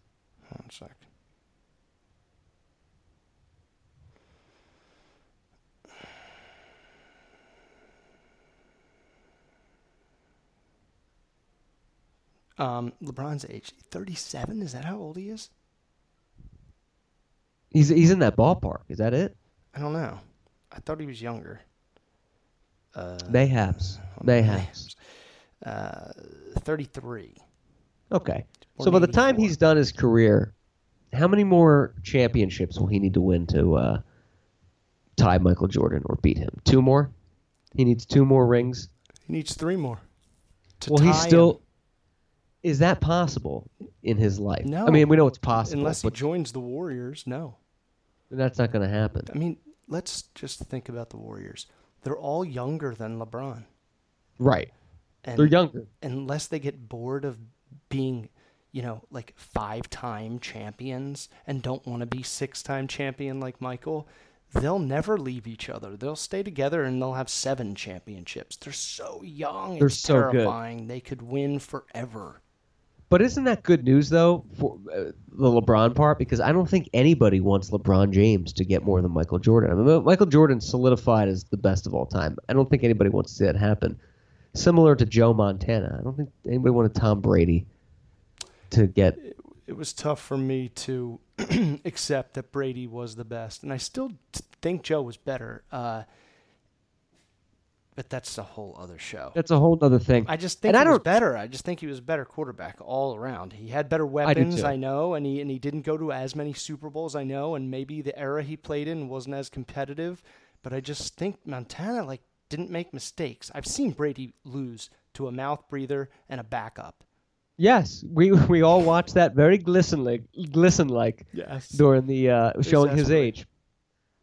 [SPEAKER 4] One sec. Um, LeBron's age, 37? Is that how old he is?
[SPEAKER 1] He's he's in that ballpark. Is that it?
[SPEAKER 4] I don't know. I thought he was younger.
[SPEAKER 1] Mayhaps. Mayhaps.
[SPEAKER 4] Uh, 33.
[SPEAKER 1] Okay.
[SPEAKER 4] Or
[SPEAKER 1] So by the
[SPEAKER 4] maybe
[SPEAKER 1] time
[SPEAKER 4] four.
[SPEAKER 1] he's done his career, how many more championships will he need to win to uh, tie Michael Jordan or beat him? Two more. He needs two more rings.
[SPEAKER 4] He needs three more. to
[SPEAKER 1] well, he's
[SPEAKER 4] tie him.
[SPEAKER 1] still. Is that possible in his life?
[SPEAKER 4] No.
[SPEAKER 1] I mean, we know it's possible,
[SPEAKER 4] Unless he
[SPEAKER 1] but
[SPEAKER 4] joins the Warriors, no.
[SPEAKER 1] that's not going to happen.
[SPEAKER 4] I mean, let's just think about the Warriors. They're all younger than LeBron.
[SPEAKER 1] Right.
[SPEAKER 4] And
[SPEAKER 1] They're younger.
[SPEAKER 4] unless they get bored of being, you know, like five time champions and don't want to be six time champion like Michael, they'll never leave each other. They'll stay together and they'll have seven championships. They're so young.
[SPEAKER 1] They're
[SPEAKER 4] it's
[SPEAKER 1] so good.
[SPEAKER 4] terrifying. They could win forever.
[SPEAKER 1] But isn't that good news though for uh, the LeBron part? Because I don't think anybody wants LeBron James to get more than Michael Jordan. I mean, Michael Jordan solidified as the best of all time. I don't think anybody wants to see that happen. Similar to Joe Montana, I don't think anybody wanted Tom Brady to get.
[SPEAKER 4] It was tough for me to <clears throat> accept that Brady was the best, and I still t- think Joe was better. Uh, but that's a whole other show.
[SPEAKER 1] That's a whole other thing.
[SPEAKER 4] I just think
[SPEAKER 1] and
[SPEAKER 4] he
[SPEAKER 1] I
[SPEAKER 4] was
[SPEAKER 1] don't.
[SPEAKER 4] better. I just think he was a better quarterback all around. He had better weapons,
[SPEAKER 1] too.
[SPEAKER 4] I, know, and he and he didn't go to as many Super Bowls, I know, and maybe the era he played in wasn't as competitive. But I just think Montana like didn't make mistakes. I've seen Brady lose to a mouth breather and a backup.
[SPEAKER 1] Yes, we we all watched that very glisten like glisten like
[SPEAKER 4] Yes.
[SPEAKER 1] during the uh, showing his
[SPEAKER 4] Exactly.
[SPEAKER 1] age.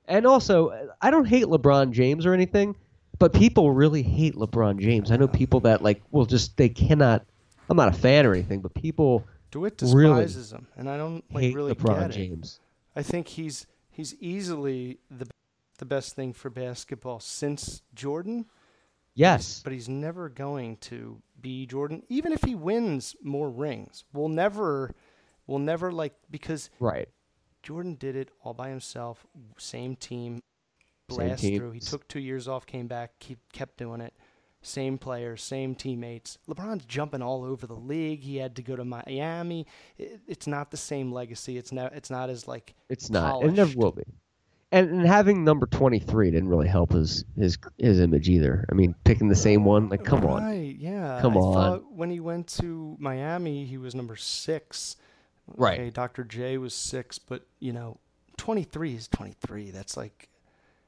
[SPEAKER 1] And also, uh, I don't hate LeBron James or anything, but people really hate LeBron James. I know people that like will just they cannot. I'm not a fan or anything, but people
[SPEAKER 4] DeWitt
[SPEAKER 1] Really
[SPEAKER 4] despises him, and I don't like
[SPEAKER 1] hate
[SPEAKER 4] really
[SPEAKER 1] LeBron
[SPEAKER 4] get it.
[SPEAKER 1] James.
[SPEAKER 4] I think he's he's easily the the best thing for basketball since Jordan.
[SPEAKER 1] Yes,
[SPEAKER 4] but he's never going to be Jordan. Even if he wins more rings, we'll never, we'll never like because
[SPEAKER 1] right.
[SPEAKER 4] Jordan did it all by himself. Same team,
[SPEAKER 1] Same
[SPEAKER 4] blast
[SPEAKER 1] team.
[SPEAKER 4] through. He took two years off, came back, keep kept doing it. Same players, same teammates. LeBron's jumping all over the league. He had to go to Miami. It, it's not the same legacy. It's not. It's not as like.
[SPEAKER 1] It's not. It never
[SPEAKER 4] polished.
[SPEAKER 1] will be. and, and having number 23 didn't really help his his his image either. I mean, picking the same one, like come on.
[SPEAKER 4] Right, yeah.
[SPEAKER 1] Come
[SPEAKER 4] I
[SPEAKER 1] on.
[SPEAKER 4] thought when he went to Miami, he was number six.
[SPEAKER 1] Right.
[SPEAKER 4] Okay, Dr. J was six, but, you know, 23 is 23. That's like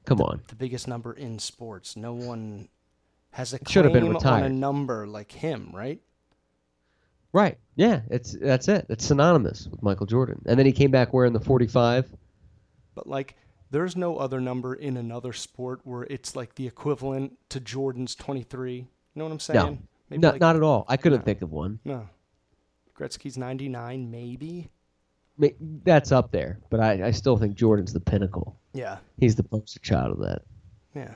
[SPEAKER 1] Come on.
[SPEAKER 4] the biggest number in sports. No one has a claim
[SPEAKER 1] Should have been
[SPEAKER 4] on a
[SPEAKER 1] retired.
[SPEAKER 4] number like him, right?
[SPEAKER 1] Right. Yeah, it's that's it. It's synonymous with Michael Jordan. And then he came back wearing the 45.
[SPEAKER 4] But, like, there's no other number in another sport where it's like the equivalent to Jordan's 23. You know what I'm saying?
[SPEAKER 1] No. no
[SPEAKER 4] like-
[SPEAKER 1] not at all. I couldn't think of one.
[SPEAKER 4] No. Gretzky's 99, maybe?
[SPEAKER 1] Ma- That's up there, but I, I still think Jordan's the pinnacle.
[SPEAKER 4] Yeah.
[SPEAKER 1] He's the poster child of that.
[SPEAKER 4] Yeah.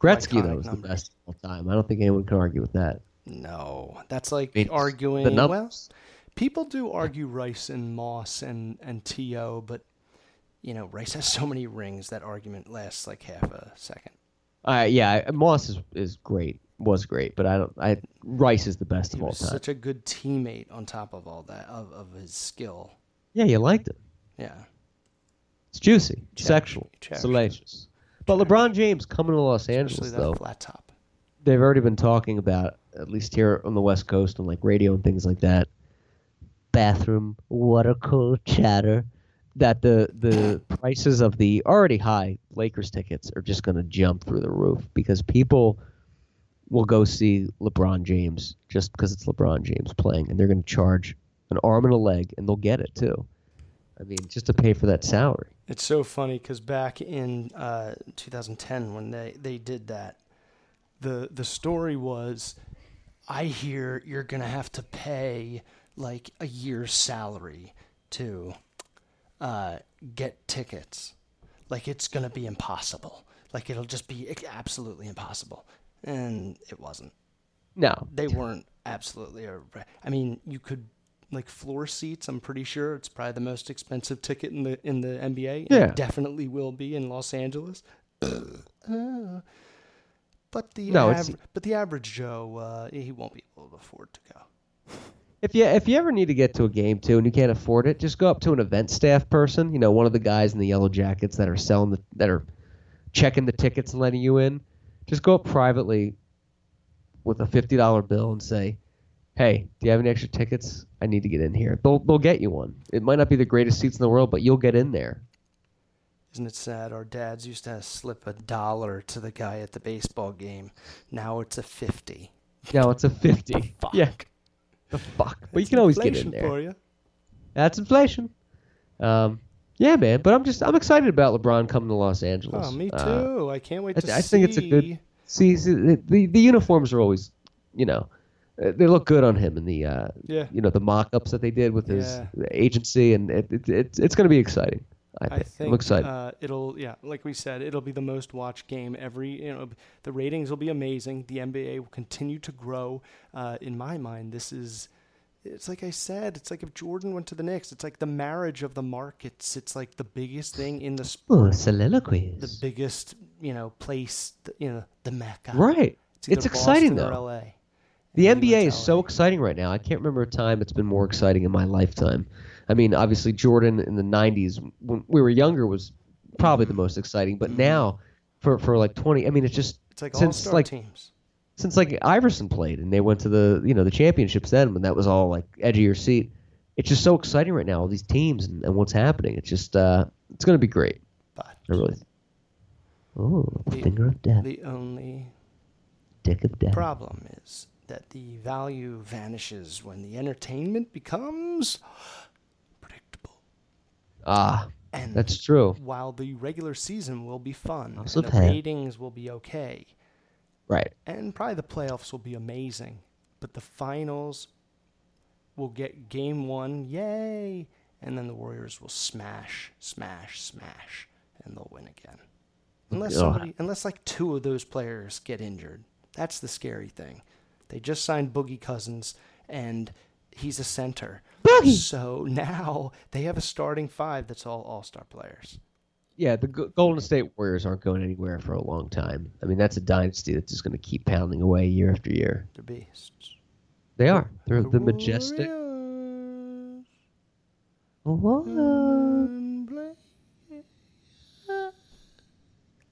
[SPEAKER 1] Gretzky
[SPEAKER 4] Iconic
[SPEAKER 1] though was the
[SPEAKER 4] number.
[SPEAKER 1] best of all time. I don't think anyone can argue with that.
[SPEAKER 4] No, that's like
[SPEAKER 1] mean,
[SPEAKER 4] arguing.
[SPEAKER 1] the
[SPEAKER 4] well,
[SPEAKER 1] numbers.
[SPEAKER 4] people do argue Rice and Moss and and To, but you know Rice has so many rings that argument lasts like half a second.
[SPEAKER 1] Uh, yeah, I- Moss is, is great. Was great, but I don't. I Rice is the best
[SPEAKER 4] He
[SPEAKER 1] of all
[SPEAKER 4] was
[SPEAKER 1] time.
[SPEAKER 4] such a good teammate on top of all that of, of his skill.
[SPEAKER 1] Yeah, you liked him.
[SPEAKER 4] Yeah,
[SPEAKER 1] It's juicy,
[SPEAKER 4] Cherished-
[SPEAKER 1] sexual,
[SPEAKER 4] cherished.
[SPEAKER 1] salacious. But LeBron James coming to Los
[SPEAKER 4] especially
[SPEAKER 1] Angeles
[SPEAKER 4] that
[SPEAKER 1] though,
[SPEAKER 4] flat top.
[SPEAKER 1] they've already been talking about at least here on the West Coast on like radio and things like that.
[SPEAKER 7] Bathroom, water cool chatter.
[SPEAKER 1] That the the prices of the already high Lakers tickets are just going to jump through the roof because people will go see LeBron James just because it's LeBron James playing, and they're going to charge an arm and a leg, and they'll get it too. I mean, just to pay for that salary.
[SPEAKER 4] It's so funny because back in uh, 2010, when they, they did that, the the story was, I hear you're gonna have to pay like a year's salary to uh, get tickets. Like it's gonna be impossible. Like it'll just be absolutely impossible. And it wasn't
[SPEAKER 1] No,
[SPEAKER 4] they weren't absolutely a re- I mean, you could like floor seats, I'm pretty sure it's probably the most expensive ticket in the in the NBA. and
[SPEAKER 1] Yeah.
[SPEAKER 4] It definitely will be in Los Angeles. <clears throat> Uh, but the
[SPEAKER 1] No, it's-
[SPEAKER 4] aver- but the average Joe, uh, he won't be able to afford to go.
[SPEAKER 1] If you if you ever need to get to a game too and you can't afford it, just go up to an event staff person. You know, one of the guys in the yellow jackets that are selling the that are checking the tickets and letting you in. Just go up privately with a fifty dollar bill and say, "Hey, do you have any extra tickets? I need to get in here." They'll they'll get you one. It might not be the greatest seats in the world, but you'll get in there.
[SPEAKER 4] Isn't it sad? Our dads used to slip a dollar to the guy at the baseball game. Now it's a fifty.
[SPEAKER 1] Now it's a fifty.
[SPEAKER 4] <laughs> Fuck.
[SPEAKER 1] Yeah, the fuck. But you can always get in there.
[SPEAKER 4] For you. Oh,
[SPEAKER 1] That's inflation. Um, yeah, man. But I'm just I'm excited about LeBron coming to Los Angeles.
[SPEAKER 4] Oh, me too.
[SPEAKER 1] Uh,
[SPEAKER 4] I can't wait
[SPEAKER 1] I,
[SPEAKER 4] to
[SPEAKER 1] th- I
[SPEAKER 4] see.
[SPEAKER 1] think it's a good. See, see, the, the the uniforms are always, you know, uh, they look good on him in the, uh,
[SPEAKER 4] Yeah.
[SPEAKER 1] you know, the mock-ups that they did with his
[SPEAKER 4] Yeah.
[SPEAKER 1] agency, and it, it, it's it's going to be exciting. I
[SPEAKER 4] I
[SPEAKER 1] think.
[SPEAKER 4] think
[SPEAKER 1] I'm excited.
[SPEAKER 4] Uh, it'll yeah, like we said, it'll be the most watched game every. You know, the ratings will be amazing. The NBA will continue to grow. Uh, in my mind, this is. It's like I said. It's like if Jordan went to the Knicks. It's like the marriage of the markets. It's like the biggest thing in the sport.
[SPEAKER 7] Ooh, soliloquies.
[SPEAKER 4] The biggest, you know, place. th- You know, the mecca.
[SPEAKER 1] right.
[SPEAKER 4] either
[SPEAKER 1] It's exciting
[SPEAKER 4] Boston or
[SPEAKER 1] though.
[SPEAKER 4] LA.
[SPEAKER 1] The
[SPEAKER 4] And
[SPEAKER 1] NBA is
[SPEAKER 4] LA.
[SPEAKER 1] so exciting right now. I can't remember a time it's been more exciting in my lifetime. I mean, obviously Jordan in the '90s when we were younger was probably the most exciting, but now, for for like 20, I mean, it's just
[SPEAKER 4] Mm-hmm. It's like all
[SPEAKER 1] since
[SPEAKER 4] star
[SPEAKER 1] like
[SPEAKER 4] teams.
[SPEAKER 1] since like Iverson played and they went to the you know the championships then when that was all like edge of your seat. It's just so exciting right now, all these teams and, and what's happening. It's just uh, it's gonna be great.
[SPEAKER 4] But
[SPEAKER 1] I really Oh,
[SPEAKER 7] Ooh, the
[SPEAKER 4] The-
[SPEAKER 7] finger of death,
[SPEAKER 4] the only
[SPEAKER 7] dick of death.
[SPEAKER 4] problem is that the value vanishes when the entertainment becomes predictable.
[SPEAKER 1] ah,
[SPEAKER 4] And
[SPEAKER 1] that's true.
[SPEAKER 4] while the regular season will be fun, and
[SPEAKER 7] Also
[SPEAKER 4] the
[SPEAKER 7] pay.
[SPEAKER 4] ratings will be okay,
[SPEAKER 1] Right.
[SPEAKER 4] and probably the playoffs will be amazing, but the finals will get game one, yay, and then the Warriors will smash, smash, smash, and they'll win again. Unless
[SPEAKER 1] Ugh.
[SPEAKER 4] somebody, unless like two of those players get injured, that's the scary thing. They just signed Boogie Cousins, and he's a center. Boogie. So now they have a starting five that's all All Star players.
[SPEAKER 1] Yeah, the Go- Golden State Warriors aren't going anywhere for a long time. I mean, that's a dynasty that's just gonna keep pounding away year after year.
[SPEAKER 4] They're beasts.
[SPEAKER 1] They are. They're the majestic.
[SPEAKER 4] Warriors.
[SPEAKER 7] What?
[SPEAKER 4] Unblameable.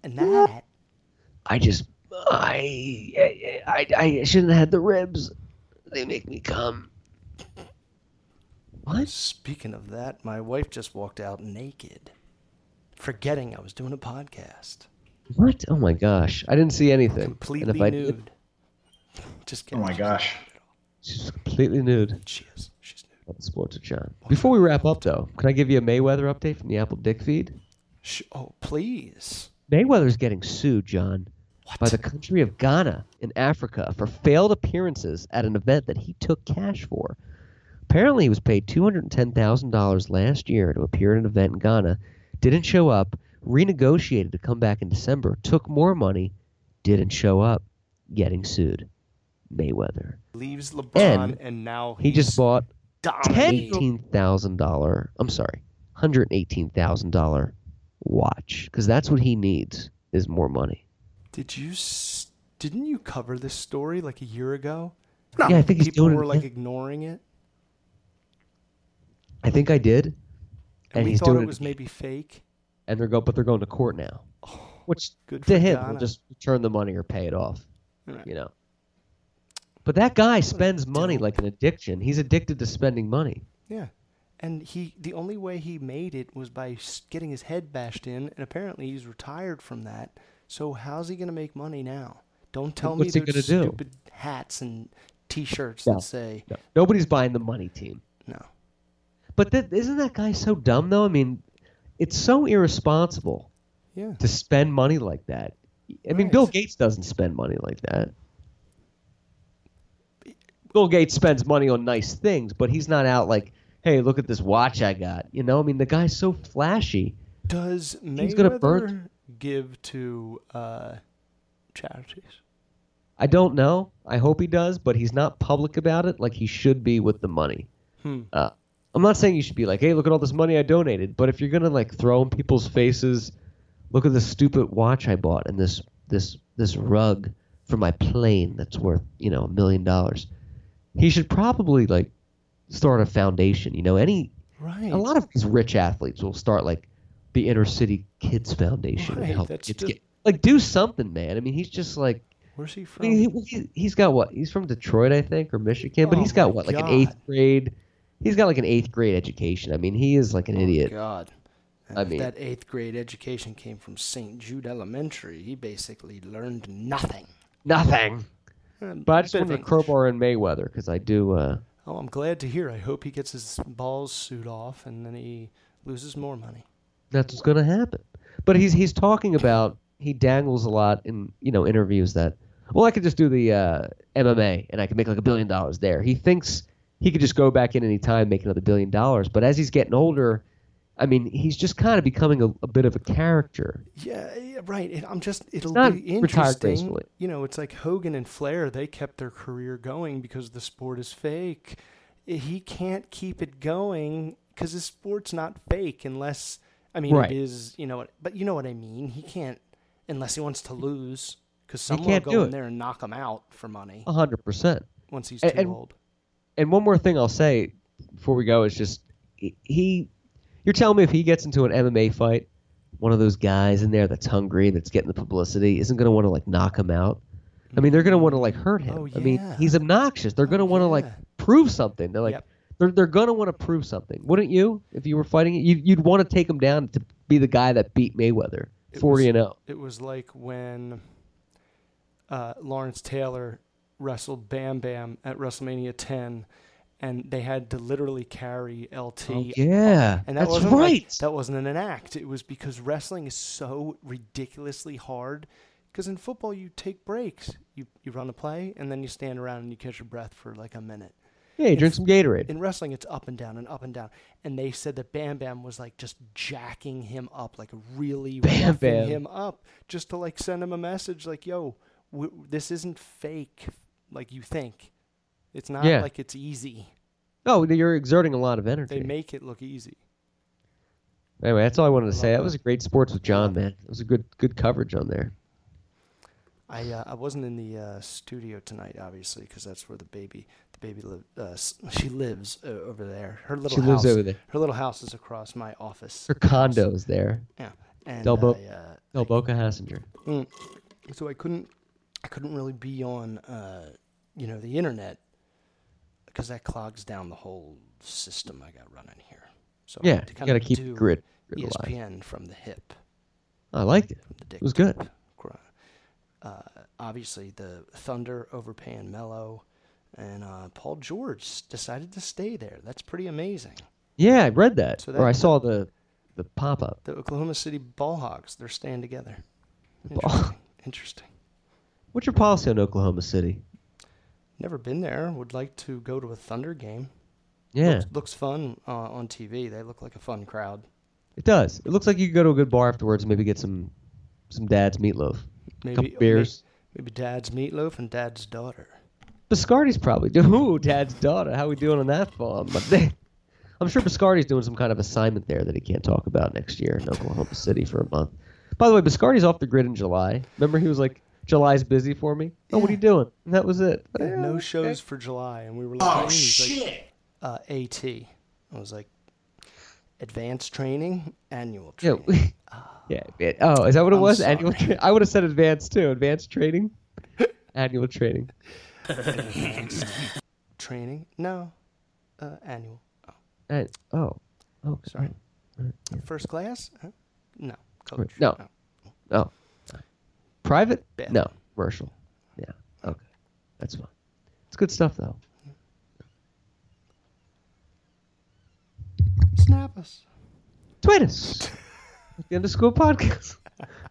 [SPEAKER 4] And that
[SPEAKER 1] I just, I, I, I, I shouldn't have had the ribs. They make me come. What?
[SPEAKER 4] Speaking of that, my wife just walked out naked, forgetting I was doing a podcast.
[SPEAKER 1] What? Oh my gosh! I didn't see anything. And if
[SPEAKER 4] Completely
[SPEAKER 1] I did-
[SPEAKER 4] nude. Just
[SPEAKER 2] Oh
[SPEAKER 4] kidding.
[SPEAKER 2] my
[SPEAKER 4] she's
[SPEAKER 2] gosh.
[SPEAKER 1] she's completely nude.
[SPEAKER 4] She is. She's nude.
[SPEAKER 1] At Sports with John. Before we wrap up, though, can I give you a Mayweather update from the Apple Dick feed?
[SPEAKER 4] Sh oh, please.
[SPEAKER 1] Mayweather's getting sued, John, by the country of Ghana in Africa for failed appearances at an event that he took cash for. Apparently, he was paid $210,000 last year to appear at an event in Ghana, didn't show up, renegotiated to come back in December, took more money, didn't show up, getting sued. Mayweather.
[SPEAKER 4] Leaves LeBron,
[SPEAKER 1] And
[SPEAKER 4] and, now
[SPEAKER 1] He just
[SPEAKER 4] he's
[SPEAKER 1] bought
[SPEAKER 4] dominating.
[SPEAKER 1] eighteen thousand dollar. I'm sorry, hundred eighteen thousand dollar watch because that's what he needs is more money.
[SPEAKER 4] Did you? S- didn't you cover this story like a year ago?
[SPEAKER 1] Yeah, I think he's
[SPEAKER 4] People
[SPEAKER 1] doing
[SPEAKER 4] were
[SPEAKER 1] it.
[SPEAKER 4] like
[SPEAKER 1] yeah.
[SPEAKER 4] ignoring it,
[SPEAKER 1] I think I did, and,
[SPEAKER 4] and, we
[SPEAKER 1] he's
[SPEAKER 4] thought
[SPEAKER 1] doing
[SPEAKER 4] it was maybe fake.
[SPEAKER 1] And they're go, but they're going to court now. Which
[SPEAKER 4] Oh, good
[SPEAKER 1] to
[SPEAKER 4] for
[SPEAKER 1] him will
[SPEAKER 4] Ghana.
[SPEAKER 1] just return the money or pay it off.
[SPEAKER 4] Right.
[SPEAKER 1] You know. But that guy spends money like an addiction. He's addicted to spending money.
[SPEAKER 4] Yeah. And he, the only way he made it was by s- getting his head bashed in, and apparently he's retired from that. So how's he gonna make money now? Don't tell
[SPEAKER 1] what's he
[SPEAKER 4] me there's
[SPEAKER 1] gonna do?
[SPEAKER 4] stupid hats and T-shirts
[SPEAKER 1] No.
[SPEAKER 4] that say
[SPEAKER 1] No. Nobody's buying the money team.
[SPEAKER 4] no.
[SPEAKER 1] But that, isn't that guy so dumb though? I mean, it's so irresponsible.
[SPEAKER 4] Yeah.
[SPEAKER 1] to spend money like that. I mean,
[SPEAKER 4] Right.
[SPEAKER 1] Bill Gates doesn't spend money like that. Bill Gates spends money on nice things, but he's not out like, "Hey, look at this watch I got." You know, I mean, the guy's so flashy.
[SPEAKER 4] Does
[SPEAKER 1] He's gonna burn-
[SPEAKER 4] Mayweather give to uh, charities?
[SPEAKER 1] I don't know. I hope he does, but he's not public about it like he should be with the money.
[SPEAKER 4] Hmm.
[SPEAKER 1] Uh, I'm not saying you should be like, "Hey, look at all this money I donated," but if you're gonna like throw in people's faces, look at this stupid watch I bought and this this this rug for my plane that's worth you know a million dollars. He should probably like start a foundation. You know, any
[SPEAKER 4] Right.
[SPEAKER 1] a lot of these rich athletes will start like the inner city kids foundation and
[SPEAKER 4] Right,
[SPEAKER 1] help
[SPEAKER 4] that's
[SPEAKER 1] kids
[SPEAKER 4] just-
[SPEAKER 1] get like do something, man. I mean, he's just like
[SPEAKER 4] Where's he
[SPEAKER 1] I
[SPEAKER 4] from?
[SPEAKER 1] mean, he, well, he, he's got what? He's from Detroit, I think, or Michigan, but
[SPEAKER 4] Oh
[SPEAKER 1] he's got
[SPEAKER 4] my
[SPEAKER 1] what, like
[SPEAKER 4] God.
[SPEAKER 1] an eighth grade? He's got like an eighth grade education. I mean, he is like an Oh idiot.
[SPEAKER 4] Oh God.
[SPEAKER 1] I mean-
[SPEAKER 4] that eighth grade education came from St. Jude Elementary. He basically learned nothing.
[SPEAKER 1] Nothing.
[SPEAKER 4] Uh,
[SPEAKER 1] But I just
[SPEAKER 4] bit of
[SPEAKER 1] wanted to
[SPEAKER 4] English.
[SPEAKER 1] crowbar in Mayweather because I do. Uh,
[SPEAKER 4] Oh, I'm glad to hear. I hope he gets his balls suit off and then he loses more money.
[SPEAKER 1] that's what's going to happen. But he's he's talking about he dangles a lot in you know interviews that well I could just do the uh, MMA and I could make like a billion dollars there. He thinks he could just go back in any time make another billion dollars. But as he's getting older, I mean he's just kind of becoming a, a bit of a character.
[SPEAKER 4] Yeah, yeah, right. It, I'm just it'll
[SPEAKER 1] not
[SPEAKER 4] be
[SPEAKER 1] retired
[SPEAKER 4] interesting.
[SPEAKER 1] gracefully.
[SPEAKER 4] You know, it's like Hogan and Flair, they kept their career going because the sport is fake. Eh, He can't keep it going cuz his sport's not fake unless I mean
[SPEAKER 1] Right.
[SPEAKER 4] it is, you know, what- but you know what I mean. He can't unless he wants to lose cuz someone
[SPEAKER 1] can't
[SPEAKER 4] will
[SPEAKER 1] do
[SPEAKER 4] go
[SPEAKER 1] it.
[SPEAKER 4] in there and knock him out for money
[SPEAKER 1] hundred percent.
[SPEAKER 4] once he's too
[SPEAKER 1] and- and-
[SPEAKER 4] old.
[SPEAKER 1] and one more thing I'll say before we go is just he- he. You're telling me if he gets into an MMA fight, one of those guys in there that's hungry that's getting the publicity isn't going to want to like knock him out. I mean, they're going to want to like hurt him.
[SPEAKER 4] Oh,
[SPEAKER 1] I mean,
[SPEAKER 4] yeah. Oh,
[SPEAKER 1] he's obnoxious. They're going to want to like
[SPEAKER 4] yeah.
[SPEAKER 1] prove something. They're like
[SPEAKER 4] Yep.
[SPEAKER 1] they're they're going to want to prove something. Wouldn't you if you were fighting? You, you'd want to take him down to be the guy that beat Mayweather
[SPEAKER 4] It
[SPEAKER 1] forty
[SPEAKER 4] was-
[SPEAKER 1] and oh? zero.
[SPEAKER 4] It was like when uh, Lawrence Taylor wrestled Bam Bam at WrestleMania 10, and they had to literally carry LT.
[SPEAKER 1] Oh, yeah,
[SPEAKER 4] And that
[SPEAKER 1] that's
[SPEAKER 4] wasn't like-
[SPEAKER 1] right.
[SPEAKER 4] that wasn't an act. It was because wrestling is so ridiculously hard. Because in football, you take breaks. You, you run a play, and then you stand around and you catch your breath for like a minute.
[SPEAKER 1] yeah, you drink some Gatorade.
[SPEAKER 4] In wrestling, it's up and down and up and down. And they said that Bam Bam was like just jacking him up, like really
[SPEAKER 1] Bam
[SPEAKER 4] roughing
[SPEAKER 1] Bam.
[SPEAKER 4] him up, just to like send him a message like, "Yo, w- this isn't fake, like you think. It's not
[SPEAKER 1] Yeah.
[SPEAKER 4] like it's easy.
[SPEAKER 1] oh, you're exerting a lot of energy.
[SPEAKER 4] They make it look easy."
[SPEAKER 1] Anyway, that's all I wanted to say.
[SPEAKER 4] Love
[SPEAKER 1] That
[SPEAKER 4] it.
[SPEAKER 1] was a great sports with John, man. It was a good good coverage on there.
[SPEAKER 4] I uh, I wasn't in the uh, studio tonight, obviously, because that's where the baby the baby live. Uh, s- <laughs> she lives uh, over there. Her little
[SPEAKER 1] She
[SPEAKER 4] house.
[SPEAKER 1] lives over there.
[SPEAKER 4] Her little house is across my office.
[SPEAKER 1] Her condo's there.
[SPEAKER 4] Yeah, and
[SPEAKER 1] Del Bo-
[SPEAKER 4] I, uh,
[SPEAKER 1] No, Boca Hassinger.
[SPEAKER 4] so I couldn't I couldn't really be on uh, you know the internet because that clogs down the whole system I got running here. So I
[SPEAKER 1] Yeah,
[SPEAKER 4] had to
[SPEAKER 1] you
[SPEAKER 4] kinda
[SPEAKER 1] gotta keep
[SPEAKER 4] do E
[SPEAKER 1] grid- grid alive.
[SPEAKER 4] ESPN from the hip.
[SPEAKER 1] I liked it.
[SPEAKER 4] The dick
[SPEAKER 1] It was good.
[SPEAKER 4] pic. Gr- Uh, obviously, the Thunder overpaying Mello, and uh, Paul George decided to stay there. That's pretty amazing.
[SPEAKER 1] Yeah, I read that.
[SPEAKER 4] So
[SPEAKER 1] or I
[SPEAKER 4] that-
[SPEAKER 1] saw the the pop up.
[SPEAKER 4] The Oklahoma City Ballhawks, they're staying together.
[SPEAKER 1] Ball-
[SPEAKER 4] Interesting. Interesting.
[SPEAKER 1] What's your policy on Oklahoma City?
[SPEAKER 4] Never been there. Would like to go to a Thunder game.
[SPEAKER 1] Yeah,
[SPEAKER 4] Looks, looks fun uh, on TV. They look like a fun crowd.
[SPEAKER 1] it does. It looks like you could go to a good bar afterwards and maybe get some some dad's meatloaf.
[SPEAKER 4] Maybe
[SPEAKER 1] Couple beers.
[SPEAKER 4] Maybe, maybe Dad's meatloaf and Dad's daughter.
[SPEAKER 1] Biscardi's probably doing. Ooh, dad's daughter. How we doing on that fall? I'm sure Biscardi's doing some kind of assignment there that he can't talk about next year in Oklahoma City for a month. By the way, Biscardi's off the grid in July. Remember, he was like, "July's busy for me." Oh, what are you doing? And that was it. Yeah,
[SPEAKER 4] no
[SPEAKER 1] okay.
[SPEAKER 4] shows for July, and we were like,
[SPEAKER 2] Oh,
[SPEAKER 4] "Hey," he's like,
[SPEAKER 2] shit.
[SPEAKER 4] uh, AT. I was like, advanced training, annual
[SPEAKER 1] Yeah.
[SPEAKER 4] training. <laughs>
[SPEAKER 1] we- yeah. it- Oh, is that what it
[SPEAKER 4] I'm
[SPEAKER 1] was?
[SPEAKER 4] sorry.
[SPEAKER 1] Annual. Tra- I would have said advanced too. Advanced
[SPEAKER 4] <laughs>
[SPEAKER 1] training. Annual training.
[SPEAKER 4] Training? No, uh, annual.
[SPEAKER 1] And, oh. Oh.
[SPEAKER 4] Sorry.
[SPEAKER 1] Sorry. Yeah.
[SPEAKER 4] First class? Huh? No,
[SPEAKER 1] Right,
[SPEAKER 4] coach.
[SPEAKER 1] no. Oh. Private?
[SPEAKER 4] Bad.
[SPEAKER 1] No. Commercial. Yeah. Okay. That's fine. It's good stuff though.
[SPEAKER 4] Snap us.
[SPEAKER 1] Tweet us. at the underscore podcast.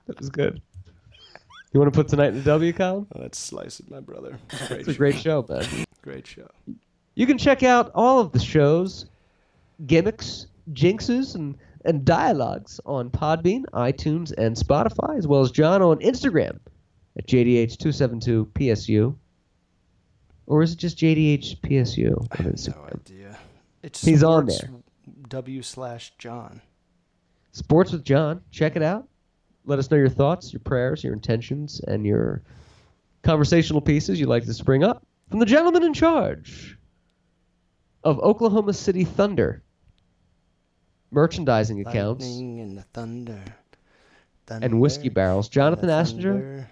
[SPEAKER 1] That was good. You want to put tonight in the W column?
[SPEAKER 4] Let's slice it, Oh,
[SPEAKER 2] <laughs>
[SPEAKER 4] my brother.
[SPEAKER 1] It's a great show, man.
[SPEAKER 4] Great show.
[SPEAKER 1] You can check out all of the shows, gimmicks, jinxes, and, and dialogues on Podbean, iTunes, and Spotify, as well as John on Instagram at JDH272PSU. Or is it just JDHPSU on
[SPEAKER 4] No
[SPEAKER 1] Instagram?
[SPEAKER 4] idea. It's
[SPEAKER 1] He's on
[SPEAKER 4] sports
[SPEAKER 1] there.
[SPEAKER 4] W slash John.
[SPEAKER 1] Sports with John. Check it out. Let us know your thoughts, your prayers, your intentions, and your conversational pieces you'd like to spring up from the gentleman in charge of Oklahoma City Thunder merchandising accounts
[SPEAKER 4] Lightning and the thunder. thunder
[SPEAKER 1] and whiskey barrels.
[SPEAKER 4] and
[SPEAKER 1] Jonathan
[SPEAKER 4] the
[SPEAKER 1] Assinger
[SPEAKER 4] thunder,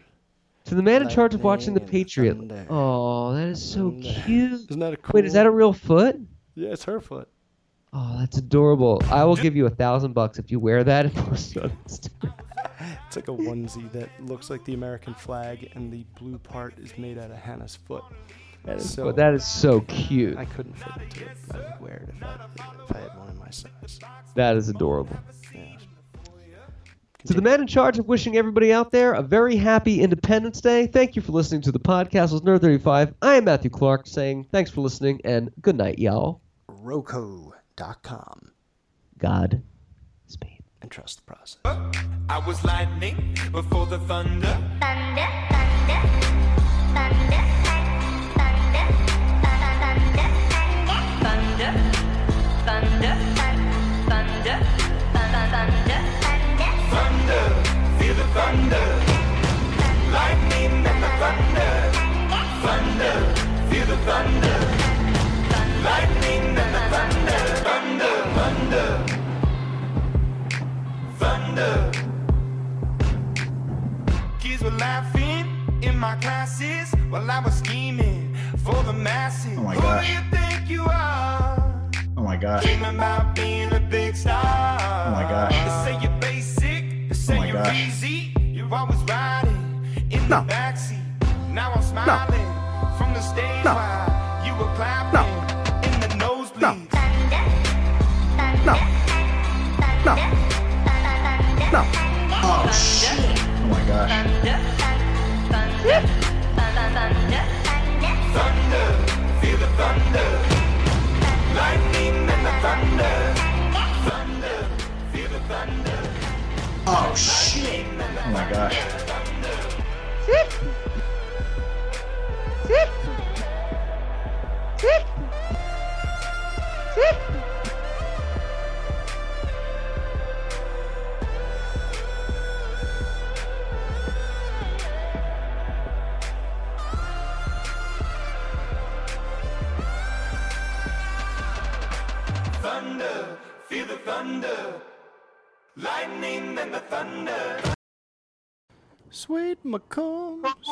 [SPEAKER 1] to the man in charge of watching
[SPEAKER 4] lightning
[SPEAKER 1] the
[SPEAKER 4] and
[SPEAKER 1] Patriot.
[SPEAKER 4] thunder,
[SPEAKER 1] Oh, that is so
[SPEAKER 4] thunder.
[SPEAKER 1] cute.
[SPEAKER 4] Isn't that a cool?
[SPEAKER 1] Wait, is that a real foot?
[SPEAKER 4] Yeah, it's her foot.
[SPEAKER 1] Oh, that's adorable. I will give you a thousand bucks if you wear that and post it on Instagram.
[SPEAKER 4] It's like a onesie that looks like the American flag, and the blue part is made out of Hannah's foot.
[SPEAKER 1] That is,
[SPEAKER 4] So-
[SPEAKER 1] that is so cute.
[SPEAKER 4] I couldn't fit into it. but I would wear it if I, if I had one in my size.
[SPEAKER 1] That is adorable.
[SPEAKER 4] Yeah.
[SPEAKER 1] To the man in charge of wishing everybody out there a very happy Independence Day. Thank you for listening to the podcast with Nerd 35. I am Matthew Clark saying thanks for listening and good night, y'all.
[SPEAKER 4] Roco.com
[SPEAKER 1] God speed.
[SPEAKER 4] and trust the process.
[SPEAKER 5] I was lightning before the thunder.
[SPEAKER 9] Thunder, thunder, thunder, thunder, thunder, thunder, thunder, thunder, thunder, thunder.
[SPEAKER 5] Thunder, feel the thunder. Lightning and the thunder. Thunder, feel the thunder. Lightning and the thunder. Thunder, thunder. Thunder. Kids were laughing in my classes while I was scheming for the masses.
[SPEAKER 2] Oh my
[SPEAKER 5] Who
[SPEAKER 2] gosh.
[SPEAKER 5] do you think you are?
[SPEAKER 2] Oh my gosh.
[SPEAKER 5] Dream about being a big star.
[SPEAKER 2] Oh my gosh.
[SPEAKER 5] They say you're basic, they say
[SPEAKER 2] Oh my
[SPEAKER 5] you're
[SPEAKER 2] gosh.
[SPEAKER 5] easy. You're always riding in the backseat. Now I'm smiling from the stage while you were clapping in the nosebleeds.
[SPEAKER 9] Thunder, thunder, thunder, thunder,
[SPEAKER 2] Oh shit. Oh my gosh.
[SPEAKER 9] thunder.
[SPEAKER 5] Thunder, feel the thunder. Lightning and the thunder. Thunder, feel the thunder.
[SPEAKER 2] Oh shit. Oh my gosh.
[SPEAKER 5] Thunder, feel the thunder. lightning and the thunder.
[SPEAKER 4] Sweet McCombs.